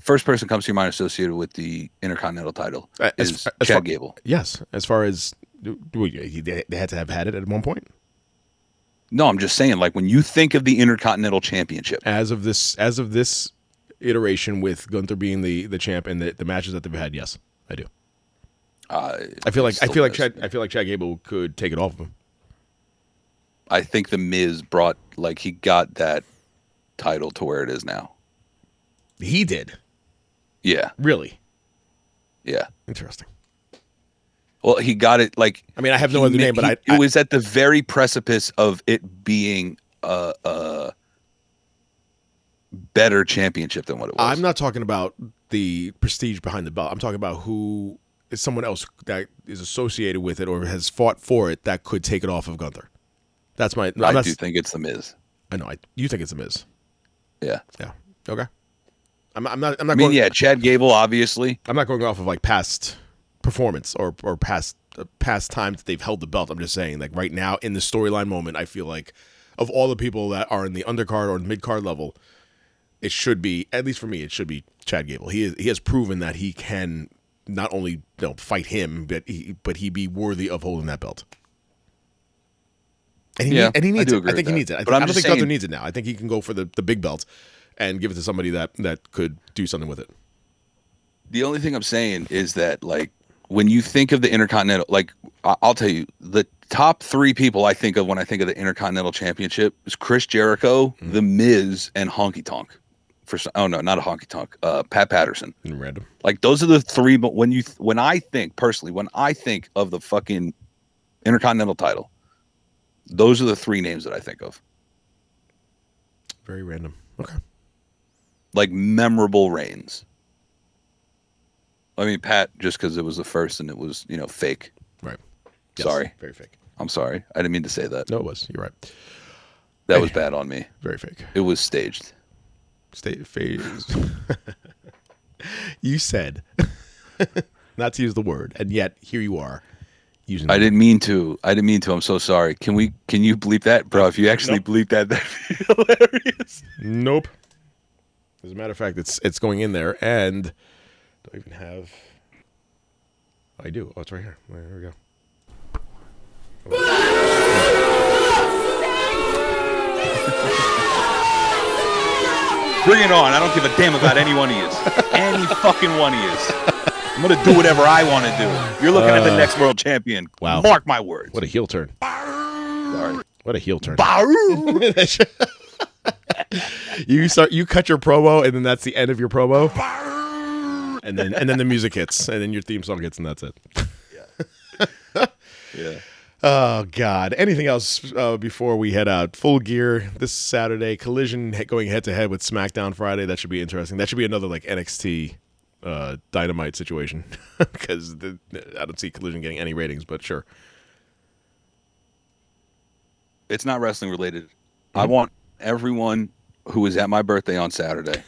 S4: First person comes to your mind associated with the Intercontinental title
S3: Uh, as-
S4: is
S3: as
S4: Chad
S3: far-
S4: Gable.
S3: Yes, as far as do- do- they they had to have had it at one point.
S4: No, I'm just saying, like when you think of the Intercontinental Championship,
S3: As of this, as of this iteration with Gunther being the the champ and the, the matches that they've had, yes, I do.
S4: uh,
S3: I feel like I
S4: still
S3: feel like
S4: Miz.
S3: Chad, I feel like Chad Gable could take it off of him.
S4: I think the Miz brought like he got that title to where it is now.
S3: He did
S4: Yeah,
S3: really
S4: yeah.
S3: interesting.
S4: Well, he got it like
S3: I mean, I have no
S4: he
S3: other
S4: ma-
S3: name, but
S4: he-
S3: I, I
S4: it was at the very precipice of it being a, a better championship than what it was.
S3: I'm not talking about the prestige behind the belt. I'm talking about who is someone else that is associated with it or has fought for it that could take it off of Gunther. That's my.
S4: I
S3: I'm not,
S4: do think it's the Miz.
S3: I know. I, you think it's a Miz?
S4: Yeah,
S3: Yeah. Okay. I'm, I'm not. I'm not.
S4: I mean,
S3: going,
S4: yeah. Chad Gable, obviously.
S3: I'm not going off of like past performance or or past uh, past times that they've held the belt. I'm just saying like right now in the storyline moment, I feel like of all the people that are in the undercard or mid card level, it should be at least for me, it should be Chad Gable. He is, he has proven that he can not only you know, fight him, but he but he be worthy of holding that belt. And he,
S4: Yeah,
S3: need- and he
S4: I
S3: needs
S4: do
S3: it.
S4: agree
S3: I
S4: with
S3: think he
S4: that.
S3: needs it. I,
S4: But
S3: think,
S4: I'm
S3: I don't
S4: just
S3: think Gunther
S4: saying-
S3: needs it now. I think he can go for the, the big belt and give it to somebody that, that could do something with it.
S4: The only thing I'm saying is that, like, when you think of the Intercontinental, like, I- I'll tell you, the top three people I think of when I think of the Intercontinental Championship is Chris Jericho, The Miz, and Honky Tonk. For some, oh no, not a Honky Tonk, uh, Pat Patterson.
S3: Random.
S4: Like, those are the three. But when you, when I think personally, when I think of the fucking Intercontinental title, Those are the three names that I think of.
S3: Very random. Okay.
S4: Like memorable reigns. I mean, Pat, just because it was the first and it was, you know, fake.
S3: Right.
S4: Sorry.
S3: Very fake.
S4: I'm sorry. I didn't mean to say that.
S3: No, it was. You're right.
S4: That was bad on me.
S3: Very fake.
S4: It was staged.
S3: State phase. you said not to use the word, and yet here you are using.
S4: I
S3: the
S4: didn't mean to. I didn't mean to. I'm so sorry. Can we? Can you bleep that, bro? If you actually bleep that, that'd be hilarious.
S3: Nope. As a matter of fact, it's it's going in there, and do I even have? I do. Oh, it's right here. There we go.
S4: Bring it on. I don't give a damn about any one of yous. Any fucking one of yous. I'm gonna do whatever I want to do. You're looking at the next world champion.
S3: wow.
S4: Mark my words.
S3: What a heel turn!
S4: Sorry.
S3: What a heel turn!
S4: Baru.
S3: you start. You cut your promo, and then that's the end of your promo. And then and then the music hits, and then your theme song hits, and that's it.
S4: yeah.
S3: Oh God! Anything else uh, before we head out? Full gear this Saturday. Collision he- going head to head with SmackDown Friday. That should be interesting. That should be another like NXT uh, Dynamite situation because the, I don't see Collision getting any ratings. But sure,
S4: It's not wrestling related. I want everyone who is at my birthday on Saturday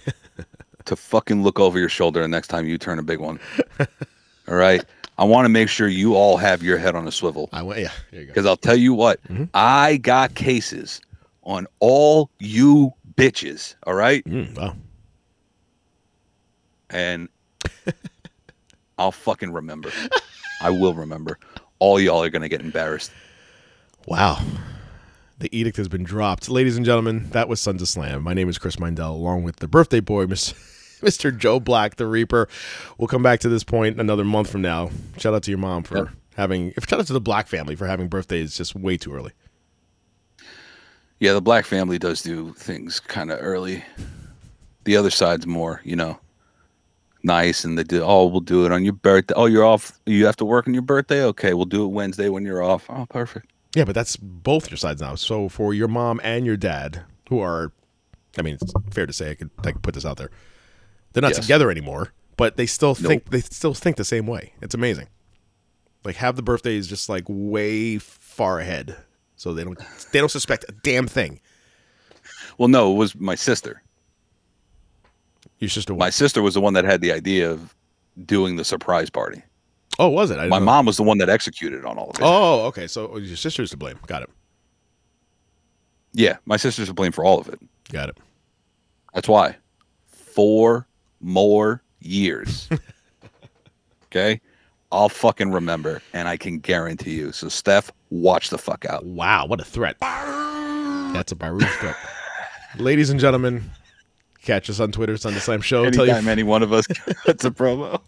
S4: to fucking look over your shoulder the next time you turn a big one. All right. I want to make sure you all have your head on a swivel.
S3: I went. Yeah, there you go.
S4: Because I'll tell you what, I got cases on all you bitches. All right.
S3: Mm, wow.
S4: And I'll fucking remember. I will remember. All y'all are going to get embarrassed.
S3: Wow. The edict has been dropped. Ladies and gentlemen, that was Sons of Slam. My name is Chris Mindell, along with the birthday boy, Mr. Mr. Joe Black, the Reaper. We'll come back to this point another month from now. Shout out to your mom for having, shout out to the Black family for having birthdays just way too early.
S4: Yeah, the black family does do things kind of early. The other side's more, you know, nice, and they do. Oh, we'll do it on your birthday. Oh, you're off. You have to work on your birthday. Okay, we'll do it Wednesday when you're off. Oh, perfect.
S3: Yeah, but that's both your sides now. So for your mom and your dad, who are, I mean, it's fair to say, I could, I could put this out there. They're not
S4: Yes.
S3: together anymore, but they still think they still think the same way. It's amazing. Like have the birthdays just like way far ahead, so they don't they don't suspect a damn thing.
S4: Well, no, it was my sister.
S3: Your sister,
S4: My
S3: was.
S4: sister was the one that had the idea of doing the surprise party.
S3: oh, was it? I didn't
S4: My
S3: know.
S4: mom was the one that executed on all of it.
S3: Oh, okay. So your sister's to blame. Got it.
S4: Yeah, my sister's to blame for all of it.
S3: Got it.
S4: That's why. Four more years. okay? I'll fucking remember and I can guarantee you. So Steph, watch the fuck out.
S3: Wow, what a threat. That's a Baruch threat. Ladies and gentlemen, catch us on Twitter, Sunday Slam Show. Tell your,
S4: Anytime any one of us cuts a promo.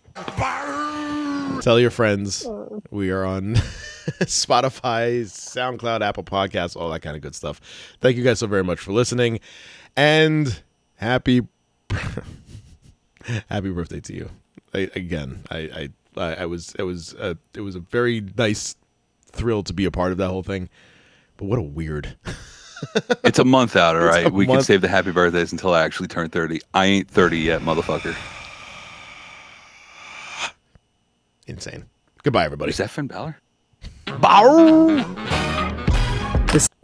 S3: tell your friends we are on Spotify, SoundCloud, Apple Podcasts, all that kind of good stuff. Thank you guys so very much for listening. And happy happy birthday to you. I, again, I, I I I was it was a, it was a very nice thrill to be a part of that whole thing. But what a weird
S4: It's a month out, all right?
S3: a
S4: We can
S3: month.
S4: save the happy birthdays until I actually turn 30. I ain't 30 yet, motherfucker.
S3: insane. Goodbye everybody.
S4: Is that Finn Balor?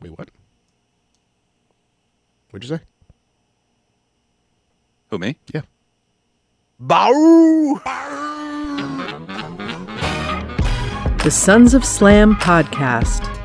S3: Wait, what? What'd you say?
S4: Who, me?
S3: Yeah.
S4: Bow!
S7: The Sons of Slam podcast